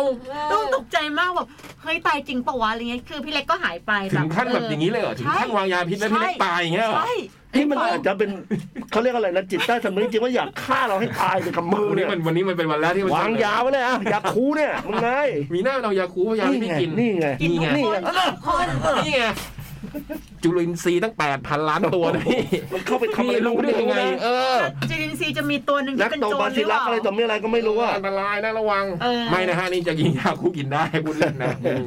D: ต้องตกใจมากแบบเฮ้ยตายจริงปะวะอะไรเงี้ยคือพี่เล็กก็หายไป
B: ถึงขั้นแบบอย่างนี้เลยเหรอถึงขั้นวางยาพิษแล้วพี่เล็กตายอย่างเงี้ยเหรอ
D: ใช่
C: นี่มันอาจจะเป็นเขาเรียกอะไรนะจิตใต้สำนึกจริงว่าอยากฆ่าเราให้ตายไปกับมือ
B: วันนี้
C: เนี่ย
B: มันวันนี้มันเป็นวันแรกที่มัน
C: วางยาไว้เลยอ่ะยาคูเนี่ยมึงไง
B: มีหน้าเรายาคูพยายาม
C: นี่
B: ไม่
C: ไง
B: กิน
C: นี่ไง
D: กินทุก
B: นี่
D: คน
B: ไง
D: ทุกคน
B: นี่ไงจุลินทรีย์ตั้งแปดพันล้านตัวนะพี่
C: มันเข้าไปทำอะไร
B: พี่รู้ได้ยังไง เออ
D: จีนซีย์จะมีตัวหนึ่ง
C: นัก
D: ที่เป็น
C: โต
D: โจ
C: บาร
D: ห
C: ซิ
D: รือ
C: ลัส
D: เปล่า
C: อะไรต่อไม่อะไรก็ไม่รู้ว่า
B: อันตรายนะระวัง
D: เออ
B: ไม่นะฮะนี่จะกินยาคู่กินได้พูดเล่นนะอืม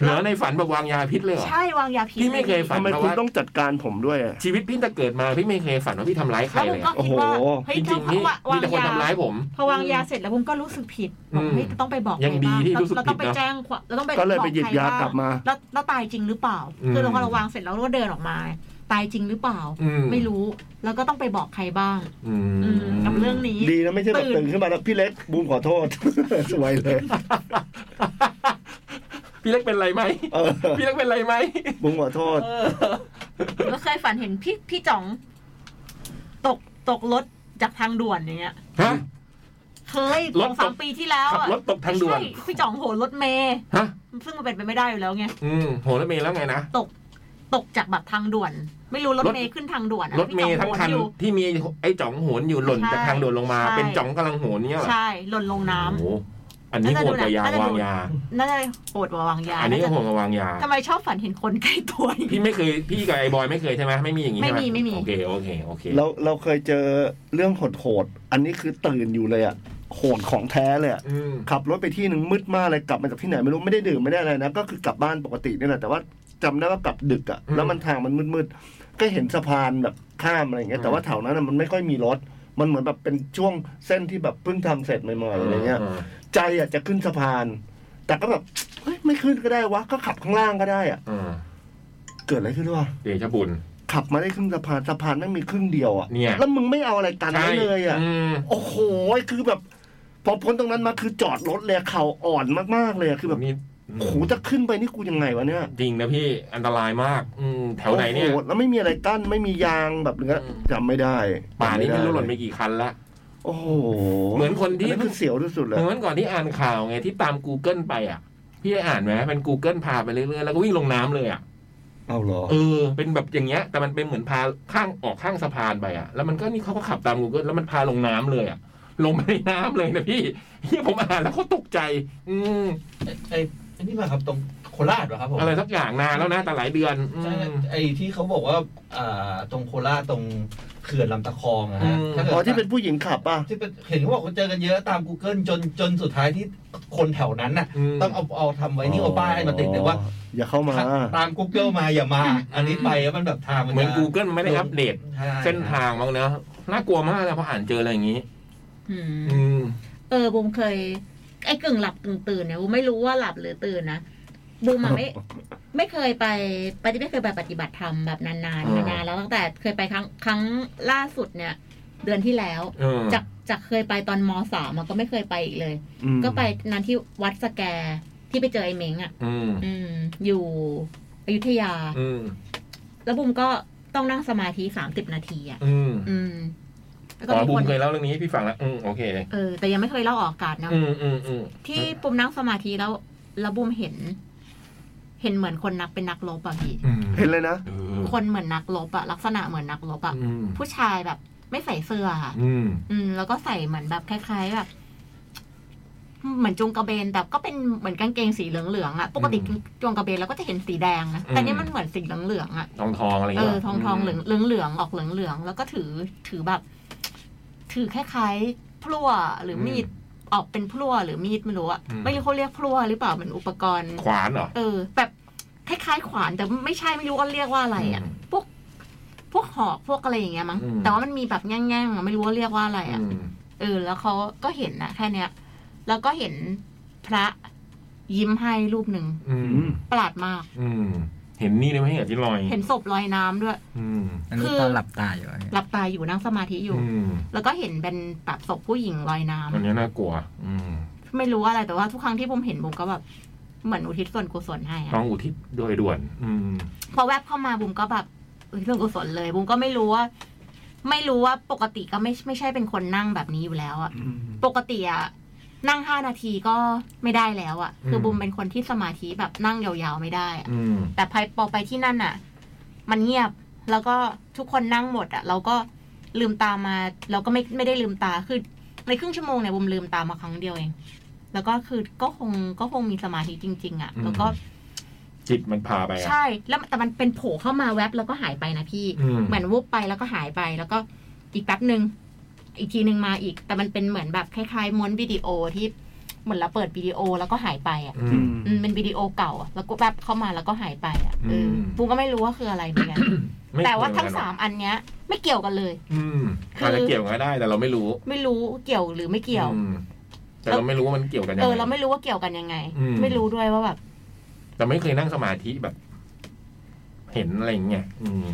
B: เหลือในฝันแบบวางยาพิษเลยเหรอ
D: ใช่วางยาพิษ
B: พี่ไม่เคยฝัน
C: ทำไมคุณต้องจัดการผมด้วยอะ
B: ชีวิตพี่ตั้งแต่เกิดมาพี่ไม่เคยฝันว่าพี่ทำร้ายใคร
D: แล้วบุ้
B: เลยอะ
D: มก็คิดว่า
C: โอ้โห
D: เฮ้ย
B: จริงๆ
D: เขา
B: พี่
D: วาง
B: มีแต่คน
D: ยา
B: ทำร้ายผม
D: พอวางยาเสร็จแล้วบุ้มก็รู้สึกผิดบอกเฮ้ย
B: อืม
D: ต้องไปบอก
B: ยัง
D: ใคร
B: ดี
D: บ้า
B: ที่รู้สึก
D: เราต้อง
B: ผิ
D: ไป
B: ดนะ
D: แจ้งความเราต้องไป
C: ก็เลย
D: บอ
C: ไปหยิบ
D: ใคร
C: ยา
D: บ้ง
C: กลับมา
D: แล้วแล้วตายจริงหรือเปล่า
B: อืม
D: คือเราพอเราวางเสร็จแล้วเราก็เดินออกมา ตายจริงหรือเปล่า
B: อื
D: ไม่รู้แล้วก็ต้องไปบอกใครบ้าง
B: อืม
D: อืมกับเรื่องนี้
C: ดีนะไม่ใช่แบบ
D: ตื่
C: ตื่
D: น
C: นขึ้นมาแล้วพี่เล็กบูมขอโทษ สวยเลย
B: พี่เล็กเป็นไร ไหม
C: เออ
B: พี่เล็กเป็นไรไหม
C: บุ้งขอโทษ
B: เออ
E: แล้วเคยฝันเห็นพี่พี่จ๋อง ตกตกรถจากทางด่วนอย่างเงี้ย
B: ฮะ
E: เคย
B: ร
E: ส
B: ถ
E: อง
B: ตก
E: สามปีที่แล้ว
B: ขั
E: อะ
B: บรถตกทางด่วน
E: ไม่ใช่พี่จ๋องโหนรถเมย์
B: ฮะ
E: ซึ่งมันเป็นไปไม่ได้อยู่แล้วไง
B: อืมโหแล้วเมย์แล้วไงนะ
E: ตกจากแบบทางด่วน ไม่รู้รถ
B: รถ
E: เมย์ขึ้นทางด่วนอะ
B: รถเมย์ทั้งคัน
E: พี่จ๋อโหอยู่
B: ที่มีไอ้จ๋องโหนอยู่หล่นจากทางด่วนลงมา
E: ใช่
B: เป็นจ๋องกำลังโหนเนี่ยเหรอ
E: ใช่ หล่นลงน้ำ
B: โอ้โหอันนี้โหดกว่ายา
E: น่าจะดู
B: วางยา
E: น่าจะโหดกว่าวางยา
B: อันนี้ก็
E: าจะ
B: โหดกว่าวางยา
E: ทำไมชอบฝันเห็นคนใกล้ตัวอย่าง
B: พี่
E: งี้
B: ไม่เคยพี่กับไอ้บอยไม่เคยใช่ไหมไม่มีอย่างนี้
E: ไม่
B: ใช่ห
E: มีไม่มี
B: โอเคโอเคโอเค
C: เราเราเคยเจอเรื่องโหดๆอันนี้คือตื่นอยู่เลยอ่ะโหดของแท้เลยอะ
B: อืม
C: ขับรถไปที่หนึ่งมืดมากเลยกลับมาจากที่ไหนไม่รู้ไม่ได้ดื่มไม่ได้อะไรนะก็คือกลับบ้านปกตินี่แหละแต่ว่าจำได้ว่ากลับดึกอ่ะแล้วมันทางมันมืดๆก็เห็นสะพานแบบข้ามอะไรอย่างเงี้ยแต่ว่าแถวนั้นนะมันไม่ค่อยมีรถ มันเหมือนแบบเป็นช่วงเส้นที่แบบเพิ่งทำเสร็จใหม่ๆอะไรเงี้ย ใจอ่ะจะขึ้นสะพาน แต่ก็แบบเฮ้ยไม่ขึ้นก็ได้วะก็ขับข้างล่างก็ได้อ่ะ
B: อืม
C: เกิดอะไรขึ้นวะ
B: เดชะบุญ
C: ขับมาได้ครึ่งสะพานสะพานแม่งมีครึ่งเดียวอ่ะ
B: เนี่ย
C: แล้วมึงไม่เอาอะไรกันไว้เลยอ่ะ
B: ม
C: โอ้โห คือแบบ พอพ้นตรงนั้นมาคือจอดรถเลยเข่าอ่อนมากๆเลยอะคือแบบ
B: นี่
C: โอ้โหจะขึ้นไปนี่กูยังไงวะเนี่ย
B: จริงนะพี่อันตรายมาก อืมแถวไหนเนี่ย
C: โอ้โแล้วไม่มีอะไรกั้นไม่มียางแบบเนื้อ
B: อืม
C: จำไม่ได้
B: ป่านี้ไม่รู้หล่นไป
C: จำด้
B: กี่คันละ
C: โอ้โห
B: เหมือนคน
C: อัน
B: ที่
C: นี่คือเสียวที่สุดเลย
B: เหมือนก่อนที่อ่านข่าวไงที่ตาม Google ไปอ่ะ พี่ได้อ่านไหมเป็น Google พาไปเรื่อยๆแล้วก็วิ่งลงน้ำเลยอ่ะ
C: เอาเหรอ
B: เออเป็นแบบอย่างเงี้ย แต่มันเป็นเหมือนพาข้างออกข้างสะพานไปอ่ะ แล้วมันก็นี่เขาก็ขับตาม Google แล้วมันพาลงน้ำเลยอ่ะ ลงไปในน้ำเลยนะพี่เฮียผมอ่านแล้วเขาตกใจ อืม
G: ไอ้ไอ้นี่มาครับตรงโคราชเหรอครับผม
B: อะไรสักอย่างนานแล้วนะแต่หลายเดือนอื
G: ใช่
B: ม
G: ไอ้ที่เขาบอกว่าอ่าตรงโคราชตรงเขื่อนลำตะคองอะ
B: อื
G: ฮะ
B: ม
G: ถ้ากิด
C: อ๋อที่เป็นผู้หญิงขับป่ะ
G: ที่เป็นเห็นเขาบอกว่าเจอกันเยอะตาม Google จนจนสุดท้ายที่คนแถวนั้นน่ะ
B: อืม
G: ต้องเอาเอาทำไว้นี่เอาป้ายมาติดเลยว่า
C: อย่าเข้ามา
G: ตาม Google มาอย่ามา อันนี้ไปแล้วมันแบบทางมัน
B: เหมือน
G: จะ
B: Google ไม่ได้อัปเดต
G: ใช่
B: เส้นทางมั้งเนอะน่ากลัวมากเลยพออ่านเจออะไรอย่างนี้
E: อืม
B: อืม
E: เออบูมเคย ไอ้กึ่งหลับกึ่งตื่นเนี่ยบูมไม่รู้ว่าหลับหรือตื่นนะบูมอะไม่ ไม่เคยไปปฏิไม่เคยไปปฏิบัติธรรมแบบนาน
B: อืม
E: ๆมานานแล้วตั้งแต่เคยไปครั้งครั้งล่าสุดเนี่ย เดือนที่แล้ว
B: เออ
E: จากจากเคยไปตอนมสามอะก็ไม่เคยไปอีกเลย
C: อืม
E: ก็ไปนานที่วัดสแกที่ไปเจอไอ้เม้งอ่ะ
B: อืม
E: อืม อยู่อยุธยา
B: อืม
E: แล้วบุมก็ต้องนั่งสมาธิสามสิบนาทีอ่ะ
B: อืม
E: อืม แล้วก็
B: อ๋อ
E: มี
B: บู
E: ค
B: ม
E: น
B: เคยเล่าเรื่องนี้ให้พี่ฟังแล้วอืมโอเค
E: เออ แต่ยังไม่เคยเล่าออกอากาศเนอะ
B: อืมอืมอืม
E: ที่ปุ่มนั่งสมาธิแล้ว แล้วบุมเห็น เห็นเหมือนคนนักเป็นนักลบอะพี่
B: อืม
C: เห็นเลยนะ
B: เออ
E: คนเหมือนนักลบอะลักษณะเหมือนนักลบอะ
B: อืม
E: ผู้ชายแบบ ไม่ใส่เสื้อค่ะ
B: อืม
E: อืม แล้วก็ใส่เหมือนแบบคล้าย ๆแบบ เหมือนจงกระเบนแต่ก็เป็นเหมือนกางเกงสีเหลืองๆอะปกติจงกระเบนเราก็จะเห็นสีแดงนะแต่นี่มันเหมือนสีเหลืองๆอะ
B: ทองทองอะไร
E: เอ
B: เงี้ย
E: อทองทองเหลืองเหลืองเหลืองออกเหลืองเหลืองแล้วก็ถือถือแบบ ถือคล้ายๆพลั่วหรือมีดออกเป็นพลั่วหรือมีดไม่รู้อะไม่รู้เขาเรียกพลั่วหรือเปล่าเป็นอุปกรณ์
B: ขวานเหรอ
E: เออ แบบคล้ายๆขวานแต่ไม่ใช่ไม่รู้ว่าเรียกว่าอะไรอะ
B: อืม
E: พวก พวกหอกพวกอะไรอย่างเงี้ยมั้ง
B: อืม
E: แต่ว่ามันมีแบบแง่งๆอะไม่รู้ว่าเรียกว่าอะไร
B: อื
E: อะ
B: ม
E: เออ แล้วเขาก็เห็นนะแค่เนี้ย แล้วก็เห็นพระยิ้มให้รูปหนึ่ง
B: อืม
E: ประหลาดมาก
B: อืมเห็นนี่ได้ไหมเห็นที่ลอย
E: เห็นศพลอยน้ำด้วย
B: อืม
F: อันนี้ตอนหลับตาอยู่อะ
E: หลับตาอยู่นั่งสมาธิอยู่
B: อืม
E: แล้วก็เห็นเป็นแบบศพผู้หญิงลอยน้ำ
B: อันนี้น่ากลัว อืม
E: ไม่รู้อะไรแต่ว่าทุกครั้งที่ผมเห็นผมก็แบบ เหมือนอุทิศส่วนกุศลให้อะ
B: ต้องอุทิศโดยด่วน อืม
E: พอแวบเข้ามาบุมก็แบบอุทิศส่วนกุศลเลยบุมก็ไม่รู้ว่า ไม่รู้ว่าปกติก็ไม่ไม่ใช่เป็นคนนั่งแบบนี้อยู่แล้วอะปกติอะนั่งห้านาทีก็ไม่ได้แล้วอะคืออ
B: ม
E: บุมเป็นคนที่สมาธิแบบนั่งยาวๆไม่ได้อะ
B: อืม
E: แต่พอพอไปที่นั่นอะมันเงียบแล้วก็ทุกคนนั่งหมดอะเราก็ลืมตามาเราก็ไม่ไม่ได้ลืมตาคือ ในครึ่งชั่วโมงเนี่ยบุมลืมตามาครั้งเดียวเอง แล้วก็คือก็คงก็คงมีสมาธิจริง ๆอะ่ะ แล้วก็
B: จิตมันพาไปอ่ะ
E: ใช่แล้วแต่มันเป็นโผล่เข้ามาแวบแล้วก็หายไปนะพี่
B: อืม
E: เหมือนวุบไปแล้วก็หายไป แล้วก็อีกแป๊บหนึ่งอีกทีหนึ่งมาอีก แต่มันเป็นเหมือนแบบคล้ายๆม้วนวิดีโอที่เหมือนเราเปิดวิดีโอแล้วก็หายไปอะ่ะ
B: อืม
E: อืมเป็นวิดีโอเก่าอะแล้วก็แวบเข้ามาแล้วก็หายไปอะ่ะเออ
B: ม
E: บุมก็ไม่รู้ว่าคืออะไรเหมือนกัน
B: ไม่
E: แต่ว่าทั้ง
B: เคยเหอนกัน
E: สามอันเนี้ย ไม่เกี่ยวกันเลย
B: อืมอาจจะเกี่ยวกันก็ได้แต่เราไม่รู้
E: ไม่รู้เกี่ยวหรือไม่เกี่ยว
B: อืมแต่เราไม่รู้ว่ามันเกี่ยวกันยัง
E: เอ
B: ไง
E: อ เราไม่รู้ว่าเกี่ยวกันยังไง
B: อืม
E: ไม่รู้ด้วยว่าแบบ
B: แต่ไม่เคยนั่งสมาธิแบบ เห็นอะไรอย่างเงี้ยอืม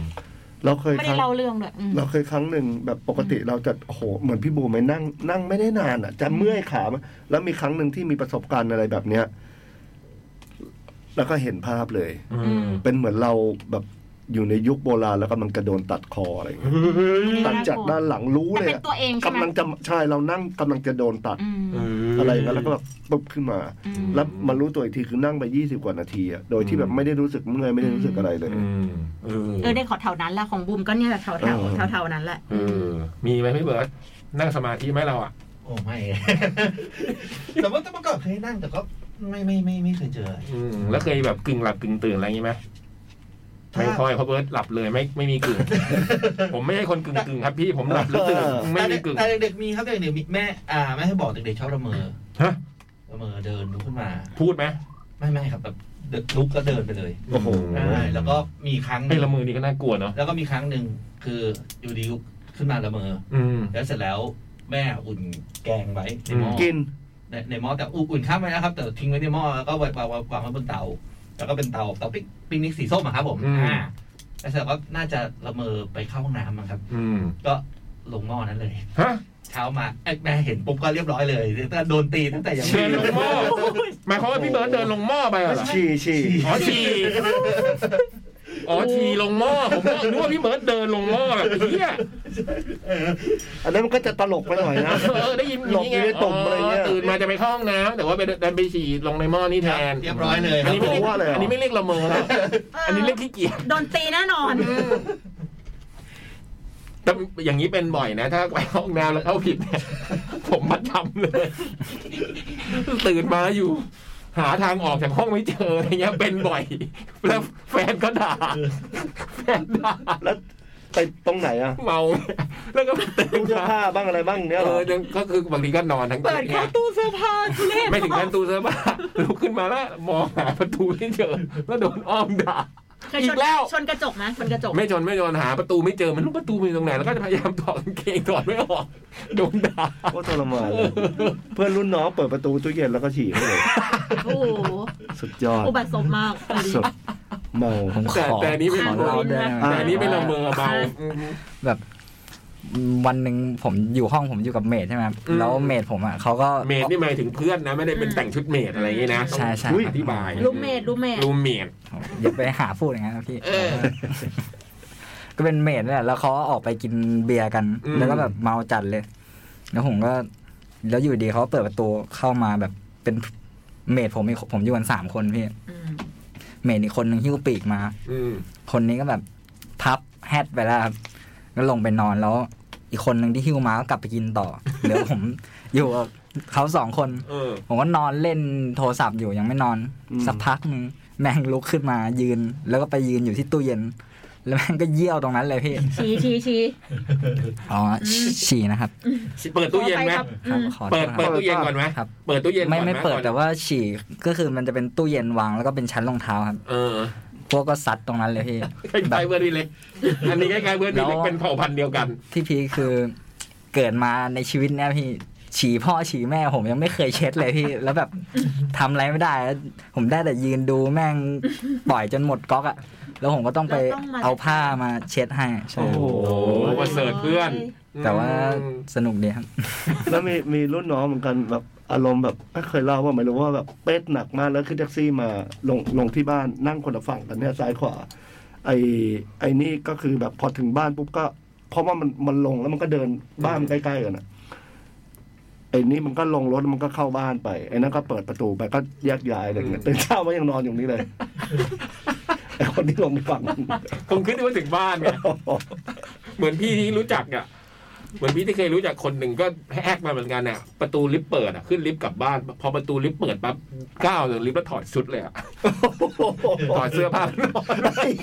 C: เราเคย
E: ไม่
C: ค
E: ได้
C: รั้ง
E: เล่าเรื่องด้วยอืม
C: เราเคยครั้งหนึ่งแบบปกติเราจะโอ้โหเหมือนพี่บูมไปนั่ง นั่งไม่ได้นานอ่ะ จะเมื่อยขา แล้วมีครั้งหนึ่งที่มีประสบการณ์อะไรแบบเนี้ย แล้วก็เห็นภาพเลย
B: อืม
C: เป็นเหมือนเราแบบอยู่ในยุคโบราณแล้วกำลังกระโดนตัดคออะไรอย่างเงี้ยตัดจากด้านหลังรู้
D: แต่
C: เลย
D: เป็น
C: อะ
D: ตัวเองใช่ไหม
C: กำลังจะใช่เรานั่งกำลังจะโดนตัด
D: อืม
B: เ
C: อะไรอย่างเงี้ยแล้วก็แบบปุ๊บขึ้นมา
D: อืม
C: แล้วมารู้ตัวอีกทีคือนั่งไปยี่สิบกว่านาทีอะโดยที่แบบไม่ได้รู้สึกเมื่อยไม่ได้รู้สึกอะไรเลย
B: อืมเออ
D: เออได้ขอแถวนั้นแหละของบูมก็เนี่ยแหละแถวแถว
C: เออ
D: แถวแถวนั้นแหละ
B: เออ มีไหมพี่เบิร์ดนั่งสมาธิไหมเราอ่ะ
G: โอ้ไม่ แต่ว่าแต่เมื่อก่อนเคยนั่งแต่ก็ไม่ไม่ไม่ไม่เคยเจอ
B: อืมแล้วเคยแบบกึ่งหลับกึ่งตื่นอะไรอย่างงี้ไหม
G: ถ้า
B: ไม่ค่อยเพราะเบิร์ดหลับเลยไม่ไม่มีกึ่ง ผมไม่ใช่คนกึ่งกึ่งครับพี่ผมหลับแล้วตื่นไม่มี
G: แต่เด็ก
B: กึ่ง
G: แต่เด็กๆมีครับแต่เด็กๆมีแม่อ่าแม่ให้บอกเด็กๆชอบละเมอ
B: ฮะ
G: ละเมอเดินลุกขึ้นมา
B: พูดไหม
G: ไม่ไม่ครับแบบลุกก็เดินไปเลย
C: โอ้โห
G: ใช่แล้วก็มีครั้งห
B: ไอ้
G: นึ่ง
B: ละมือนี่ก็น่ากลัวเนาะ
G: แล้วก็มีครั้งหนึ่งคืออยู่ดีลุกขึ้นมาละเมอ
B: อืม
G: แล้วเสร็จแล้วแม่อุ่นแกงไว้ในหม้อ
C: กิน
G: ในในหม้อแต่อุ่นข้ามไว้นะครับ แต่ทิ้งไว้ในหม้อแล้วก็วางวางวางวางไว้บนเตา แล้วก็เป็นเตาเตาปิ๊กปิ๊กนิกสีส้มอะครับผม
B: อืม
G: อ่าแล้วเสร็จแล้วก็น่าจะละเมอไปเข้าห้องน้ำมั้งครับ
B: อืม
G: ก็ลงหม้อนั้นเลย
B: ฮะ
G: เช้ามาเอ้ยแม่เห็นปุ๊บก็เรียบร้อยเลยแต่โดนตีตั้งแต่ยังไม่
B: เดินลงหม้อหมายความว่าพี่เบิร์ดเดินลงหม้อไปเหรอ
C: ฉี่ฉี่
B: อ๋อชีอ๋อชีลงหม้อผมก็นึกว่าพี่เบิร์ดเดินลงหม้อแบบเฮีย
C: อันนั้นมันก็จะตลกไปหน่อยนะ
B: เออได้ยิน
C: หลบอยู่ในตุ่มอะไรเงี้ย
B: ตื่นมาจะไปเข้าห้องน้ำแต่ว่าไปเดินไปฉี่ลงในหม้อนี่แทน
G: เรียบร้อยเลยค
B: อั
G: รั
B: น
G: บ
B: นี้
G: ผ
B: ไม่
G: ม
B: เรียก
C: ว่าอะไรหรอ
B: อันนี้ไม่เรียกละเมอแล้ว อันนี้เรียกขี้เกียจ
D: โดนตีแน่นอน
B: แต่อย่างนี้เป็นบ่อยนะ ถ้าไปห้องน้ำแล้วเข้าผิดเนี่ยผมมาทำเลย ตื่นมาอยู่ หาทางออกจากห้องไม่เจออะไรเงี้ย เป็นบ่อย แล้วแฟนก็ด่า แฟนด่า
C: แล้วไปตรงไหนอะ
B: เมา แล้วก็ตื่
C: ตู้
B: น
C: เสื้อ
B: มา
C: ผ้าบ้างอะไรบ้างเนี้ย
B: เอ
C: เหรอ
B: อก็คือบางทีก็นอนทั้ง
D: เปิดแค่ตู้เสื้อผ้าทุเรศ
B: ไม่ถึงขั้นตู้เสื้อผ้าลุกขึ้นมาแล้วมองหาประตูไม่เจอ แล้วโดนอ้อมด่า
D: เคยช
B: อี
D: น
B: กแล้ว
D: ชนกระจกไหมชนกระจก
B: ไม่จนไม่จนหาประตูไม่เจอมันรู้ประตูมันอยู่ตรงไหนแล้วก็จะพยายามถอดกางเกงถอดไม่ออก โดนด่า
C: โคตรทรมานเลยเพื่อนรุ่นน้องเปิดประตูตู้เย็นแล้วก็ฉี่ให้เลย
D: โอ้โห
C: สุดยอด
D: อุบัติสมมาก
C: สุดเมา
F: ผมข
B: แต่
F: อ
B: แต่อันนี้เป็น
F: ขอ
D: ล่
F: เล่าด้วย
C: อ่า
B: แต่อันนี้เป็นละเมอเบา
F: แบบวันหนึ่งผมอยู่ห้องผมอยู่กับเมดใช่ไหมครับ
B: อืม
F: แล้วเมดผมอ่ะเขาก็
B: เมดนี่หมายถึงเพื่อนนะ ไม่ได้เป็นแต่งชุดเมดอะไรอย่างงี้นะ
F: ใช่ใช่
B: ต้องอธิบาย
D: รูมเมดรูมเมด
B: รูมเมด
F: อย่าไปหาพูดอย่างนั้นนะพี่
B: เออ
F: ก็เป็นเมดเนี่ย แล้วเขาออกไปกินเบียร์กัน
B: อืม
F: แล้วก็แบบเมาจัดเลย แล้วผมก็ แล้วอยู่ดีเขาเปิดประตูเข้ามาแบบเป็นเมดผมอีกผมอยู่กันสามคนพี่
D: อืม
F: เมดอีกคนนึงหิ้วปีกมา
B: อืม
F: คนนี้ก็แบบพับแฮตไปแล้วครับก็ลงไปนอนแล้ว อีกคนหนึ่งที่หิ้วมาก็กลับไปกินต่อ เดี๋ยวผมอยู่กับเขาสองคน
B: เออ
F: ผมก็นอนเล่นโทรศัพท์อยู่ยังไม่นอน
C: อืม
F: สักพักหนึ่งแม่งลุกขึ้นมายืน แล้วก็ไปยืนอยู่ที่ตู้เย็น แล้วแม่งก็เยี่ยวตรงนั้นเลยพี่
D: ชี้ชี้ชี้
F: อ๋อฉี่ฉี่นะครับ
B: เปิดตู้เย็นไหม
D: ขอไปครับ
F: ครับขอโท
B: เปิด
F: ษ
B: เปิดตู้เย็นก่อนไหม
F: ครับ
B: เปิดตู้เย็นก่อน
F: ไม่ไม่
B: ห
F: เปิดแต่ว่าฉี่ก็คือมันจะเป็นตู้เย็นวางแล้วก็เป็นชั้นรองเท้าครับ
B: เออ
F: พวกก็ซัดตรงนั้นเลยพี่
B: คล้ายๆเบอร์ดีเล็กอันนี้คล้ายๆเบอร์ดีเล็ก
F: แล้ว
B: เป็นเผ่าพันธุ์เดียวกัน
F: ที่พีคคือเกิดมาในชีวิตเนี่ยพี่ ฉี่พ่อฉี่แม่ผมยังไม่เคยเช็ดเลยพี่ แล้วแบบทำอะไรไม่ได้แล้วผมได้แต่ยืนดูแม่งปล่อยจนหมดก๊อกอะแล้วผมก็ต้องไป
D: เราต้องมา
F: เอาผ้ามาเช็ดให้ใช่
C: โอ้โห
B: โอ้มาเสิร์ตเพื่อน
F: แต่ว่า
B: อืม
F: สนุกดีครับ
C: แล้วมีมีรุ่นน้องเหมือนกันแบบอารมณ์แบบไม่เคยเล่าว่าไม่รู้ว่าแบบเป็ดหนักมากแล้วขึ้นแท็กซี่มาลงลงที่บ้านนั่งคนละฝั่งกันเนี่ยซ้ายขวา ไอ้ไอ้นี่ก็คือแบบพอถึงบ้านปุ๊บก็เพราะว่ามันมันลงแล้วมันก็เดินบ้านมันใกล้ๆกันอะไอ้นี่มันก็ลงรถมันก็เข้าบ้านไปไอ้นั่นก็เปิดประตูไปก็แยกย้ายอะไรอย่างเงี้ย
B: อืม
C: ตื่นเช้ามายังนอนอยู่ นี่เลยไอ้คนที่ลงไปฝั่งนั้น
B: ผมคิดว่าถึงบ้านเนี่ย เหมือนพี่ที่รู้จักอ่ะ เหมือนพี่ที่เคยรู้จักคนหนึ่งก็แฮกมาเหมือนกันเนี่ยประตูลิฟต์เปิดอ่ะขึ้นลิฟต์กลับบ้าน พอประตูลิฟต์เปิดปั๊บก้าวลงลิฟต์แล้วถอดชุดเลยอ่ะถอดเสื้อผ้า แล้วนอน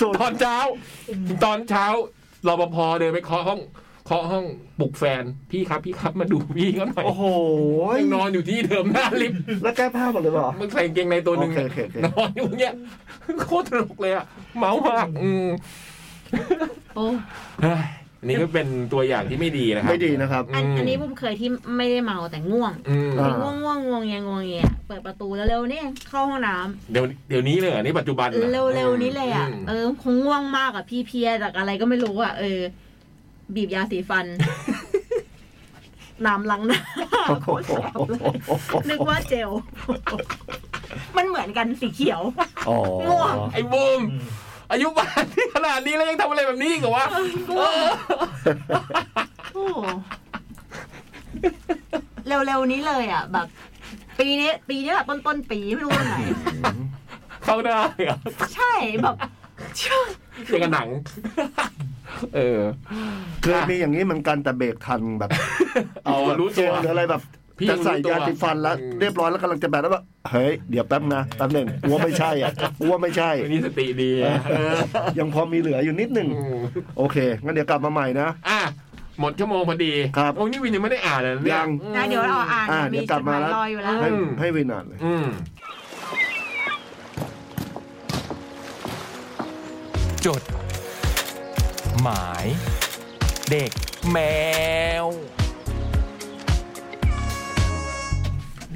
C: สุด
B: ตอนเช้า ตอนเช้ารปภเดินไปเคาะห้องเคาะห้องปลุกแฟนพี่ครับพี่ครับมาดูพี่เขาหน่อย
C: โอ้โห
B: ยังนอนอยู่ที่เดิมหน้าลิฟต์
C: แล้วแก้ผ้าหมดเลยเหรอ
B: มันใส่กางเกงในตัวหนึ่ง
C: โอเคโอเคโอเค
B: นอนอยู่อย่างเงี้ยโคตรตลกเลยอ่ะเมามาก อืม
D: โอ้
B: เฮ้ยอันนี่ก็เป็นตัวอย่างที่ไม่ดีนะครั
C: ไม่ดีนะครับ
D: อันอันนี้บุมเคยที่ไม่ได้เมาแต่ง่วง
B: อืม
C: อ่า
D: ง่วงง่วงง่วงเงียง่วงเงียเปิดประตูแล้วเร็วนี่เข้าห้องน้ำ
B: เดี๋ยวเดี๋ยวนี้เลยเหรอนี่ปัจจุบันหอ
D: เร็วเร็วๆนี้เลยอ่ะ เออ คงง่วงมากอ่ะพี่เพลียจากอะไรก็ไม่รู้อ่ะ เออ บีบยาสีฟัน น้ำล้างหน้าโคตรแสบเลยนึกว่าเจล มันเหมือนกันสีเขียว
C: อ๋อ
D: ง่วง
B: ไอ้บูมอายุป่าน นี้ขนาดนี้แล้วยังทำอะไรแบบนี้อีกเหรอวะเออ
D: โอ้โหเร็วๆนี้เลยอ่ะ แบบ ปีนี้ปีนี้แบบต้นต้นๆปีไม่รู้วันไหน
B: เข้าได้เหรอ
D: ใช่แบบเชื่อ
B: อย่างกับหนัง เออ
C: เคยมีอย่างนี้เหมือนกันแต่เบรกทันแบบ
B: เอา
C: แบบ
B: รู้ตัว
C: เจนหรืออะไรแบบ
B: พี่
C: จะใส่
B: รู้ตัวย
C: าสีฟันแล้ว
B: อืม
C: เรียบร้อยแล้วกำลังจะแบบแล้วแบบเฮ้ยเดี๋ยวแป๊บนะแป๊บหนึ่งกลัวไม่ใช่อ่ะกลัวไม่ใช่
B: วันนี้สติดีอะเออ
C: ยังพอมีเหลืออยู่นิดหนึ่ง
B: อืม
C: โอเคงั้นเดี๋ยวกลับมาใหม่นะ
B: อ่ะหมดชั่วโมงพอดี
C: ครับ
B: โอ้ยนี่วินยังไม่ได้อ่านเลยเนี่
C: ยัง
B: อืม
D: นะเดี๋ยวเราอ่าน
C: อ่ะเดี๋
D: มี
C: ยวก
D: จ
C: ลั
D: ด
C: บมาม
D: หาย
C: แล้ว
D: ลอยอยู่แล้ว
C: ให้
B: อืม
C: ให้วินอ่านเลย
B: อืม
A: จด หมาย เด็กแมว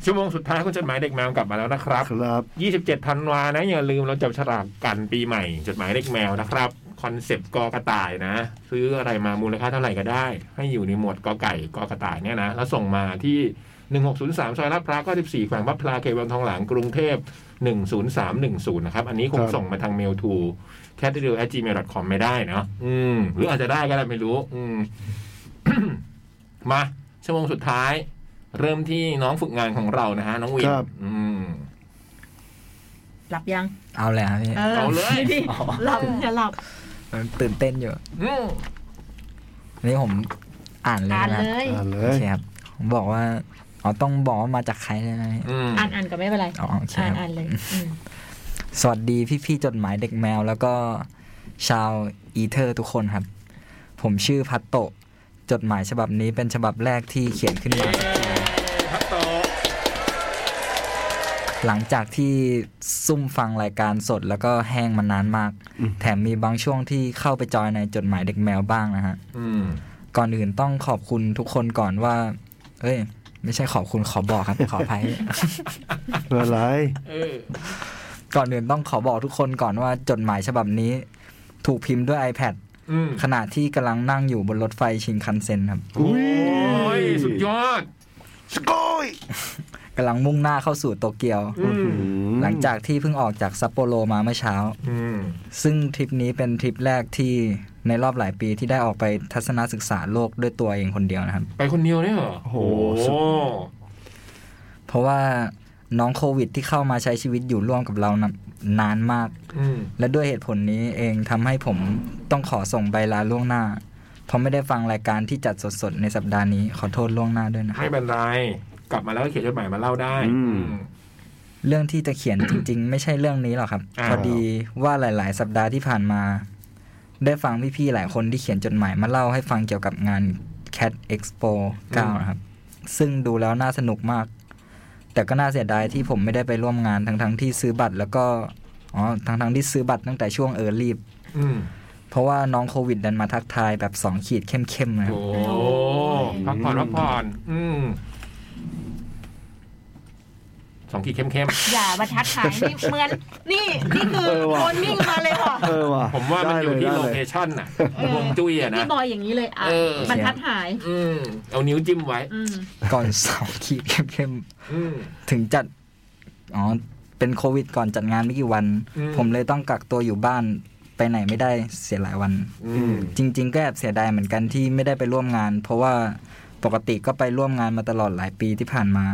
B: ชั่วโมงสุดท้ายคุณจดหมายเด็กแมวกลับมาแล้วนะครับ
C: ครับ
B: 27ธันวานะ อย่าลืมเราจับฉลากกันปีใหม่ จดหมายเด็กแมวนะครับ คอนเซปต์กอกระต่ายนะ ซื้ออะไรมามูลค่าเท่าไหร่ก็ได้ ให้อยู่ในหมวดกอไก่กอกระต่ายเนี่ยนะ แล้วส่งมาที่ 1603 ซอยลาดพร้าว94แขวงพับพลาเขตวังทองหลางกรุงเทพ 10310 นะครับ อันนี้คงส่งมาทางเมลทู c a t r i l g m a i l c o m ไม่ได้เนาะอืม หรืออาจจะได้ก็ได้ไม่รู้ อืม มาชั่วโมงสุดท้าย เริ่มที่น้องฝึกงานของเรานะฮะน้องวินอืม
D: หลับยัง
F: เอาเลยครับพี่
B: เอาเลย
D: ดิหลับอย่าหลับ
F: มันตื่นเต้นอยู่
B: อืม
F: อันนี่ผมอ่านเลย
D: อ่าน
F: นะครับ
D: เลย
C: อ่านเล
F: โอย เคครับผมบอกว่าอ๋อต้องบอกว่ามาจากใครใช่ไหมพี่
B: อืม
D: อ่านอ่านก็ไม่เป็นไร
F: อ๋อโอเค
D: อ่าน
F: ครั
D: อ่า
F: บ
D: นเลยอืม
F: สวัสดีพี่ๆจดหมายเด็กแมว แล้วก็ชาวอีเทอร์ทุกคนครับ ผมชื่อพัตโตะจดหมายฉบับนี้เป็นฉบับแรกที่เขียนขึ้นมา
B: พักโต
F: หลังจากที่ซุ่มฟังรายการสดแล้วก็แห้งมานานมาก แถมมีบางช่วงที่เข้าไปจอยในจดหมายเด็กแมวบ้างนะฮะ
B: อืม
F: ก่อนอื่นต้องขอบคุณทุกคนก่อนว่า เอ้ย ไม่ใช่ขอบคุณขอบอกครับ ขออภัย
C: เพื่ออะไร
B: เออ
F: ก่อนอื่นต้องขอบอกทุกคนก่อนว่าจดหมายฉบับนี้ ถูกพิมพ์ด้วย iPad
B: อืม
F: ขณะที่กำลังนั่งอยู่บนรถไฟชิงคันเซ็นครับ
B: โอ้ย สุดยอด
C: สกอย
F: กำลังมุ่งหน้าเข้าสู่โตเกียว
B: อืม
F: หลังจากที่เพิ่งออกจากซัปโปโรมาเมื่อเช้า
B: อืม
F: ซึ่งทริปนี้เป็นทริปแรกที่ในรอบหลายปีที่ได้ออกไปทัศนศึกษาโลกด้วยตัวเองคนเดียวนะครับ
B: ไปคนเดียวเนี่ยเหรอโอ้โห
F: เพราะว่าน้องโควิดที่เข้ามาใช้ชีวิตอยู่ร่วมกับเรานะนานมาก
B: อืม
F: และด้วยเหตุผลนี้เองทำให้ผมต้องขอส่งใบลาล่วงหน้า เพราะไม่ได้ฟังรายการที่จัดสดๆ ในสัปดาห์นี้ขอโทษล่วงหน้าด้วยนะค
B: ให้
F: รับ
B: บรรยายกลับมาแล้วก็เขียนจดหมายมาเล่าได้
F: เรื่องที่จะเขียน จริง ๆ ไม่ใช่เรื่องนี้หรอกครับ
B: อ้าว
F: พอดีว่าหลาย ๆ สัปดาห์ที่ผ่านมา ได้ฟังพี่ ๆ หลายคนที่เขียนจดหมายมาเล่าให้ฟังเกี่ยวกับงาน Cat Expo 9 นะครับ ซึ่งดูแล้วน่าสนุกมาก แต่ก็น่าเสียดายที่ผมไม่ได้ไปร่วมงานทั้ง ๆ ที่ซื้อบัตรแล้วก็อ๋อทั้งๆที่ซื้อบัตรตั้งแต่ช่วงเออรีบ
B: อืม
F: เพราะว่าน้องโควิดดันมาทักทายแบบ 2 ขีดเข้มๆนะค
B: โอ้
F: รับ
B: พักผ่อนพักผ่อนอืม สองขีดเข้ม
D: อย่าบรรทัดหายนี่ เหมือน นี่นี่คือโคนมิ่งมาเลยค่ะ
C: เออว่ะ
B: ๆ ผมว่ามันอยู่ที่โลเคชั่นน่ะวงจุ้ยอะนะ
D: พี่บอยอย่างนี้เลยอ่ะ
B: เออ
D: บรรทัดหาย
B: อืม เอานิ้วจิ้มไว้
D: อืม
F: ก่อน 2 ขีดเข้มๆ
B: อืม
F: ถึงจัด อ๋อ เป็นโควิดก่อนจัดงานไม่กี่วัน
B: อืม
F: ผมเลยต้องกักตัวอยู่บ้าน ไปไหนไม่ได้เสียหลายวัน
B: อืม
F: จริง ๆ ก็แอบเสียดายเหมือนกันที่ไม่ได้ไปร่วมงาน เพราะว่าปกติก็ไปร่วมงานมาตลอดหลายปีที่ผ่านมา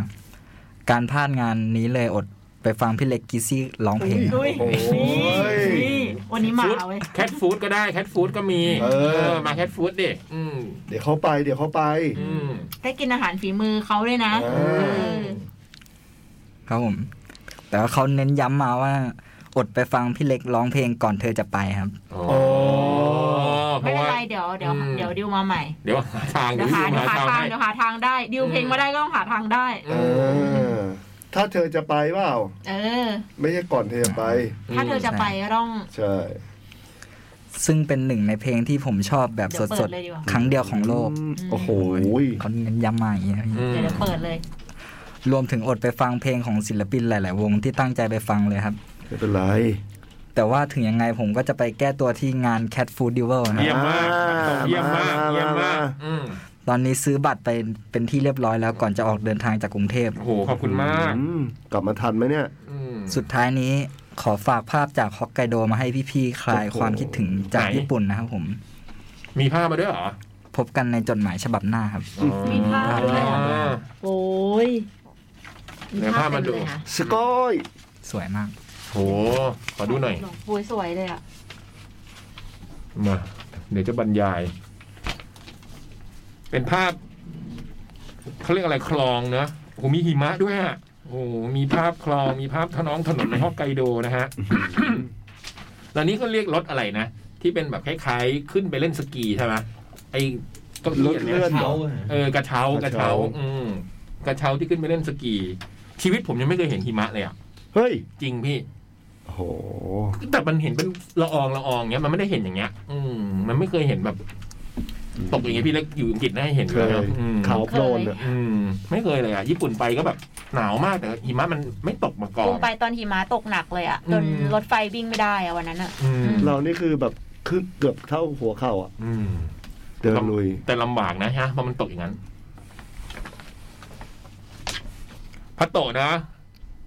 F: การพลาดงานนี้เลยอดไปฟังพี่เล็กกิซี่ร้องเพลง
D: อุ้ย
C: โอ้ย
D: นี่วันนี้มา
B: ฟู้ด
D: เว้ย
B: แคทฟู้ดก็ได้แคทฟู้ดก็มี
C: เออ
B: มาแคทฟู้ดดิอืม
C: เดี๋ยวเขาไป เดี๋ยวเขาไป
B: อืม
D: ได้กินอาหารฝีมือเขาด้วยนะ
C: เอ
D: เออ
F: ครับผม แต่ว่าเขาเน้นย้ำมาว่า อดไปฟังพี่เล็กร้องเพลงก่อนเธอจะไปครับ
B: โอ้เพราะ
D: ไม่เป็น
B: ว่า
D: ไรเดี๋ยวเดี๋ยว
B: อืม
D: เดี๋ยวดิวมาใหม่
B: เดี๋ยวหาทาง
D: เดี๋ยวหาเดี๋ยวหาทาง
B: ให้
D: เดี๋ยวหาทางได้ดิว
B: อืม
D: เพลงมาได้ก็ต้องหาทางได้
C: เออ ถ้าเธอจะไปเปล่า
D: เออ
C: ไม่ใช่ก่อนเธอจะไป
D: ถ้าเธอจะไปก็ต้อง
C: ใช่
F: ซึ่งเป็นหนึ่งในเพลงที่ผมชอบแบบ
D: เดี๋
F: ส
D: ยวเปิด
F: ด
D: เลยดีกว่า
F: ๆ ครั้งเดียวของโลก
C: โอ้โห
F: เขาเน้นย้ำมาอย่างนี้ครับพี่
B: อืม
D: เดี๋ยวเดี๋ยวเปิดเลย
F: รวมถึงอดไปฟังเพลงของศิลปินหลาย ๆ วงที่ตั้งใจไปฟังเลยครับ
C: ไม่เป็นไร
F: แต่ว่าถึงยังไงผมก็จะไปแก้ตัวที่งาน Cat Food d u e l นะค
B: เยี่ย
F: รับ
B: มมากเยี่ยมมากเยี่ยมมากอืม
F: ต ตอนนี้ซื้อบัตรไปเป็นที่เรียบร้อยแล้วก่อนจะออกเดินทางจากกรุงเทพ
B: โอ้โห ขอบคุณมาก
C: อืมกลับมาทันไหมเนี่ย
B: อืม
F: สุดท้ายนี้ขอฝากภาพจากฮอกไกโดมาให้พี่ๆ คลาย
B: โอ้โห
F: ความคิดถึงจาก
B: ไหน
F: ญี่ปุ่นนะครับผม
B: มีผ้ามาด้วยเหรอ
F: พบกันในจดหมายฉบับหน้าครับ
D: มีภาพด้วย
B: อ๋อ
D: โอ้ย
B: เดี๋ยวภาพมาดู
D: เต็เลยค่ะ
C: สกอย
F: สวยมาก
B: โห ขอดูหน่อย
E: โอ้ยสวยเลยอ่ะ
B: มาเดี๋ยวจะบรรยาย เป็นภาพเขาเรียกอะไรคลองเนอะโอ้โหมีหิมะด้วยอะโอ้โหมีภาพคลองมีภาพถนนถนนในฮอกไกโดนะฮ ะ แล้วนี้ก็เรียกรถอะไรนะ ที่เป็นแบบคล้ายๆ ขึ้นไปเล่นสกีใช่ไหมไอ้ต้น
C: รถเลื่อน
G: เช้า
B: เออกระเช้ากระเช้า อืมกระเช้าที่ขึ้นไปเล่นสกี ชีวิตผมยังไม่เคยเห็นหิมะเลยอ่ะ
C: เฮ้ย
B: จริงพี่
C: โอ้โห
B: แต่มันเห็นเป็นละอองละอองเงี้ยมันไม่ได้เห็นอย่างเงี้ย อืมมันไม่เคยเห็นแบบ ตกอย่างเงี้ยพี่เล็กอยู่อังกฤษน่าจะเห็นอ
C: เค
B: ยู่
C: ย
B: แล้วอืม
C: ขาวโพลนอะ
B: อืม ไม่เคยเลยอ่ะ ญี่ปุ่นไปก็แบบหนาวมากแต่หิมะมันไม่ตกมาก่อ
D: ล
B: น
D: งไปตอนหิมะตกหนักเลยอ่ะจน
B: อืม
D: รถไฟวิ่งไม่ได้อะวันนั้นอ่ะ
B: อืม
C: เรานี่คือแบบคือเกือบเท่าหัวเข่าอ่ะ
B: อืม
C: เดินลุย
B: แต่ลำบากนะฮะเพราะมันตกอย่างนั้นพัตโตะนะ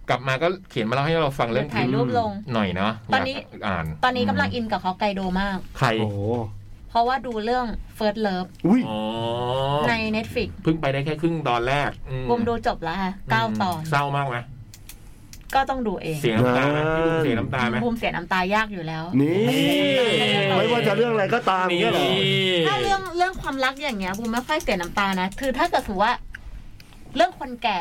B: กลับมาก็เขียนมาเล่าให้เราฟังเรื่อง
D: ถ่ายรูปลง
B: หน่อยเนาะ
D: ตอนนี้
B: ยากอ่าน
D: ตอนนี้กำลังอินกับฮอกไกโดมาก
B: ใคร
C: โอ้โห
D: เพราะว่าดูเรื่อง First Love
C: อุ้ย
B: อ๋อ
D: ใน Netflix
B: เพิ่งไปได้แค่ครึ่งตอนแรกอืม
D: บุมดูจบแล้วค่ะเก้าตอน
B: เศร้ามากไหม
D: ก็ต้องดูเอง
B: เสียน้ำตาไหม
C: นั่น
B: พี่บุ๋มเสียน้ำตาไหม
D: บุมเสียน้ำตายากอยู่แล้ว
C: นี่
B: นี่
C: ไม่ว่าจะเรื่องอะไรก็ตามเนี่ยเหรอ
D: ถ้าเรื่องเรื่องความรักอย่างเงี้ยบุมไม่ค่อยเสียน้ำตานะ คือถ้าเกิดสมมติว่า เรื่องคนแก่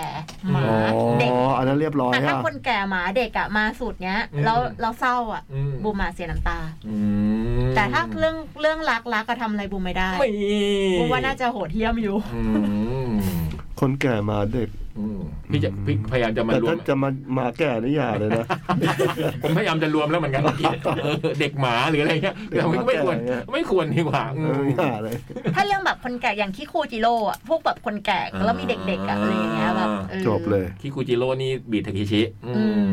D: หมา
C: อ๋อ
D: เด็ก
C: อันนั้นเรียบร้อย
D: แต่ถ้า
C: อ่ะ
D: คนแก่หมาเด็กอะมาสุดเนี้ยแล้ว
B: อืม
D: เราเศร้าอะ
B: อืม
D: บุมมาเสียน้ำตา
B: อืม
D: แต่ถ้าเรื่องเรื่องรักรักก็ทำอะไรบุมไม่ได้
B: ไม่
D: บุมว่าน่าจะโหดเหี้ยม อยู่
B: อืม
C: คนแก่มาเด็ก
B: อืมพี่จะพี่พยายามจะมา
C: แต่
B: รว
C: ถ้าม จะมามาแก่นี่อย่าเลยนะ
B: ผมพยายามจะรวมแล้วเหมื อนกันเออเด็กหมาหรืออะไรเงี้ยแต่ไม่ไม่ควร
C: เด็กหมาแก่อะไรเงี้ย
B: ไม่ควรดีกว่าอืม
C: เอออย่าเลย
D: ถ้าเรื่องแบบคนแก่อย่างคิคูจิโร่อะพวกแบบคนแก่แล้วมีเด็กๆอะอะไรอย่างเงี้ยแบบออ
C: จบเลย
B: คิคุจิโร่นี่บีทาคิชิ อืม
D: อืม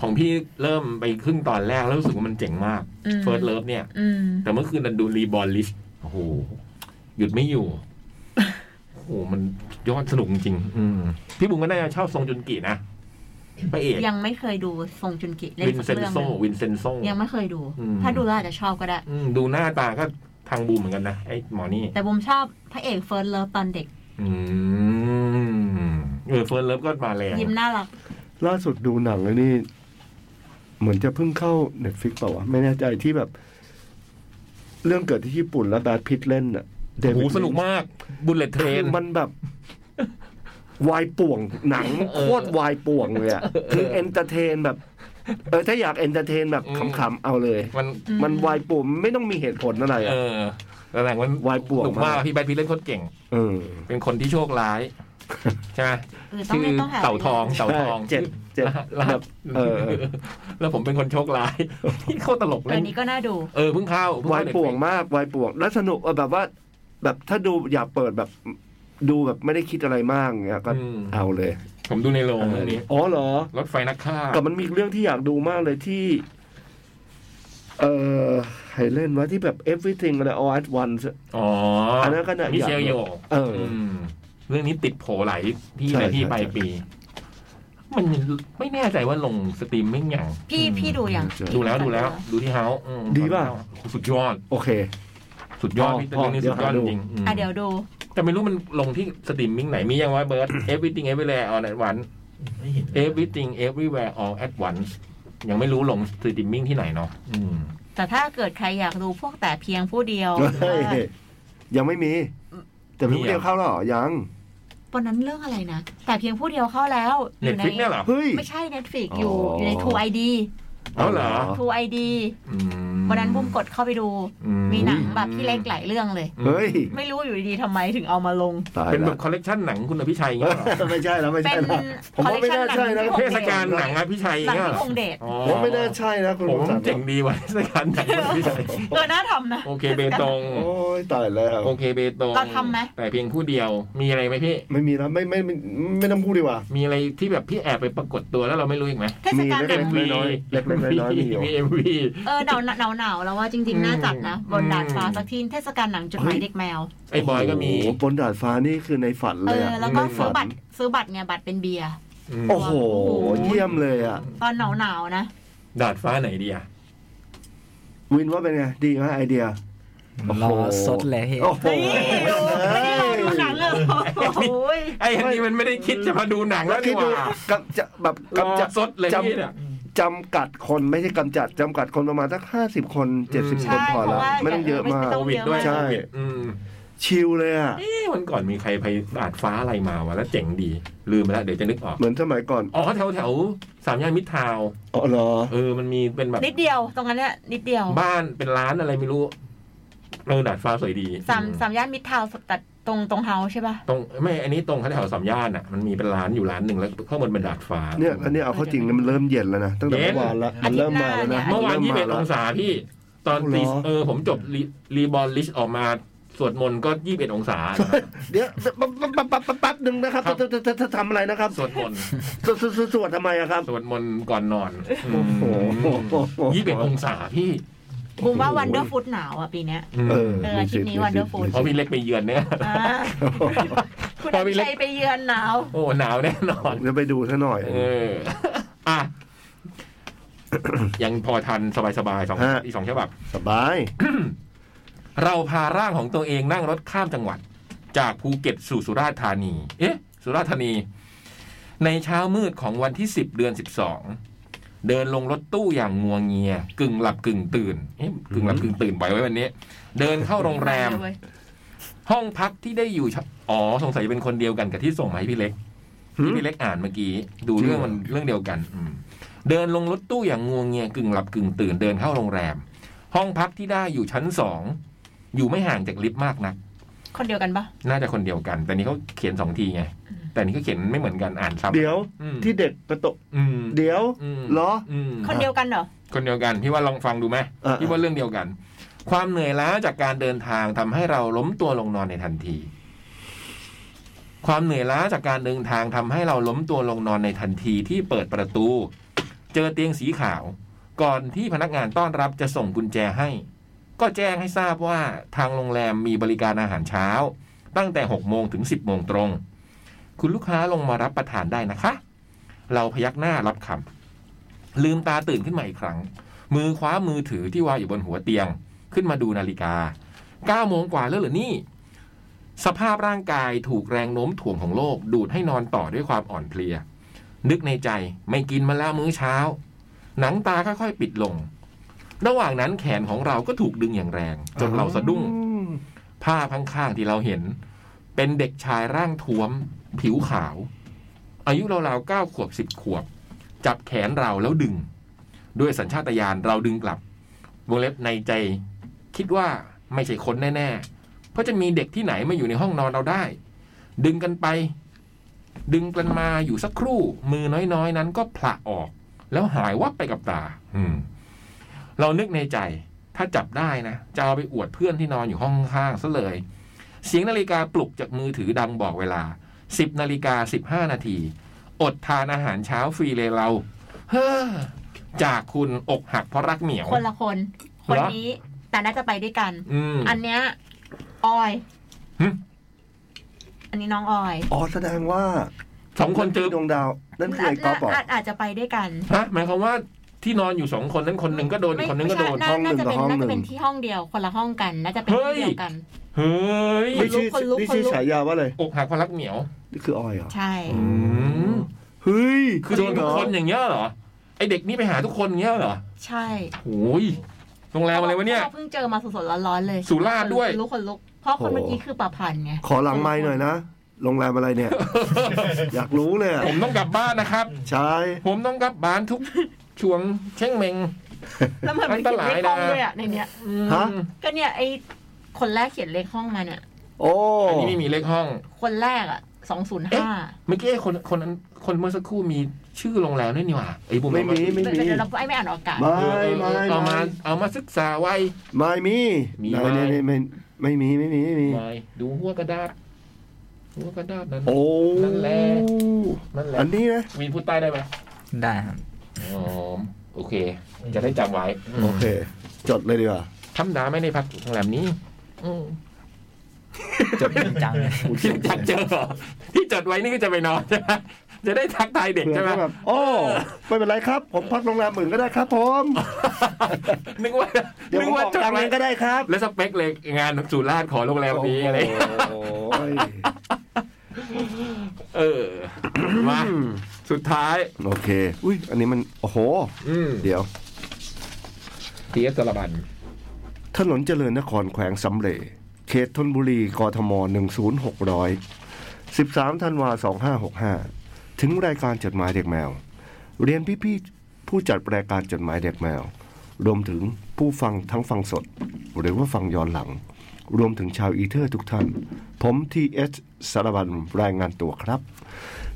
B: ของพี่เริ่มไปครึ่งตอนแรกแล้วรู้สึกว่ามันเจ๋งมาก
D: อืม
B: เฟิร์สเลิฟเนี่ย
D: อืม
B: แต่เมื่อคืนนันดูรีบอลลิสโอ้โห หยุดไม่อยู่ โอ้โห มันยอดสนุกจริงๆอืมพี่บุ๋มก็น่าจะชอบทรงจุนกินะพระเอก
D: ยังไม่เคยดูทรงจุนกิเล่
B: วิ
D: น
B: น
D: สัก
B: เซน
D: เรื่อง
B: โซ
D: หนึ่ง
B: วินเซนโซ
D: ยังไม่เคยดู
B: อืม
D: ถ้าดูแล้วอาจจะชอบก็ได้
B: อืมดูหน้าตาก็ทางบูมเหมือนกันนะ ไอ้หมอนี่
D: แต่บุมชอบพระเอกเฟิร์สเลิฟตอนเด็ก
B: อืมเออเฟิร์สเลิฟก็มาแรง
D: ยิ้มน่ารัก
C: ล่าสุดดูหนังแล้วนี่ เหมือนจะเพิ่งเข้าเน็ตฟิกเปล่าวะไม่แน่ใจที่แบบ เรื่องเกิดที่ญี่ปุ่นแล้วแบทพิทเล่นอะเด
B: โอ้โห
C: วิด
B: สนุกมาก บุลเลตเทรน
C: มันแบบ วายป่วงหนัง
B: เออ
C: โคตรวายป่วงเลยอะคือเอนเตอร์เทนแบบ เออถ้าอยากเอนเตอร์เทนแบบ
B: อืม
C: ขำๆเอาเลย
B: มัน
C: มันวายป่วงไม่ต้องมีเหตุผลอะไร
B: เอ
C: อะ
B: อแล้วหนังมัน
C: วายป่วง
B: สนุกมาม
C: ากก
B: พี่แบทพีทเล่นโคตรเก่ง
C: เออ
B: เป็นคนที่โชคร้าย ใช่ไหม
D: เออ ต้อง
B: ชื่อ
D: ไม่ต้องหา
B: เต่าทองเต่าทอง
C: ใช่เจ็ดเจ็ด
B: ร
C: แบ
B: หัส
C: บเออเออ
B: แล้วผมเป็นคนโชค ร้าย ที่เขาตลก
D: เอ
B: เล่
D: อน นี้ก็น่าดู
B: เออเพิ่งเข้าเพิ่ง
C: วาย
B: เข้า Netflix
C: ป่วงมากวายป่วงแล้วสนุกเออแบบว่า แบบถ้าดูอยากเปิดแบบ ดูแบบไม่ได้คิดอะไรมากเงี้ยก็
B: อืม
C: เอาเลย
B: ผมดูในโรงเรื่องนี้
C: อ๋อเหรอ
B: รถไฟนักฆ่า
C: กับมันมีอีกเรื่องที่อยากดูมากเลยที่ เออใครเล่นวะที่แบบ everything อะไร all at once อะ
B: อ๋อ
C: อั
B: อั
C: นนั้นก็น่ะ
B: มิเชล
C: อยากดู
B: โย
C: เอออื
B: มเรื่องนี้ติดโผหลายที่
C: ใช่
B: เลยพี่
C: ใช่
B: ไปลาย
C: ใช่
B: ปี มันไม่แน่ใจว่าลงสตรีมมิ่งอย่าง
D: พี่พี่ดูอย่าง
B: ดูแล้วดูแล้ว ดูที่เฮาส์อืม
C: ดีป่ะ
B: สุดยอด
C: โอเค
B: สุดยอด
C: พอ
B: พี่เรื่องนี้สุ
C: พอเดี๋ย
B: ด
C: ว
B: ยอดจ
C: หาดู
B: ริงๆอืม
D: อ่ะเดี๋ยวดู
B: แต่ไม่รู้มันลงที่สตรีมมิ่งไหนมียังว่าเบิร์ด everything everywhere all at once
G: ไม่เห็น
B: everything everywhere all at once ยังไม่รู้ลงสตรีมมิ่งที่ไหนเนาะอืม
D: แต่ถ้าเกิดใครอยากดูพวกแต่เพียงผู้เดียวหรือ
C: เฮ้ย
D: ว่า
C: ยังไม่มี แต่เพิ่ง
B: มีอ่ะ
C: เดียวเข้าแล้วเหรอยัง
D: วันนั้นเรื่องอะไรนะ แต่เพียงผู้เดียวเข้าแล้วอ
B: เน็ต
D: ยู่
B: ฟลิก
D: ใน
B: เนี่ยเหรอ
C: เฮ้ย
D: ไม่ใช่ Netflix อยู่
C: อ๋อ
D: อ
C: อ
D: ยู่ใน True ID
B: เอาเหรอ
D: True ID
B: อื
D: วันนั้นบุมกดเข้าไปดู
B: อื
D: มีหนังแบบพี่เล็กหลายเรื่องเลย
C: เฮ้ย
D: ไม่รู้อยู่ดีๆทำไมถึงเอามาลง
C: ตาย
B: เป็นแบ
C: แล้ว
B: บคอลเลกชันหนังคุณอภิชัยเงี้ยเหรอ
C: ไม่ใช่แล้วไม่
D: เป็
C: ใช่
D: น
C: แล้วผมว่าไม่น่าใช่นะ
D: คอลเล
B: เท
D: ค
B: ศ
D: ชันหนัง
B: กาลหนังอภิชัย
D: หลัง
B: เงี้ยเหรอ
D: ที่คงเดช
B: อ๋อ
C: ผมว่าไม่น่าใช่นะคุณ
B: ผม
C: ค
B: ว่า
C: สั
B: มัน นเจ๋งดีว่ะเทศ กาลหนังคุณอภิชัย
D: เออน่าทำนะ
B: โอเคเบตง
C: โอ้ยตายแล้ว
B: โอเคเบตง
D: เราทำไหม
B: แต่เพียงผู้เดียวมีอะไรไหมพี่
C: ไม่มีแล้วไม่ไม่ไม่ไม่ต้องพูดดีกว่า
B: มีอะไรที่แบบพี่แอบไปปรากฏตัวแล้วเราไม่รู้อีกไหม
D: เทศกาลหนัง
C: มีเล็กๆน้อยๆเล็ก
B: ม
C: น้ อยๆมี
B: วี
C: อยู่
B: มีเอ็มวี
D: เออหนาวหนาวหนาวแล้วว่าจริง ๆ น่าจัดนะ บนดาดฟ้าสักทีเทศกาลหนังจดหมายเด็กแมว
B: ไอ้บอยก็มี
C: โอ้โหบนดาดฟ้านี่คือในฝัน
D: เอ
C: เลย
D: อ
C: อะ
D: แล้วก็
C: ใน
D: ซื้
C: ฝั
D: อน บัตรซื้อบัตรเนี่ยบัตรเป็นเบียร์
C: โอ้โห เยี่ยมเลยอ่ะ
D: ตอนหนาวหนาวๆนะ
B: ดาดฟ้าไหนดีอ่ะ
C: วินว่าเป็นไง ดีไหมไอเดียโโห
F: รอสดเลยเฮ้
C: โอ้โห
D: ไม่ได้รอดูหนังเลยโอ้โหย
B: ไอ้อันนี้มันไม่ได้คิดจะมาดูหนัง
C: แล้
B: แล้ว ว
C: คิด
B: นี่ห
C: ดู
B: ว่าก
C: ำจะแบบ
B: รอก
C: ำจัด
B: สดเลยนี่เนี่ย
C: จำกัดคนไม่ใช่กำจัดจำกัดคนประมาณสักห้าสิบคนเจ็ดสิบ
B: อืม
C: คน
D: ใช่
C: พอ
D: เพราะ
C: ละ
D: ว่า
C: ไม่ต้องเยอะมาก
D: ไต้งเอะ
B: ด้ว
D: มา
B: ย
C: ใช่
B: โควิดอืม
C: ชิลเลยอ่ะ
B: เอ๊ะวันก่อนมีใครไปดาดฟ้าอะไรมาวะแล้วเจ๋งดี ลืมไปแล้วเดี๋ยวจะนึกออก
C: เหมือนสมัยก่อน
B: อ๋อแถวแถวๆสามย่านมิตรทาวน์
C: อ๋อเหรอ
B: เออมันมีเป็นแบบ
D: นิดเดียวตรงนั้นเนี่ยนิดเดียว
B: บ้านเป็นร้านอะไรไม่รู้เออดาดฟ้าสวยดี
D: สามสามย่านมิดทาวน์ตัดตรงตรงเฮาส์ใช่ป่ะ
B: ตรงไม่อันนี้ตรงแถวๆสามย่านอ่ะมันมีเป็นร้านอยู่ร้านหนึ่งแล้วข้างบนเป็นดาดฟ้า
C: เนี่ยอันเนี้ยเอาเข้าจริงนะมันเริ่มเย็นแล้วนะตั้งแต่
B: เย็น
C: เมื่อวานละมันเริ่มมาแล้วนะ
B: เมื่อวาน
C: ริ่
B: ยี่สิบ
C: แล้
B: องศาพี่ ตอน
C: เหรอ
B: ตีเออผมจบรีบอลลิชออกมาสวดมนต์ก็ยี่สิบเอ็ดองศา
C: เดี๋ยวปั๊บปั๊บปั๊บปั๊บปั๊บปั๊บหนึ่งนะครับ
B: ครับ
C: จะจะจะจะทำอะไร นะครับ
B: สวดมนต์
C: สวดสวดสวดสวดทำไมอะครับ
B: สวดมนต์ก่อนนอน
C: โอ้โห
B: ยี่สิบเอ็ดองศาพี่
D: บูมว่าวันเดอร์ฟุตหนาวอ่ะปีเนี้ย
C: เออ
D: เอออาทิตย์นี้วัน Wonderful
B: เพราะพี่เล็กไปเยือนเนี่ย
D: อ่าคุณ
B: พอมีเล็ก
D: ชัยไปเยือนหนาว
B: โอ้หนาวแน่นอน
C: จะไปดูซะหน่อย
B: เออ อ่ะ ยังพอทันสบายๆสอง
C: ฮะ
B: อีกสองฉบับ
C: สบาย
B: เราพาร่างของตัวเองนั่งรถข้ามจังหวัด จากภูเก็ตสู่สุราษฎร์ธานี เอ๊ะ สุราษฎร์ธานี ในเช้ามืดของวันที่ 10 เดือน 12 เดินลงรถตู้อย่างงัวงเงีย กึ่งหลับกึ่งตื่น เอ๊ะกึ่งหลับกึ่งตื่นบ่อยไว้วันนี้ เดินเข้าโรงแรม ห้องพักที่ได้อยู่ชอ๋อสงสัยเป็นคนเดียวกันกับที่ส่งมาให้พี่เล็ก
C: หืม
B: ที่พี่เล็กอ่านเมื่อกี้ ดูเรื่องมันเรื่องเดียวกันอืมเดินลงรถตู้อย่างงวงเงียกึ่งหลับกึ่งตื่นเดินเข้าโรงแรม ห้องพักที่ได้อยู่ชั้นสองอยู่ไม่ห่างจากลิฟต์มากนัก
D: คนเดียวกันปะ
B: น่าจะคนเดียวกัน แต่นี่เขาเขียนสองทีไง แต่นี่เขาเขียนไม่เหมือนกันอ่านซ้ำ
C: เดี๋ยว
B: อืม
C: ที่เด็กกระตก
B: อืม
C: เดี๋ยว
B: ม
C: เหรอ
B: ม
D: คนเดียวกันเหรอ
B: คนเดียวกันพี่ว่าลองฟังดูไหม
C: เออ
B: พี่ว่าเรื่องเดียวกัน ความเหนื่อยล้าจากการเดินทางทำให้เราล้มตัวลงนอนในทันที ความเหนื่อยล้าจากการเดินทางทำให้เราล้มตัวลงนอนในทันทีที่เปิดประตู เจอเตียงสีขาว ก่อนที่พนักงานต้อนรับจะส่งกุญแจให้ ก็แจ้งให้ทราบว่าทางโรงแรมมีบริการอาหารเช้า ตั้งแต่6โมงถึง 10โมงตรง คุณลูกค้าลงมารับประทานได้นะคะ เราพยักหน้ารับคำลืมตาตื่นขึ้นมาอีกครั้ง มือคว้ามือถือที่วางอยู่บนหัวเตียง ขึ้นมาดูนาฬิกา9โมงกว่าแล้วเหรือนี่ สภาพร่างกายถูกแรงโน้มถ่วงของโลก ดูดให้นอนต่อด้วยความอ่อนเพลีย นึกในใจไม่กินมาแล้วมื้อเช้า หนังตาค่อยๆปิดลง ระหว่างนั้นแขนของเราก็ถูกดึงอย่างแรง จนเราสะดุ้ง
C: อืม
B: ภาพข้างๆที่เราเห็น เป็นเด็กชายร่างท้วม ผิวขาว อายุราวๆเก้าขวบสิบขวบ จับแขนเราแล้วดึง ด้วยสัญชาตญาณเราดึงกลับวงเล็บในใจ คิดว่าไม่ใช่คนแน่ๆ เพราะจะมีเด็กที่ไหนมาอยู่ในห้องนอนเราได้ ดึงกันไป ดึงกันมาอยู่สักครู่ มือน้อยๆ นั้นก็ผละออก แล้วหายวับไปกับตา อืม เรานึกในใจ ถ้าจับได้นะ จะเอาไปอวดเพื่อนที่นอนอยู่ห้องข้างซะเลย เสียงนาฬิกาปลุกจากมือถือดังบอกเวลา 10นาฬิกา15 นาที อดทานอาหารเช้าฟรีเลยเรา เฮ้อ จากคุณอกหักเพราะรักเหมียว
D: คนละคน
B: เหรอ
D: คนนี้ แต่น่าจะไปด้วยกัน
B: อืม
D: อันเนี้ยออย
B: หึ
D: อันนี้น้องออย
C: อ๋อแสดงว่า
B: สองคนเจอ
C: ดวงดาวนั่นคือไอ้ก๊อฟบอก
D: าาอาจจะไปด้วยกัน
B: ฮะหมายความว่าที่นอนอยู่สองคนนั้นคนหนึ่งก็โดนอีกคนหนึงก็โดน
C: ห้
D: ไม่ใช่
C: องหนึ่
D: น่าง
C: กั
D: จะ
C: บ
D: เป็น
C: ห้อง
D: น่า
C: หนึ่
D: จะ
C: ง
D: เป็นที่ห้องเดียวคนละห้องกัน น่าจะเป็น
B: เฮ้
D: ที่
B: ย
D: เดียวกัน
B: เฮ้ย
C: นี่ชื่อ
D: คนลุก
C: นี่
D: คนลุก
C: ชื่อฉายาว่าอะไร
B: อกหักเพราะรักเหมียว
C: นี่คือออยเหรอ
D: ใช่
B: อืม
C: เฮ้ย
B: คือ
C: จ
B: โดน
C: ริงเห
B: ทุ
C: ร
B: ก
C: อ
B: คนอย่างเงี้ยเหรอไอเด็กนี่ไปหาทุกคนอย่างเงี้ยเหรอ
D: ใช่
B: โอ้ยโรงแรมอะไรวะเนี่ย
D: พาาเพิ่งเจอมาสดๆร้อนๆเลย
B: สุราษฎร์ด้วย
D: คนลุกคนลุกเพราะคนเมื่อกี้คือประพันธ์ไง
C: ขอหลังไม้หน่อยนะโรงแรมอะไรเนี่ย อยากรู้เลยอะ
B: ผมต้องกลับบ้านนะครับ
C: ใช่
B: ผมต้องกลับบ้านทุกช่วงเช่งเมง
D: แล้วมันเป็น
B: อันต
D: เขียน
B: ราย
D: เล
B: นะ
D: ขห้องด้วยอ่ะในเนี้ย
B: อืม
C: ฮะ
D: ก็เนี่ยไอคนแรกเขียนเลขห้องมาเนี่ย
C: โอ้
B: อันนี้ไม่มีเลขห้อง
D: คนแรกอ่ะสองศูนย์ห้า
B: เมื่อกี้ไอ้คนคนนั้นคนเมื่อสักครู่มีชื่อโรงแรมด้วยนี่หว่าไอ้บุ๋ม
C: ไม่มีไม่
D: เดี๋ยว
C: มี
D: เดี๋ยวเราไอไม่อ่านออกอากาศ
C: ไม่
B: เอามา
C: ไม่
B: เอา
C: ไม่
B: มาเอามาศึกษาไว้
C: ไม่มี
B: มี
C: ไม่
B: ไหม
C: ไม่ไม่ไม่มีไม่มีไม่มี
B: ไม่ดูหัวกระดาษหัวกระดาษนั้น
C: โอ้
B: นั่นแหละ นั่นแหละ
C: อันนี้นะ
B: วีนพูดใต้ได้ไหม
F: ได้ครับ
B: อ๋อ โอเค จะได้จำไว้
C: โอเค จดเลยดีกว่า
B: ทำดาไม่ได้พักอยู่โรงแรมนี้อืม
F: จดจริงจังเลย
B: ที่จัดเจอเหรอที่จดไว้นี่ก็จะไปนอน ใช่ไหมจะได้ทักทายเด็ก
C: เพื่อ
B: ใช่
C: น
B: ไหม
C: ก็แบบโอ้ไม่เป็นไรครับ ผมพักโรงแรมอื่นก็ได้ครับ ผม
B: นึกว่า
C: เดี๋ยว
B: นึ
C: ผ
B: ก
C: ม
B: ว่า
C: บอก
B: จด
C: ทาง
B: ไว้
C: นั้นก็ได้ครับ
B: แล้วสเปคเลยงานสุราษฎร์ขอโรงแรมนี้อะไร
C: โอ้ย
B: เออ มาสุดท้าย
C: โอเค อุ้ยอันนี้มันโอ้โห
B: อืม
C: เดี๋ยว
B: ทีเอสระบัน
C: ถนนเจริญนครแขวงสำเรจเขตธนบุรี กทม 10600 13ธันวา2565 ถึงรายการจดหมายเด็กแมว เรียนพี่ๆผู้จัดรายการจดหมายเด็กแมว รวมถึงผู้ฟังทั้งฟังสด หรือว่าฟังย้อนหลัง รวมถึงชาวอีเทอร์ทุกท่าน ผมทีเอสสารบันรายงานตัวครับ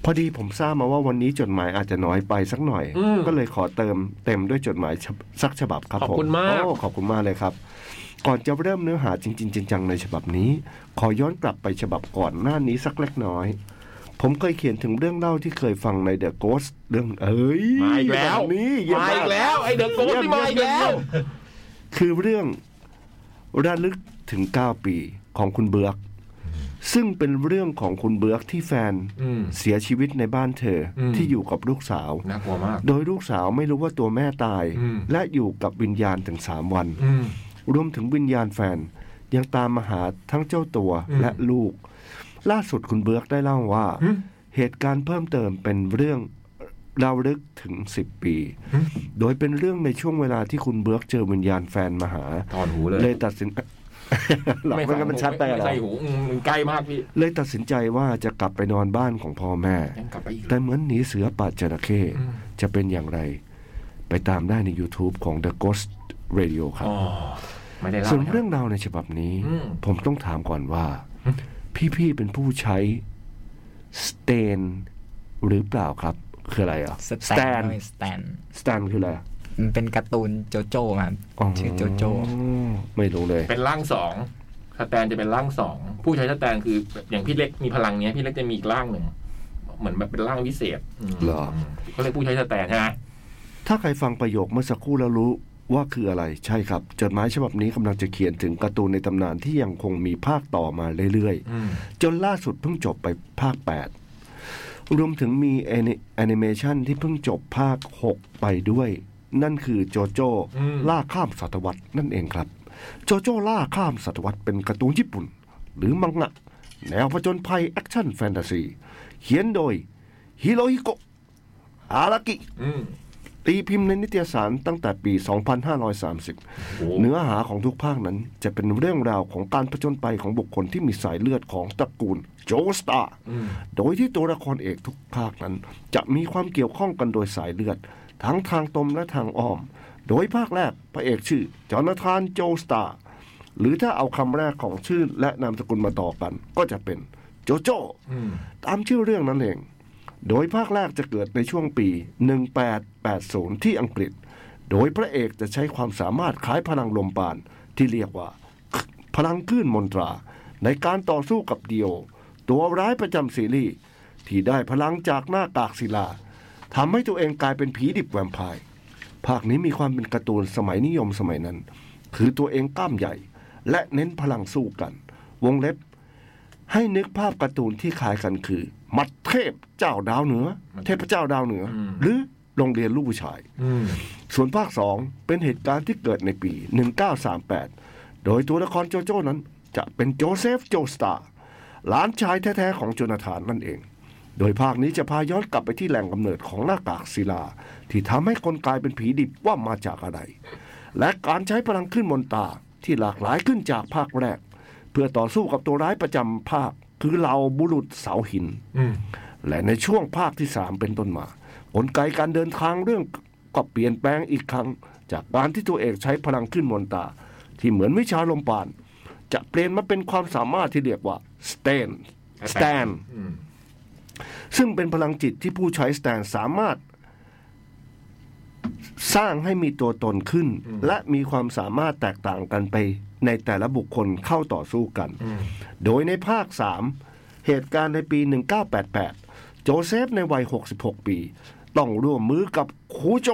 C: พอดีผมทราบมาว่าวันนี้จดหมายอาจจะน้อยไปสักหน่อย
B: อืม
C: ก็เลยขอเติมเต็มด้วยจดหมายฉบสักฉบับครับ
B: ขอบ
C: ผม
B: คุณมาก
C: โอ้ขอบคุณมากเลยครับ ก่อนจะเริ่มเนื้อหาจริง ๆจังๆในฉบับนี้ ขอย้อนกลับไปฉบับก่อนหน้านี้สักเล็กน้อย ผมเคยเขียนถึงเรื่องเล่าที่เคยฟังใน The Ghost เรื่องเอ้ย
B: มาอีกแล้ว
C: บบนี้เยี่ย
B: มา
C: มา
B: อี
C: ก
B: กแล้ว ไอเดอะโกส
C: เยี่ยม
B: มาอีกแล้ว
C: คือเรื่องระลึกถึง 9 ปีของคุณเบือกซึ่งเป็นเรื่องของคุณเบือกที่แฟน
B: อืม
C: เสียชีวิตในบ้านเธออ
B: ม
C: ที่อยู่กับลูกสาว
B: น่ากลัวมาก
C: โดยลูกสาวไม่รู้ว่าตัวแม่ตาย
B: อืม
C: และอยู่กับวิญญาณถึงสามวัน
B: อืม
C: รวมถึงวิญญาณแฟน ยังตามมาหาทั้งเจ้าตัว
B: อืม
C: และลูก ล่าสุดคุณเบือกได้เล่าว่า
B: หึ
C: เหตุการณ์เพิ่มเติมเป็นเรื่องเราลึกถึง 10 ปี
B: หึ
C: โดยเป็นเรื่องในช่วงเวลาที่คุณเบิร์กเจอวิญญาณแฟนมาหา
B: ถอนหูเลย
C: เลยตัดสิน หลับมันก็มันชัดไป
B: ม่
C: เหรอ
B: ใส่หูอืมมันใกล้มากพี่
C: เลยตัดสินใจว่าจะกลับไปนอนบ้านของพ่อแม่
B: ยังกลับไปอีกเหร
C: แต่
B: อ
C: เหมือนหนีเสือป่าจระเข้
B: อืม
C: จะเป็นอย่างไร ไปตามได้ใน YouTube ของ The Ghost Radio ครับ
B: อ๋อไม่ได้เล่า
C: ส่วน
B: นะ
C: เรื่องราวในฉบับนี้
B: อืม
C: ผมต้องถามก่อนว่า
B: อืม
C: พี่ๆเป็นผู้ใช้สเตนหรือเปล่าครับ คืออะไรอ่ะ
F: สแตนสแตน
C: สแตนคืออะไรอะ
F: มันเป็นการ์ตูนโจโจ้ครับชื่อโจโจ้
C: ไม่รู้เลย
B: เป็นร่างสองสแตนจะเป็นร่างสอง ผู้ใช้สแตนคือแบบอย่างพี่เล็กมีพลังเนี้ย พี่เล็กจะมีอีกร่างหนึ่ง เหมือนแบบเป็นร่างวิเศษม
C: เหรอ
B: เขาเรียกผู้ใช้สแตนใช่ไหม
C: ถ้าใครฟังประโยคเมื่อสักครู่แล้วรู้ว่าคืออะไร ใช่ครับ จดหมายฉบับนี้กำลังจะเขียนถึงการ์ตูนในตำนานที่ยังคงมีภาคต่อมาเรื่อยๆ
B: อืม
C: จนล่าสุดเพิ่งจบไปภาค 8 รวมถึงมีแอนิเมชันที่เพิ่งจบภาค 6 ไปด้วย นั่นคือโจโจ้
B: อืม
C: ล่าข้ามศตวรรษนั่นเองครับ โจโจ้ล่าข้ามศตวรรษเป็นการ์ตูนญี่ปุ่น หรือมังงะ แนวผจญภัยแอคชั่นแฟนตาซี เขียนโดยฮิโรฮิโกะอารากิ
B: อืม
C: ตีพิมพ์ในนิตยสารตั้งแต่ปี 2530
B: โอ้โห
C: เนื้อหาของทุกภาคนั้นจะเป็นเรื่องราวของการผจญภัยของบุคคลที่มีสายเลือดของตระกูลโจสตาร์
B: อืม
C: โดยที่ตัวละครเอกทุกภาคนั้น จะมีความเกี่ยวข้องกันโดยสายเลือด ทั้งทางตรงและทางอ้อม โดยภาคแรกพระเอกชื่อจอนาธานโจสตาร์หรือถ้าเอาคำแรกของชื่อและนามสกุลมาต่อกัน ก็จะเป็นโจโจ
B: อืม
C: ตามชื่อเรื่องนั้นเอง โดยภาคแรกจะเกิดในช่วงปี 1880 ที่อังกฤษ โดยพระเอกจะใช้ความสามารถคล้ายพลังลมปานที่เรียกว่า พลังคลื่นมนตรา ในการต่อสู้กับเดียว ตัวร้ายประจำซีรีส์ที่ได้พลังจากหน้ากากศิลาทำให้ตัวเองกลายเป็นผีดิบแวมไพร์ ภาคนี้มีความเป็นการ์ตูนสมัยนิยมสมัยนั้น คือตัวเองกล้ามใหญ่ และเน้นพลังสู้กัน วงเล็บ ให้นึกภาพการ์ตูนที่คล้ายกันคือ มัดเทพเจ้าดาวเหนือ เทพเจ้าดาวเหนืออ
B: ม
C: หรือโรงเรียนลูกผู้ชาย
B: อืม
C: ส่วนภาค 2 เป็นเหตุการณ์ที่เกิดในปี 1938 โดยตัวละครโจโจ้นั้นจะเป็นโจเซฟโจสตาร์หลานชายแท้ ๆ ของโจนาธานนั่นเอง โดยภาคนี้จะพาย้อนกลับไปที่แหล่งกำเนิดของหน้ากากศิลา ที่ทำให้คนกลายเป็นผีดิบว่ามาจากอะไร และการใช้พลังขึ้นมนตราที่หลากหลายขึ้นจากภาคแรก เพื่อต่อสู้กับตัวร้ายประจำภาค คือเหล่าบุรุษเสาหิน
B: อืม
C: และในช่วงภาคที่ 3 เป็นต้นมากลไกการเดินทางเรื่องก็เปลี่ยนแปลงอีกครั้ง จากการที่ตัวเอกใช้พลังขึ้นมนตราที่เหมือนวิชาลมปาน จะเปลี่ยนมาเป็นความสามารถที่เรียกว่าสเตนสแตน
B: อืม
C: ซึ่งเป็นพลังจิตที่ผู้ใช้สแตนสามารถ สร้างให้มีตัวตนขึ้น
B: อืม
C: และมีความสามารถแตกต่างกันไป ในแต่ละบุคคลเข้าต่อสู้กัน
B: อืม
C: โดยในภาค 3 เหตุการณ์ในปี 1988 โจเซฟในวัย 66 ปี ต้องร่วมมือกับคูโจ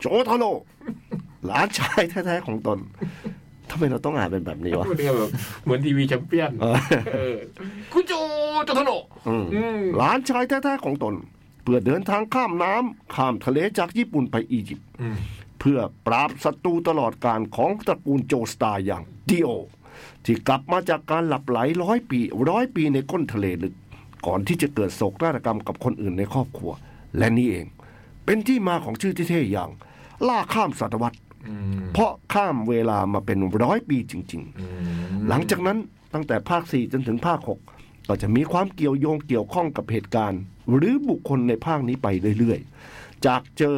C: โจทาโร่ หลานชายแท้ๆของตนทำไมเราต้องอ่านเป็นแบบนี้วะ
B: เป็นไงแบบเหมือนทีวีแชมเปี้ยน
C: เออ
B: เออคุณโจโจทโน
C: อืม
B: อืม
C: หลานชายแท้ๆของตน เพื่อเดินทางข้ามน้ำข้ามทะเลจากญี่ปุ่นไปอียิปต์ เพื่อปราบศัตรูตลอดการของตระกูลโจสตาร์อย่างดิโอ ที่กลับมาจากการหลับไหลร้อยปีร้อยปีในก้นทะเลลึก ก่อนที่จะเกิดโศกนาฏกรรมกับคนอื่นในครอบครัว และนี่เอง เป็นที่มาของชื่อที่เท่อย่าง ล่าข้ามศตวรรษ เพราะข้ามเวลามาเป็นร้อยปีจริง ๆ หลังจากนั้นตั้งแต่ภาค 4 จนถึงภาค 6 ก็จะมีความเกี่ยวโยงเกี่ยวข้องกับเหตุการณ์ หรือบุคคลในภาคนี้ไปเรื่อยๆ จากเจอ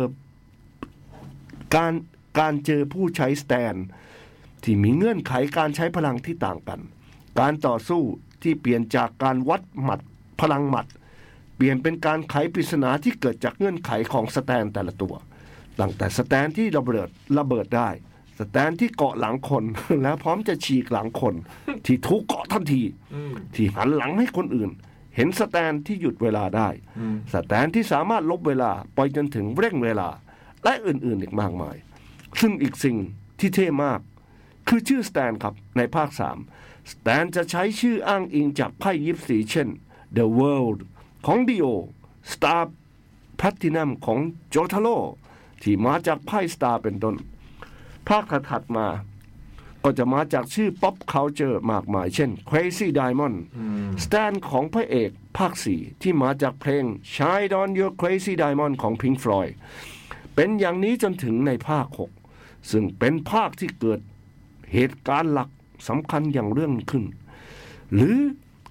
C: การการเจอผู้ใช้สแตน ที่มีเงื่อนไขการใช้พลังที่ต่างกัน การต่อสู้ที่เปลี่ยนจากการวัดหมัดพลังหมัด เปลี่ยนเป็นการไขปริศนาที่เกิดจากเงื่อนไขของสแตนแต่ละตัว ตั้งแต่สแตนที่ระเบิดระเบิดได้ สแตนที่เกาะหลังคน และพร้อมจะฉีกหลังคน ที่ถูกเกาะทันที ที่หันหลังให้คนอื่น เห็นสแตนที่หยุดเวลาได้ สแตนที่สามารถลบเวลาไปจนถึงเร่งเวลา และอื่นๆอีกมากมาย ซึ่งอีกสิ่งที่เท่มาก คือชื่อสแตนครับในภาค 3 สแตนจะใช้ชื่ออ้างอิงจากไพ่ยิปสีเช่น The World ของ Dio Star Platinum ของ j o t a r o ที่มาจากไพ่ Star เป็นต้น ภาคถัดๆมา ก็จะมาจากชื่อ Pop Culture มากมาย เช่น Crazy Diamond สแตนของพระเอกภาค 4 ที่มาจากเพลง Shine on Your Crazy Diamond ของ Pink Floyd เป็นอย่างนี้จนถึงในภาค 6 ซึ่งเป็นภาคที่เกิด เหตุการณ์หลักสำคัญอย่างเรื่องขึ้น หรือ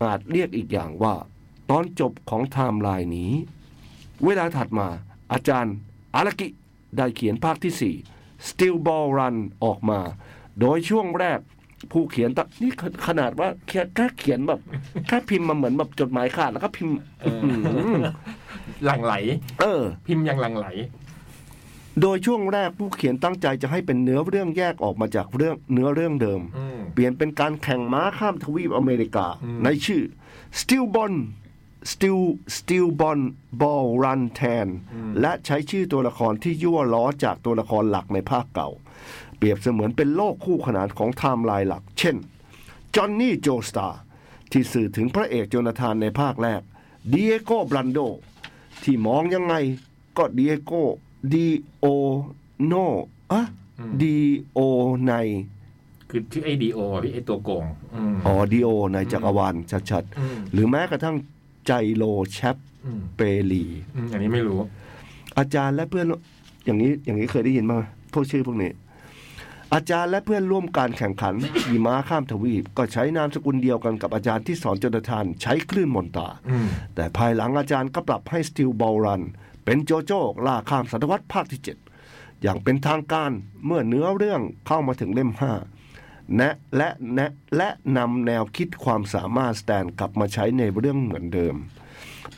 C: อาจเรียกอีกอย่างว่า ตอนจบของไทม์ไลน์นี้ เวลาถัดมาอาจารย์อารากิได้เขียนภาคที่ 4 Steel Ball Run ออกมา โดยช่วงแรกผู้เขียนตะนี่ขขนาดว่าแค่แค่เขียนแบบแค่พิมพ์มาเหมือนแบบจดหมายขาดแล้วก็พิมพ์
B: เออ หลังไหล
C: เออ
B: พิมพ์ยังหลังไหล
C: โดยช่วงแรกผู้เขียนตั้งใจจะให้เป็นเนื้อเรื่องแยกออกมาจากเรื่องเนื้อเรื่องเดิม
B: อืม
C: เปลี่ยนเป็นการแข่งม้าข้ามทวีปอเมริกา
B: อืม
C: ในชื่อ Steel Bond Steel Steel Bond Ball Run Tan และใช้ชื่อตัวละครที่ยั่วล้อจากตัวละครหลักในภาคเก่า เปรียบเสมือนเป็นโลกคู่ขนานของไทม์ไลน์หลัก เช่น จอห์นนี่โจสตาร์ที่สื่อถึงพระเอกโจนาธานในภาคแรกดิเอโกบลันโด ที่มองยังไงก็ดิเอโกดีโอโนอะดีโอใน
B: คือชื่อไอดีโอะพี่ไอตัวโกงอืม
C: ออดิโอในจักรวาลชัด
B: อืม
C: ๆ หรือแม้กระทั่งใจโลแชป
B: อืม
C: เปรี
B: อืมอันนี้ไม่รู้
C: อาจารย์และเพื่อนร่วมอย่างนี้อย่างนี้เคยได้ยินบ้างไหมพวกชื่อพวกนี้ อาจารย์และเพื่อนร่วมการแข่งขัน ขี่ม้าข้ามทวีป ก็ใช้นามสกุลเดียวกันกับอาจารย์ที่สอนจนทานใช้คลื่นมนตรา
B: อืม
C: แต่ภายหลังอาจารย์ก็ปรับให้สติลบอลรัน เป็นโจโจ้ล่าข้ามศตวรรษภาคที่ 7 อย่างเป็นทางการเมื่อเนื้อเรื่องเข้ามาถึงเล่ม 5 แนะและแนะและนำแนวคิดความสามารถสแตนกลับมาใช้ในเรื่องเหมือนเดิม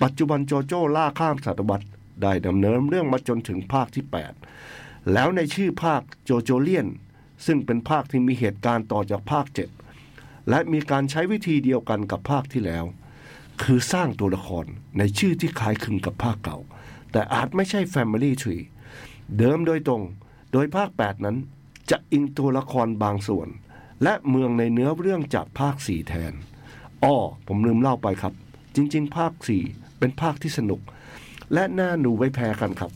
C: ปัจจุบันโจโจ้ล่าข้ามศตวรรษได้ดำเนินเรื่องมาจนถึงภาคที่ 8 แล้วในชื่อภาคโจโจเลียน ซึ่งเป็นภาคที่มีเหตุการณ์ต่อจากภาค 7 และมีการใช้วิธีเดียวกันกับภาคที่แล้ว คือสร้างตัวละครในชื่อที่คล้ายคลึงกับภาคเก่า แต่อาจไม่ใช่ Family Tree เดิมโดยตรง โดยภาค 8 นั้น จะอิงตัวละครบางส่วน และเมืองในเนื้อเรื่องจากภาค 4 แทน อ้อ ผมลืมเล่าไปครับ จริง ๆ ภาค 4 เป็นภาคที่สนุก และน่าหนูไว้แพ้กันครับ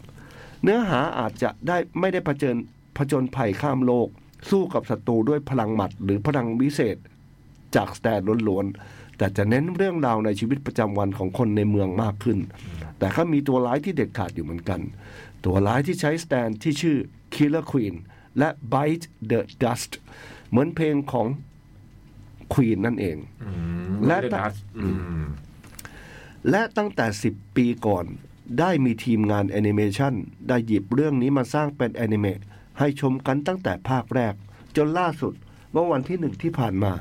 C: เนื้อหาอาจจะได้ไม่ได้ผจญผจญภัยข้ามโลก สู้กับศัตรูด้วยพลังหมัดหรือพลังวิเศษ จากสแตนล้วนๆ แต่จะเน้นเรื่องราวในชีวิตประจำวันของคนในเมืองมากขึ้น แต่ก็มีตัวร้ายที่เด็ดขาดอยู่เหมือนกัน ตัวร้ายที่ใช้สแตนที่ชื่อ Killer Queen และ Bite the Dust เหมือนเพลงของ Queen นั่นเอง และ
B: The Dust อืม
C: และตั้งแต่ 10 ปีก่อน ได้มีทีมงานแอนิเมชันได้หยิบเรื่องนี้มาสร้างเป็นแอนิเมตให้ชมกันตั้งแต่ภาคแรก จนล่าสุดเมื่อวันที่หนึ่งที่ผ่านมา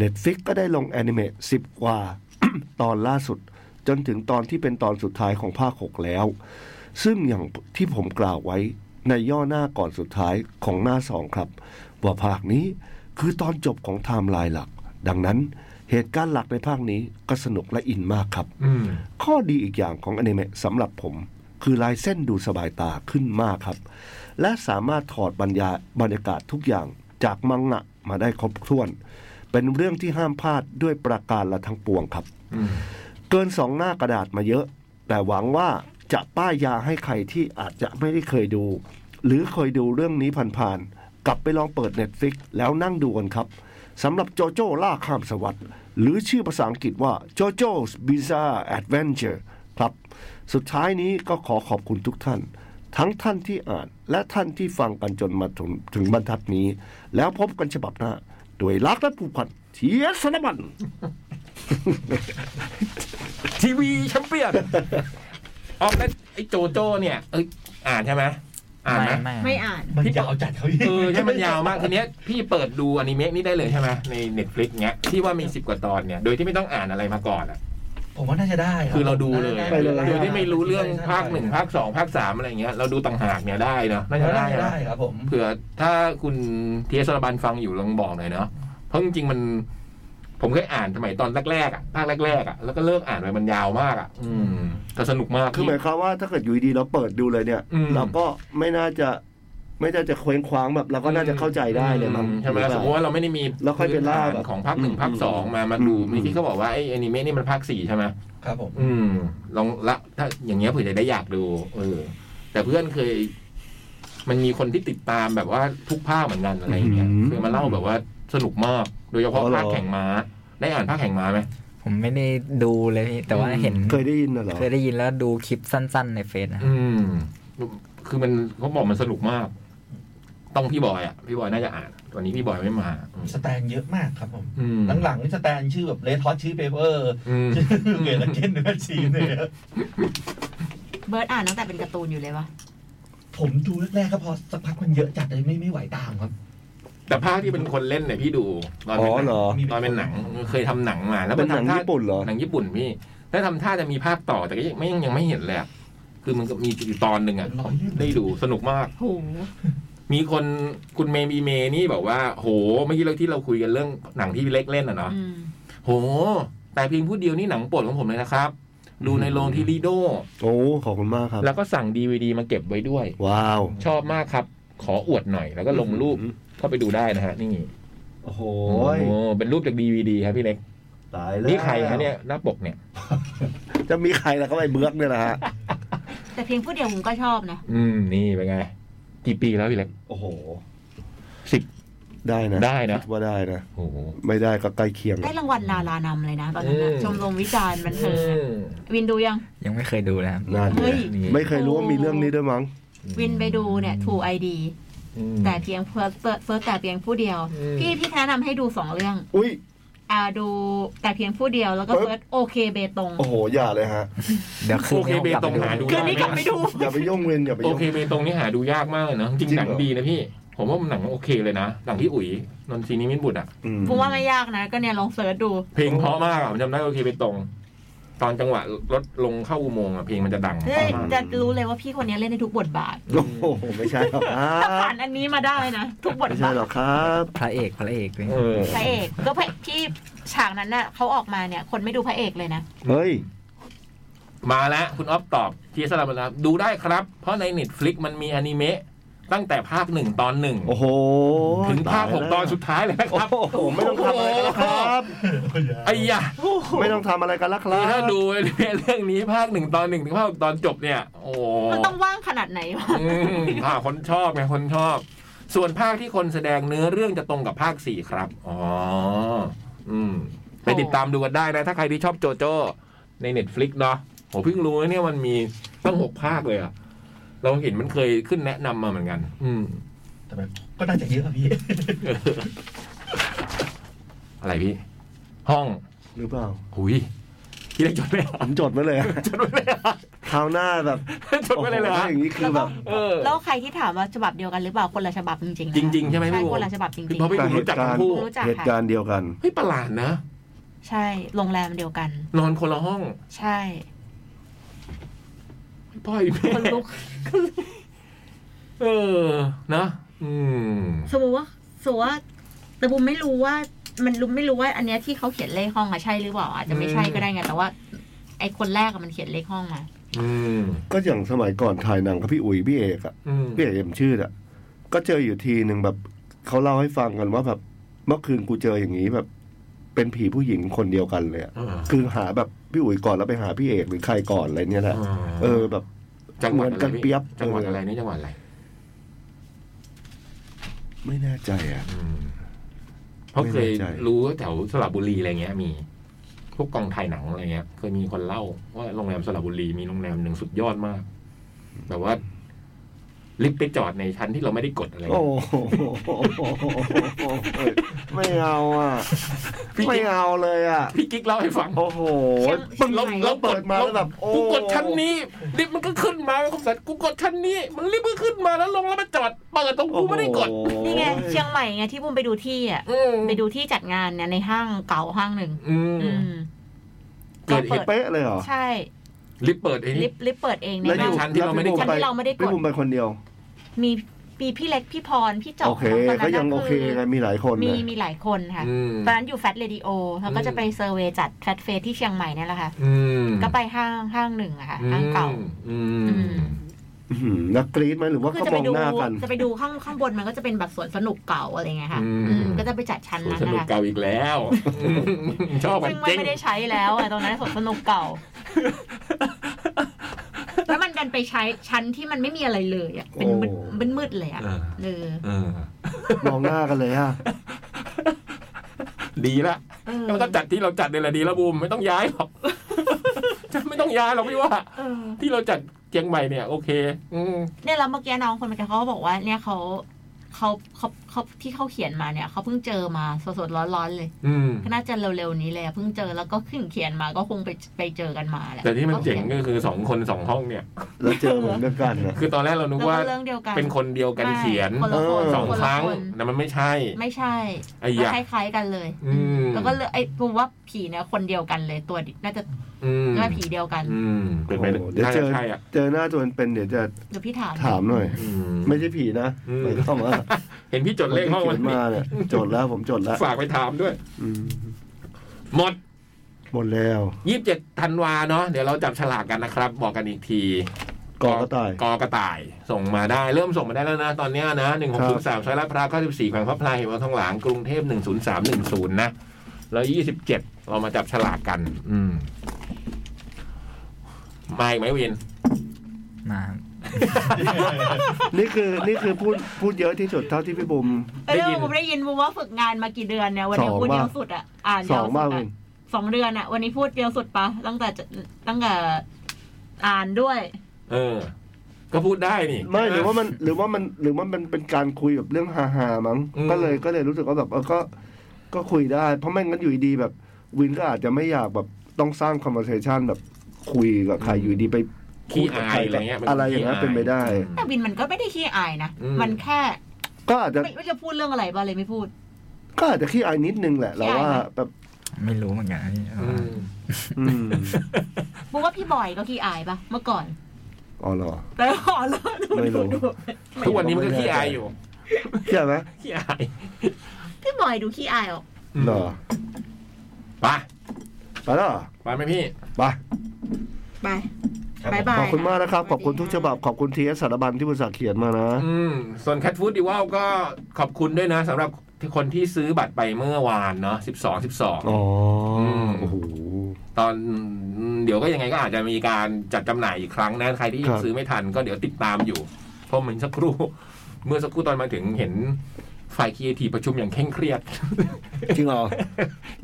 C: Netflix ก็ได้ลงแอนิเมต10 กว่า ตอนล่าสุด จนถึงตอนที่เป็นตอนสุดท้ายของภาค 6 แล้ว ซึ่งอย่างที่ผมกล่าวไว้ในย่อหน้าก่อนสุดท้ายของหน้าสองครับ ว่าภาคนี้คือตอนจบของไทม์ไลน์หลัก ดังนั้นเหตุการณ์หลักในภาคนี้ก็สนุกและอินมากครับ
B: อืม
C: ข้อดีอีกอย่างของอนิเมะสำหรับผม คือลายเส้นดูสบายตาขึ้นมากครับ และสามารถถอดบรรยาบรรยากาศทุกอย่างจากมังงะมาได้ครบถ้วน เป็นเรื่องที่ห้ามพลาดด้วยประการละทั้งปวงครับ
B: อืม
C: เกินสองหน้ากระดาษมาเยอะ แต่หวังว่าจะป้ายยาให้ใครที่อาจจะไม่ได้เคยดู หรือเคยดูเรื่องนี้ผ่านๆ กลับไปลองเปิด Netflix แล้วนั่งดูกันครับสำหรับโจโจ้ล่าข้ามสวัสด์หรือชื่อภาษาอังกฤษว่า JoJo's Bizarre Adventure ครับ สุดท้ายนี้ก็ขอขอบคุณทุกท่าน ทั้งท่านที่อ่านและท่านที่ฟังกันจนมาถึงถึงบรรทัดนี้ แล้วพบกันฉบับหน้าด้วยรักและผูกพันเทียสนบัน
B: ทีวีแชมเปี้ยนออกแล้วไอ้โจโจ้เนี่ยเอยอ่านใช่ไหมอ่านไหม
F: ไม่
D: ไม่อ่าน
G: มันยาวจัดเขาอีก
B: เออใช่มันยาวมากทีเนี้ยพี่เปิดดูอนิเมะนี่ได้เลยใช่ไหมใน Netflix เงี้ยที่ว่ามีสิบกว่าตอนเนี่ย โดยที่ไม่ต้องอ่านอะไรมาก่อนอะ
G: ผมว่าน่าจะได้บ
B: คือเราดูเลย
C: ไปเลย
B: โดยที่ไม่รู้เรื่องภาคหนึ่งภาคสองภาคสามอะไรเงี้ยเราดูต่างหากเนี่ยได้เนาะน่าจะได้
G: น่าจะ
B: นะ
G: ได้ครับผม
B: เผื่อถ้าคุณเทียสรบันฟังอยู่ลองบอกหน่อยเนาะเพราะจริงๆมัน ผมเคยอ่านสมัยตอนแรกๆอ่ะภาคแรกๆอ่ะแล้วก็เลิกอ่านไปมันยาวมากอ่ะ อืมแต่สนุกมาก
C: คือหมายความว่าถ้าเกิดอยู่ดีๆเราเปิดดูเลยเนี่ย
B: อืม
C: เราก็ไม่น่าจะไม่น่าจะเคว้งคว้างแบบ เราก็น่าจะเข้าใจได้เลยมั้ง
B: ใช่ไหมสมมติว่าเราไม่ได้มี
C: แล้วค่อยไปล่าแบบ
B: ของภาคหนึ่งภาคสองมามาดู
C: อืม
B: เมื่อกี้เขาบอกว่าไอ้อนิเมะนี่มันภาคสี่ใช่ไหม
G: ครับผม
B: อืม ลองละถ้าอย่างเงี้ยเผื่อจะได้อยากดูเออ แต่เพื่อนเคย มันมีคนที่ติดตามแบบว่าทุกภาคเหมือนกันอะไรอย่างเงี้ย
C: อืม
B: เคยมาเล่าแบบว่าสนุกมากโดยเฉพาะ
C: อ๋อเหรอ
B: ภาคแข่งม้า ได้อ่านภาคแข่งม้าไหม
F: ผมไม่ได้ดูเลยพี่แต่ว่า
B: อืม
F: เห็น
C: เคยได้ยินน่ะเหรอ
F: เคยได้ยินแล้วดูคลิปสั้น ๆ ในเฟซนะครับ
B: อืม คือมันเขาบอกมันสนุกมาก ต้องพี่บอยอ่ะพี่บอยน่าจะอ่านวันนี้พี่บอยไม่มาอืม
G: สแตนเยอะมากครับผม
B: อืม
G: หลังๆนี่สแตนชื่อแบบเลทฮอตชื่อเปเปอร์
B: อืม
G: ชื่อเกลเลเกนแมชชีนเนี่ย
D: เบิร์ดอ่านตั้งแต่เป็นการ์ตูนอยู่เลยวะ
G: ผมดูแรกๆก็พอสักพักมันเยอะจัดเลยไม่ไม่ไหวตามครับ
B: แต่ภาคที่เป็นคนเล่นเนี่ยพี่ดูตอน
C: อ๋
B: เป็
C: อน
B: ห
C: เหร
B: นัง
C: อ
B: ตอนเป็นหนังเคยทำหนังมา แล้ว
C: เป็น
B: มั
C: หนัง
B: ทำท่า
C: ญี่ปุ่นเหรอ
B: หนังญี่ปุ่นพี่แล้วทำท่าจะมีภาคต่อแต่ก็ยังไม่ยังไม่เห็นเลยอะคือมันก็มีอยู่ตอนหนึ่งอ่ะ
G: ร้อยเรื่อง
B: ได้ดูสนุกมาก
D: โห
B: มีคนคุณเมย์บีเมย์นี่บอกว่า โหเมื่อกี้เราที่เราคุยกันเรื่องหนังที่พี่เล็กเล่นอ่ะเนาะ
D: อืม
B: โห แต่เพียงผู้เดียวนี่หนังโปรดของผมเลยนะครับ ดูในโรงที่ลีโด
C: โอ้ ขอบคุณมากครับ
B: แล้วก็สั่งดีวดีมาเก็บไว้ด้วย
C: ว้าว
B: ชอบมากครับ ขออวดหน่อย แล้วก็ลงรูปเข้าไปดูได้นะฮะนี่
C: โอ้โห
B: โอ้เป็นรูปจากดีวดีครับพี่เล็ก
C: ตายแล้ว
B: นี่ใครคะเนี่ยหน้าปกเนี่ย
C: จะมีใครล่ะครับไอ้เบือกเนี่ยนะฮะ
D: แต่เพียงผู้เดียวผมก็ชอบนะ
B: อืม นี่เป็นไง กี่ปีแล้วพี่เล็ก
C: โอ้โห
B: สิบ
C: ได้นะ
B: ได้นะ
C: คิว่าได้นะ
B: โอ้โห
C: ไม่ได้ก็ใกล้เคียง
D: ได้รางวัลนารานำเลยนะตอนนั้นนะ
B: อืม
D: ชมรมวิจารณ์บันเทิงอะวินดูยัง
F: ยังไม่เคยดูเลยครับ
C: นั่น
D: เฮ้ย
B: นี่
C: ไม่เคยรู้ว่ามีเรื่องนี้ด้วยมั้ง
D: วินไปดูเนี่ยถูไอดี
B: อืม
D: แต่เพียงเพิร์เซิร์ชแต่เพียงผู้เดียว
B: อืม
D: พี่พี่แนะนำให้ดูสองเรื่อง
C: อุ้ย
D: อ่าดูแต่เพียงผู้เดียวแล้วก็
C: เอ้ย
D: เฟิร์สโอเคเบตง
C: โอ้โห อย่าเลยฮะ
F: เดี๋ยวคืน
B: โอเค
F: นี้ผม
B: เบ
F: กลับ
B: ต
F: ไป
B: งหา
F: ดู
B: ดู
D: คืนนี้กลับไปดู
C: อย่าไปย่งเวนอย่าไป
B: โอย่
C: ง
B: เคเบตงนี่หาดูยากมากเลยเนอะจริง
C: จริง
B: หนัง
C: เหรอ
B: ดีนะพี่ ผมว่ามันหนังโอเคเลยนะ หนังที่อุ๋ยนนทรีนิมิตบุตรอ่ะ
C: อืม
D: ผมว่าไม่ยากนะก็เนี่ยลองเสิร์ชดู
B: เพลงเพราะมากอะผมจำได้โอเคเบตง ตอนจังหวะรถลงเข้าอุโมงค์อะเพลงมันจะดัง
D: เฮ้ยจะรู้เลยว่าพี่คนนี้เล่นในทุกบทบาท
C: โอ้โห ไม่ใช่หรอกครั
D: ถ้าผ่า
C: บ
D: นอันนี้มาได้นะ ทุกบท
C: ไม่ใช่
D: บาท
C: หรอกครับ
F: พระเอกพระเอกเลย
B: เออ
D: พระเอก ก็พระที่ฉากนั้นน่ะเขาออกมาเนี่ยคนไม่ดูพระเอกเลยนะ
C: เฮ้ย
B: มาแล้วคุณอ๊อฟตอบทีสลับรับดูได้ครับ เพราะในเน็ตฟลิกมันมีอนิเมะตั้งแต่ภาคหนึ่งตอนหนึ่ง
C: โอ้โห
B: ถึงภาคหกตอนสุดท้ายเลยนะ
C: โอ้
B: ครับ
C: โห ไม่ต้องทำอะไรกันแล้วครับ
B: ไอ้ยะ
C: ไม่ต้องทำอะไรกันแล้วค
B: คื
C: รั
B: อบ ถ้า ดูเรื่องนี้ภาคหนึ่งตอนหนึ่งถึงภาคหกตอนจบเนี่ย โอ้โห
D: มันต้องว่างขนาดไหนวะ
B: อืมอ่าคนชอบไงคนชอบ ส่วนภาคที่คนแสดงเนื้อเรื่องจะตรงกับภาคสี่ครับ อ๋อ อืม ไปติดตามดูกันได้นะ ถ้าใครที่ชอบโจโจ้ในเน็ตฟลิกเนาะโหเพิ่งรู้นะเนี่ยมันมีตั้งหกภาคเลยอะเราเห็นมันเคยขึ้นแนะนำมาเหมือนกัน อืม
G: แต่แบบก็น่าจะเยอะอะพี่
B: อะไรพี่ ห้อง
C: หรือเปล่า
B: หุยพี่เล็กจดไหม
C: ผมจดไว้เลยอะ
B: จดไว้เลยอะ
C: คราวหน้าแบบ
B: จดไว้เลยเหรอ
C: โอ้
B: ฮะ
C: โหอย่างนี้คือแบบ
B: เออ
D: แล้วใครที่ถามว่าฉบับเดียวกันหรือเปล่าคนละฉบับจริงๆนะ
B: จริง ๆ ใช่ไหม
D: ใช่
B: พี่
D: คนละฉบับจริง
B: คือเพราะพี่
C: แต่
B: ผมรู้จัก
C: เหตุ
B: ทั้
C: การณ์
B: งคู่
D: ๆรู้จัก
C: เหตุ
D: ค่ะ
C: การณ์เดียวกัน
B: เฮ้ยประหลาดนะ
D: ใช่โรงแรมเดียวกัน
B: นอนคนละห้อง
D: ใช่
B: พ่อยแม่
D: คนลุก
B: เออนะอืม
D: สมมติว่าสมมติว่าแต่บุมไม่รู้ว่า มันรู้ไม่รู้ว่า อันเนี้ยที่เขาเขียนเลขห้องอะใช่หรือเปล่าอาจจะไม่ใช่ก็ได้ไงแต่ว่า ไอคนแรกอะมันเขียนเลขห้องมา
B: อืม
C: ก็อย่างสมัยก่อนถ่ายหนังกับพี่อุ๋ยพี่เอกอะ
B: อืม
C: พี่เอกเอ็มชื่ออะก็เจออยู่ทีหนึ่งแบบเขาเล่าให้ฟังกันว่าแบบเมื่อคืนกูเจออย่างนี้แบบ เป็นผีผู้หญิงคนเดียวกันเลยอะ
B: อ่า
C: คือหาแบบพี่อุ๋ยก่อนแล้วไปหาพี่เอกหรือใครก่อนอะไรเนี่ยแหละเออแบบ
B: จังหวัด
C: เหมื
B: อะ
C: อน
B: ไร
C: กัน
B: พี่
C: เปี๊ยบ
B: จังหวัดอะไรนี่จังหวัดอะไร
C: ไม่แน่ใจอ่ะ
B: อืมเพราะเคย
C: ไม่แน่ใจ
B: รู้ว่าแถวสระบุรีอะไรเงี้ย มี พวกกองถ่ายหนังอะไรเงี้ย เคยมีคนเล่าว่าโรงแรมสระบุรีมีโรงแรมหนึ่งสุดยอดมาก แบบว่า ลิฟต์ไปจอดในชั้นที่เราไม่ได้กดอะไรเงี้ย
C: โอ้โหไม่เอาอ่ะ
B: พี่
C: ไม่เอาเลยอ่ะ
B: พี่กิ๊กเล่าให้ฟัง
C: โอ้โห
E: เชี่ย
C: ปึ้ง
B: เรา
C: เรา
B: เรา
C: เปิ
B: เปิด
C: ดมา
B: มา
C: แล้วแบบโอ้
B: กูกดชั้นนี้ลิฟต์มันก็ขึ้นมาคมสันกูกดชั้นนี้ มันลิฟต์ก็ขึ้นมาแล้วลงแล้วมันจอดเปิดตรงกูไม่ได้กด
E: นี่ไงเชียงใหม่ไงที่บุมไปดูที่อ่ะ
B: อืม
E: ไปดูที่จัดงานเนี่ยในห้างเก่าห้างหนึ่ง
B: อืม
E: อืม
B: เกิดเหตุ
C: เป๊ะเลยเหรอ
E: ใช่
B: ลิฟต์เปิดไอ้
E: ลิ
B: นี่
E: ฟต์ลิฟต์เปิดเองใน
C: แล้วอยู่
E: ห้าง
B: ชั้นที่เราไม่ได้ก
E: ชั้
B: ด
E: นที่เราไม่ได้ก
C: พี่
E: ด
C: บุมไปคนเดียว
E: มีมีพี่เล็กพี่พรพี่จอบ
C: โอเค
E: ตนนั้น
C: ก็ยังโอเคไงมีหลายคน
E: มี
C: เลย
E: มีหลายคนค่ะ
B: อืม
E: ตอนนั้นอยู่แฟตเรดิโอแล้วก็จะไปเซอร์เวยจัดแฟตเฟสที่เชียงใหม่เนี่ยแหละค่ะ
B: อืม
E: ก็ไปห้างห้างหนึ่งอะค่ะห้างเก่า
B: อืม
E: อืม
C: อื้อหือแล้วกรี๊ดไหมหรือว่า
E: คือ
C: ก็ม
E: จะไป
C: อง
E: ดู
C: หน้ากัน
E: จะไปดูข้างข้างบนมันก็จะเป็นแบบสวนสนุกเก่าอะไรเงี้ยค่ะอืมก็จะไปจัดชั้น
B: สวน
E: นั้น
B: สนุก
E: นะคะ
B: เก่าอีกแล้วอืมชอบมัน
E: ซึ่งมัน
B: เจ๊ง
E: ไม่ได้ใช้แล้วอะตรงนั้นสวนสนุกเก่า แล้วมันดันไปใช้ชั้นที่มันไม่มีอะไรเลยอะเป็นมืด
C: โอ้
E: เป็นมืดเลยอะ
B: เออ
E: เออ
B: เออ
C: มองหน้ากันเลยอ่ะ
B: ดีละ
E: เออ
B: ก็ต้องจัดที่เราจัดเนี่ยแหละดีละบูมไม่ต้องย้าย หรอกไม่ต้องย้ายหรอกพี่ว่า
E: เออ
B: ที่เราจัดเชียงใหม่เนี่ยโอเค อืม
E: เนี่ยแล้วเมื่อกี้น้องคนเมื่อกี้เขาก็บอกว่าเนี่ยเขาเขาเขาเขาที่เขาเขียนมาเนี่ยเขาเพิ่งเจอมาสดๆร้อนๆเลย
B: อืม
E: ก็น่าจะเร็วๆนี้เลยอะเพิ่งเจอแล้วก็ขึ้นเขียนมาก็คงไปไปเจอกันมาแหละ
B: แต่ที่มันเจ๋ง
E: ก็
B: ก็คือสองคนสองห้องเนี่ย
C: แล้วเจอเหมือนเดียวกันอ่ะ
B: คือตอนแรกเรานึก
E: แล้ว
B: ว่า
E: ก็เรื่องเดียวกัน
B: เป็นคนเดียวกันเขียน
E: ไม่คนละคน
C: เออ
B: สอง
E: น
B: ค
E: ละ
B: รั้ง
E: น
B: แต่มันไม่ใช่
E: ไม่ใช่
B: ไอ้
E: ก็
B: ยะ
E: คล้ายๆกันเลย
B: อืม
E: แล้วก็เลยไอ้ปูว่าผีเนี่ยคนเดียวกันเลยตัวดิน่าจะ
B: อืม
E: น่าผีเดียวกัน
B: อืมเป็นไป
C: โอ้โหเดี๋ยว
B: น่า
C: เจ
B: จะ
C: อ
B: ใช่อ่ะ
C: เจอหน้าจนเป็นเดี๋ยวจะ
E: เดี๋ยวพี่ถาม
C: ถามหน่อย
B: อื
C: ไม่ใช่ผีนะ
B: อืม
C: ไม่ต้องมา
B: เห็นพี่จดเลขห้อง
C: ค
B: วัน น
C: ที่เขี
B: นี้
C: ยนมาเนี่ยจดแล้วผมจดแล้ว
B: ฝากไปถามด้วย
C: อืม
B: หมด
C: หมดแล้ว
B: ยี่สิบเจ็ดธันวาเนาะเดี๋ยวเราจับฉลากกันนะครับ บอกกันอีกที
C: กอกระต่าย
B: กอกระต่าย ส่งมาได้เริ่มส่งมาได้แล้วนะ ตอนเนี้ยนะหนึ่งหกศูนย์สามซอยลาดพร้าวเก้าสิบสี่แขวงพระพลาเหวทองหลางกรุงเทพหนึ่งศูนย์สามหนึ่งศูนย์นะ แล้วยี่สิบเจ็ดเรามาจับฉลากกัน อืมมาอีกไหมวิน
F: มา
C: นี่คือนี่คือพูดพูดเยอะที่สุดเท่าที่พี่บุม
E: เออ
B: ได้ยิน
E: ผมได้ยินบูมว่าฝึกงานมากี่เดือนเนี่ยวันนี้
C: สอง
E: พูด
C: บ้าง
E: เยอะสุดอ่ะอ่าน
C: ส
E: เย
C: อ
E: อะ
C: ง
E: สุด
C: มากเล
E: อะ
C: ย
E: สองเดือนอะวันนี้พูดเดียวสุดปะตั้งแต่จะตั้งแต่อ่านด้วย
B: เออ ก็พูดได้นี่
C: ไม่หรือว่า
B: ใช่
C: มันหรือว่ามันหรือว่ามันเป็นการคุยแบบเรื่องฮาฮาๆมั้ง
B: อืม
C: ก็เลยก็เลยรู้สึกว่าแบบเออก็ก็คุยได้ เพราะไม่งั้นอยู่ดีๆแบบ วินก็อาจจะไม่อยากแบบต้องสร้างคอมเมอร์เซชันแบบคุยกับใครอยู่ดีไป
B: ขี้
C: กับ
B: อา
C: ใค
B: ยอะไรเงี้ยมั
C: อะไรอย่างนั้นเป็นไปได้
E: แต่วินมันก็ไม่ได้ขี้อายนะ
B: อืม
E: มันแค่
C: ก็อาจจะ
E: ไม่ไม่จะพูดเรื่องอะไรบ้างเลยไม่พูด
C: ก็อาจจะขี้อายนิดนึงแหละเราว่า
E: ขี้อายไหม
C: แบบ
F: ไม่รู้เหมือนกันอันนี้
B: อืม
C: อืม
E: บูว่าพี่บอยก็ขี้อายปะเมื่อก่อน
C: อ๋อเหรอ
E: แต่ขอนแล้วดู
C: ไม่รู้
E: ดูดู
B: ทุกวันนี้มันก็ขี้อายอยู่
C: ใช่ไหม
B: ขี้อาย
E: พี่บอยดูขี้อายออก
B: ม
C: เหรอ
B: ไป
C: ไปแล้วเหรอ
B: ไปไหมพี่
C: ไป
E: ไป
I: ครับผม
E: บายบาย
C: ขอบคุณมากนะครับ ขอบคุณทุกฉบับขอบคุณทีเอสสารบัญที่บุษาเขียนมานะ
B: อืมส่วนแคทฟูดดีว่าก็ขอบคุณด้วยนะสำหรับคนที่ซื้อบัตรไปเมื่อวานเนาะสิบสองสิบสอง
C: อ๋ออ
B: ม
C: โอ้โห
B: ตอนเดี๋ยวก็ยังไงก็อาจจะมีการจัดจำหน่ายอีกครั้งนะใครที่ยัง
C: ครับ
B: ซื้อไม่ทันก็เดี๋ยวติดตามอยู่ เพราะเหมือนสักครู่ เมื่อสักครู่ตอนมาถึงเห็นฝ่ายคีเอทีประชุมอย่างเคร่งเครียด
C: จริงเหรอ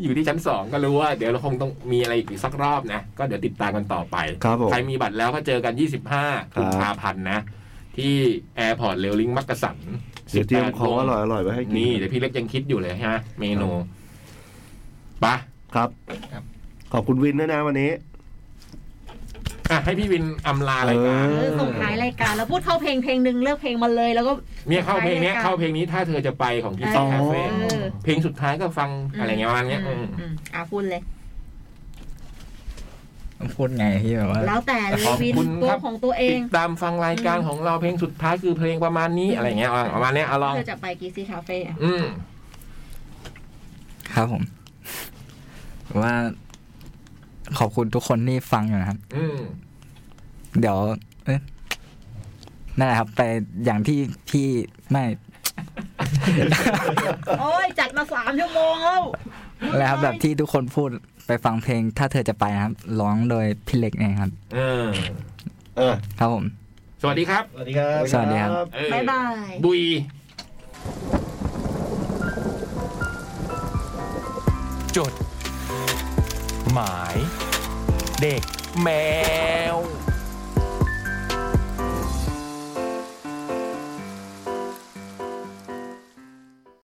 B: อยู่ที่ชั้นสองก็รู้ว่าเดี๋ยวเราคงต้องมีอะไรอีกสักรอบนะ ก็เดี๋ยวติดตามกันต่อไป
C: ครับผม
B: ใครมีบัตรแล้วก็เจอกัน 25กุมภาพันธ์นะ ที่แอร์พอร์ตเรลลิงมักกะสัน
C: เดี๋ยวเตรียมของอร่อยอร่อยๆไว้ให้กิน
B: นี่เดี๋ยวพี่เล็กยังคิดอยู่เลยฮะ เมนูไปะ
C: ครับ
I: ครับ
C: ขอบคุณวินด้วยนะวันนี้
B: อ่ะให้พี่วินอำลารายการ
C: เอ
E: เออส่งท้ายรายการแล้วพูดเข้าเพลงเพลงหนึ่งเลือกเพลงมาเลยแล้วก็
B: เนี่ยเข้าเพลงเนี้ย
E: รายการ
B: เข้าเพลงนี้ถ้าเธอจะไปของที่ซ่องคาเฟ่
E: เออ
B: เพลงสุดท้ายก็ฟังอะไรเงี้ยประมาณเนี้ย
E: อืม
B: อืม
E: อืมอ่ะพูดเลย
F: ต้องพูดไงที่แบบว่า
E: แล้วแต่เลย
B: ขอบ
E: วิน
B: คุณ
E: ตั
B: คว รับ
E: ของตัวเอ
B: ติ
E: ง
B: ดตามฟังรายการของเราเพลงสุดท้ายคือเพลงประมาณนี้อะไรเงี้ยประมาณเนี้ยเอาลอง
E: เธอจะไปกีซี่คาเฟ่อะ
B: อืม
F: ครับผมว่า ขอบคุณทุกคนที่ฟังอยู่นะครับ
B: อืม
F: เดี๋ยว เอ๊ะนั่นแหละครับ ไปอย่างที่พี่ไม่
E: โอ้ยจัดมาสามชั่วโมงแล้ว
F: นั่นแหละครับ แบบที่ทุกคนพูดไปฟังเพลง ถ้าเธอจะไปนะครับ ร้องโดยพี่เล็กเองครับ
J: เออ
C: เออ
F: ครับผม
J: สวัสดีครับ
G: สวัสดีครับ
F: สวัสดีครับ
J: เออ
E: บ๊ายบาย
J: บุย
B: จด หมาย เด็กแมว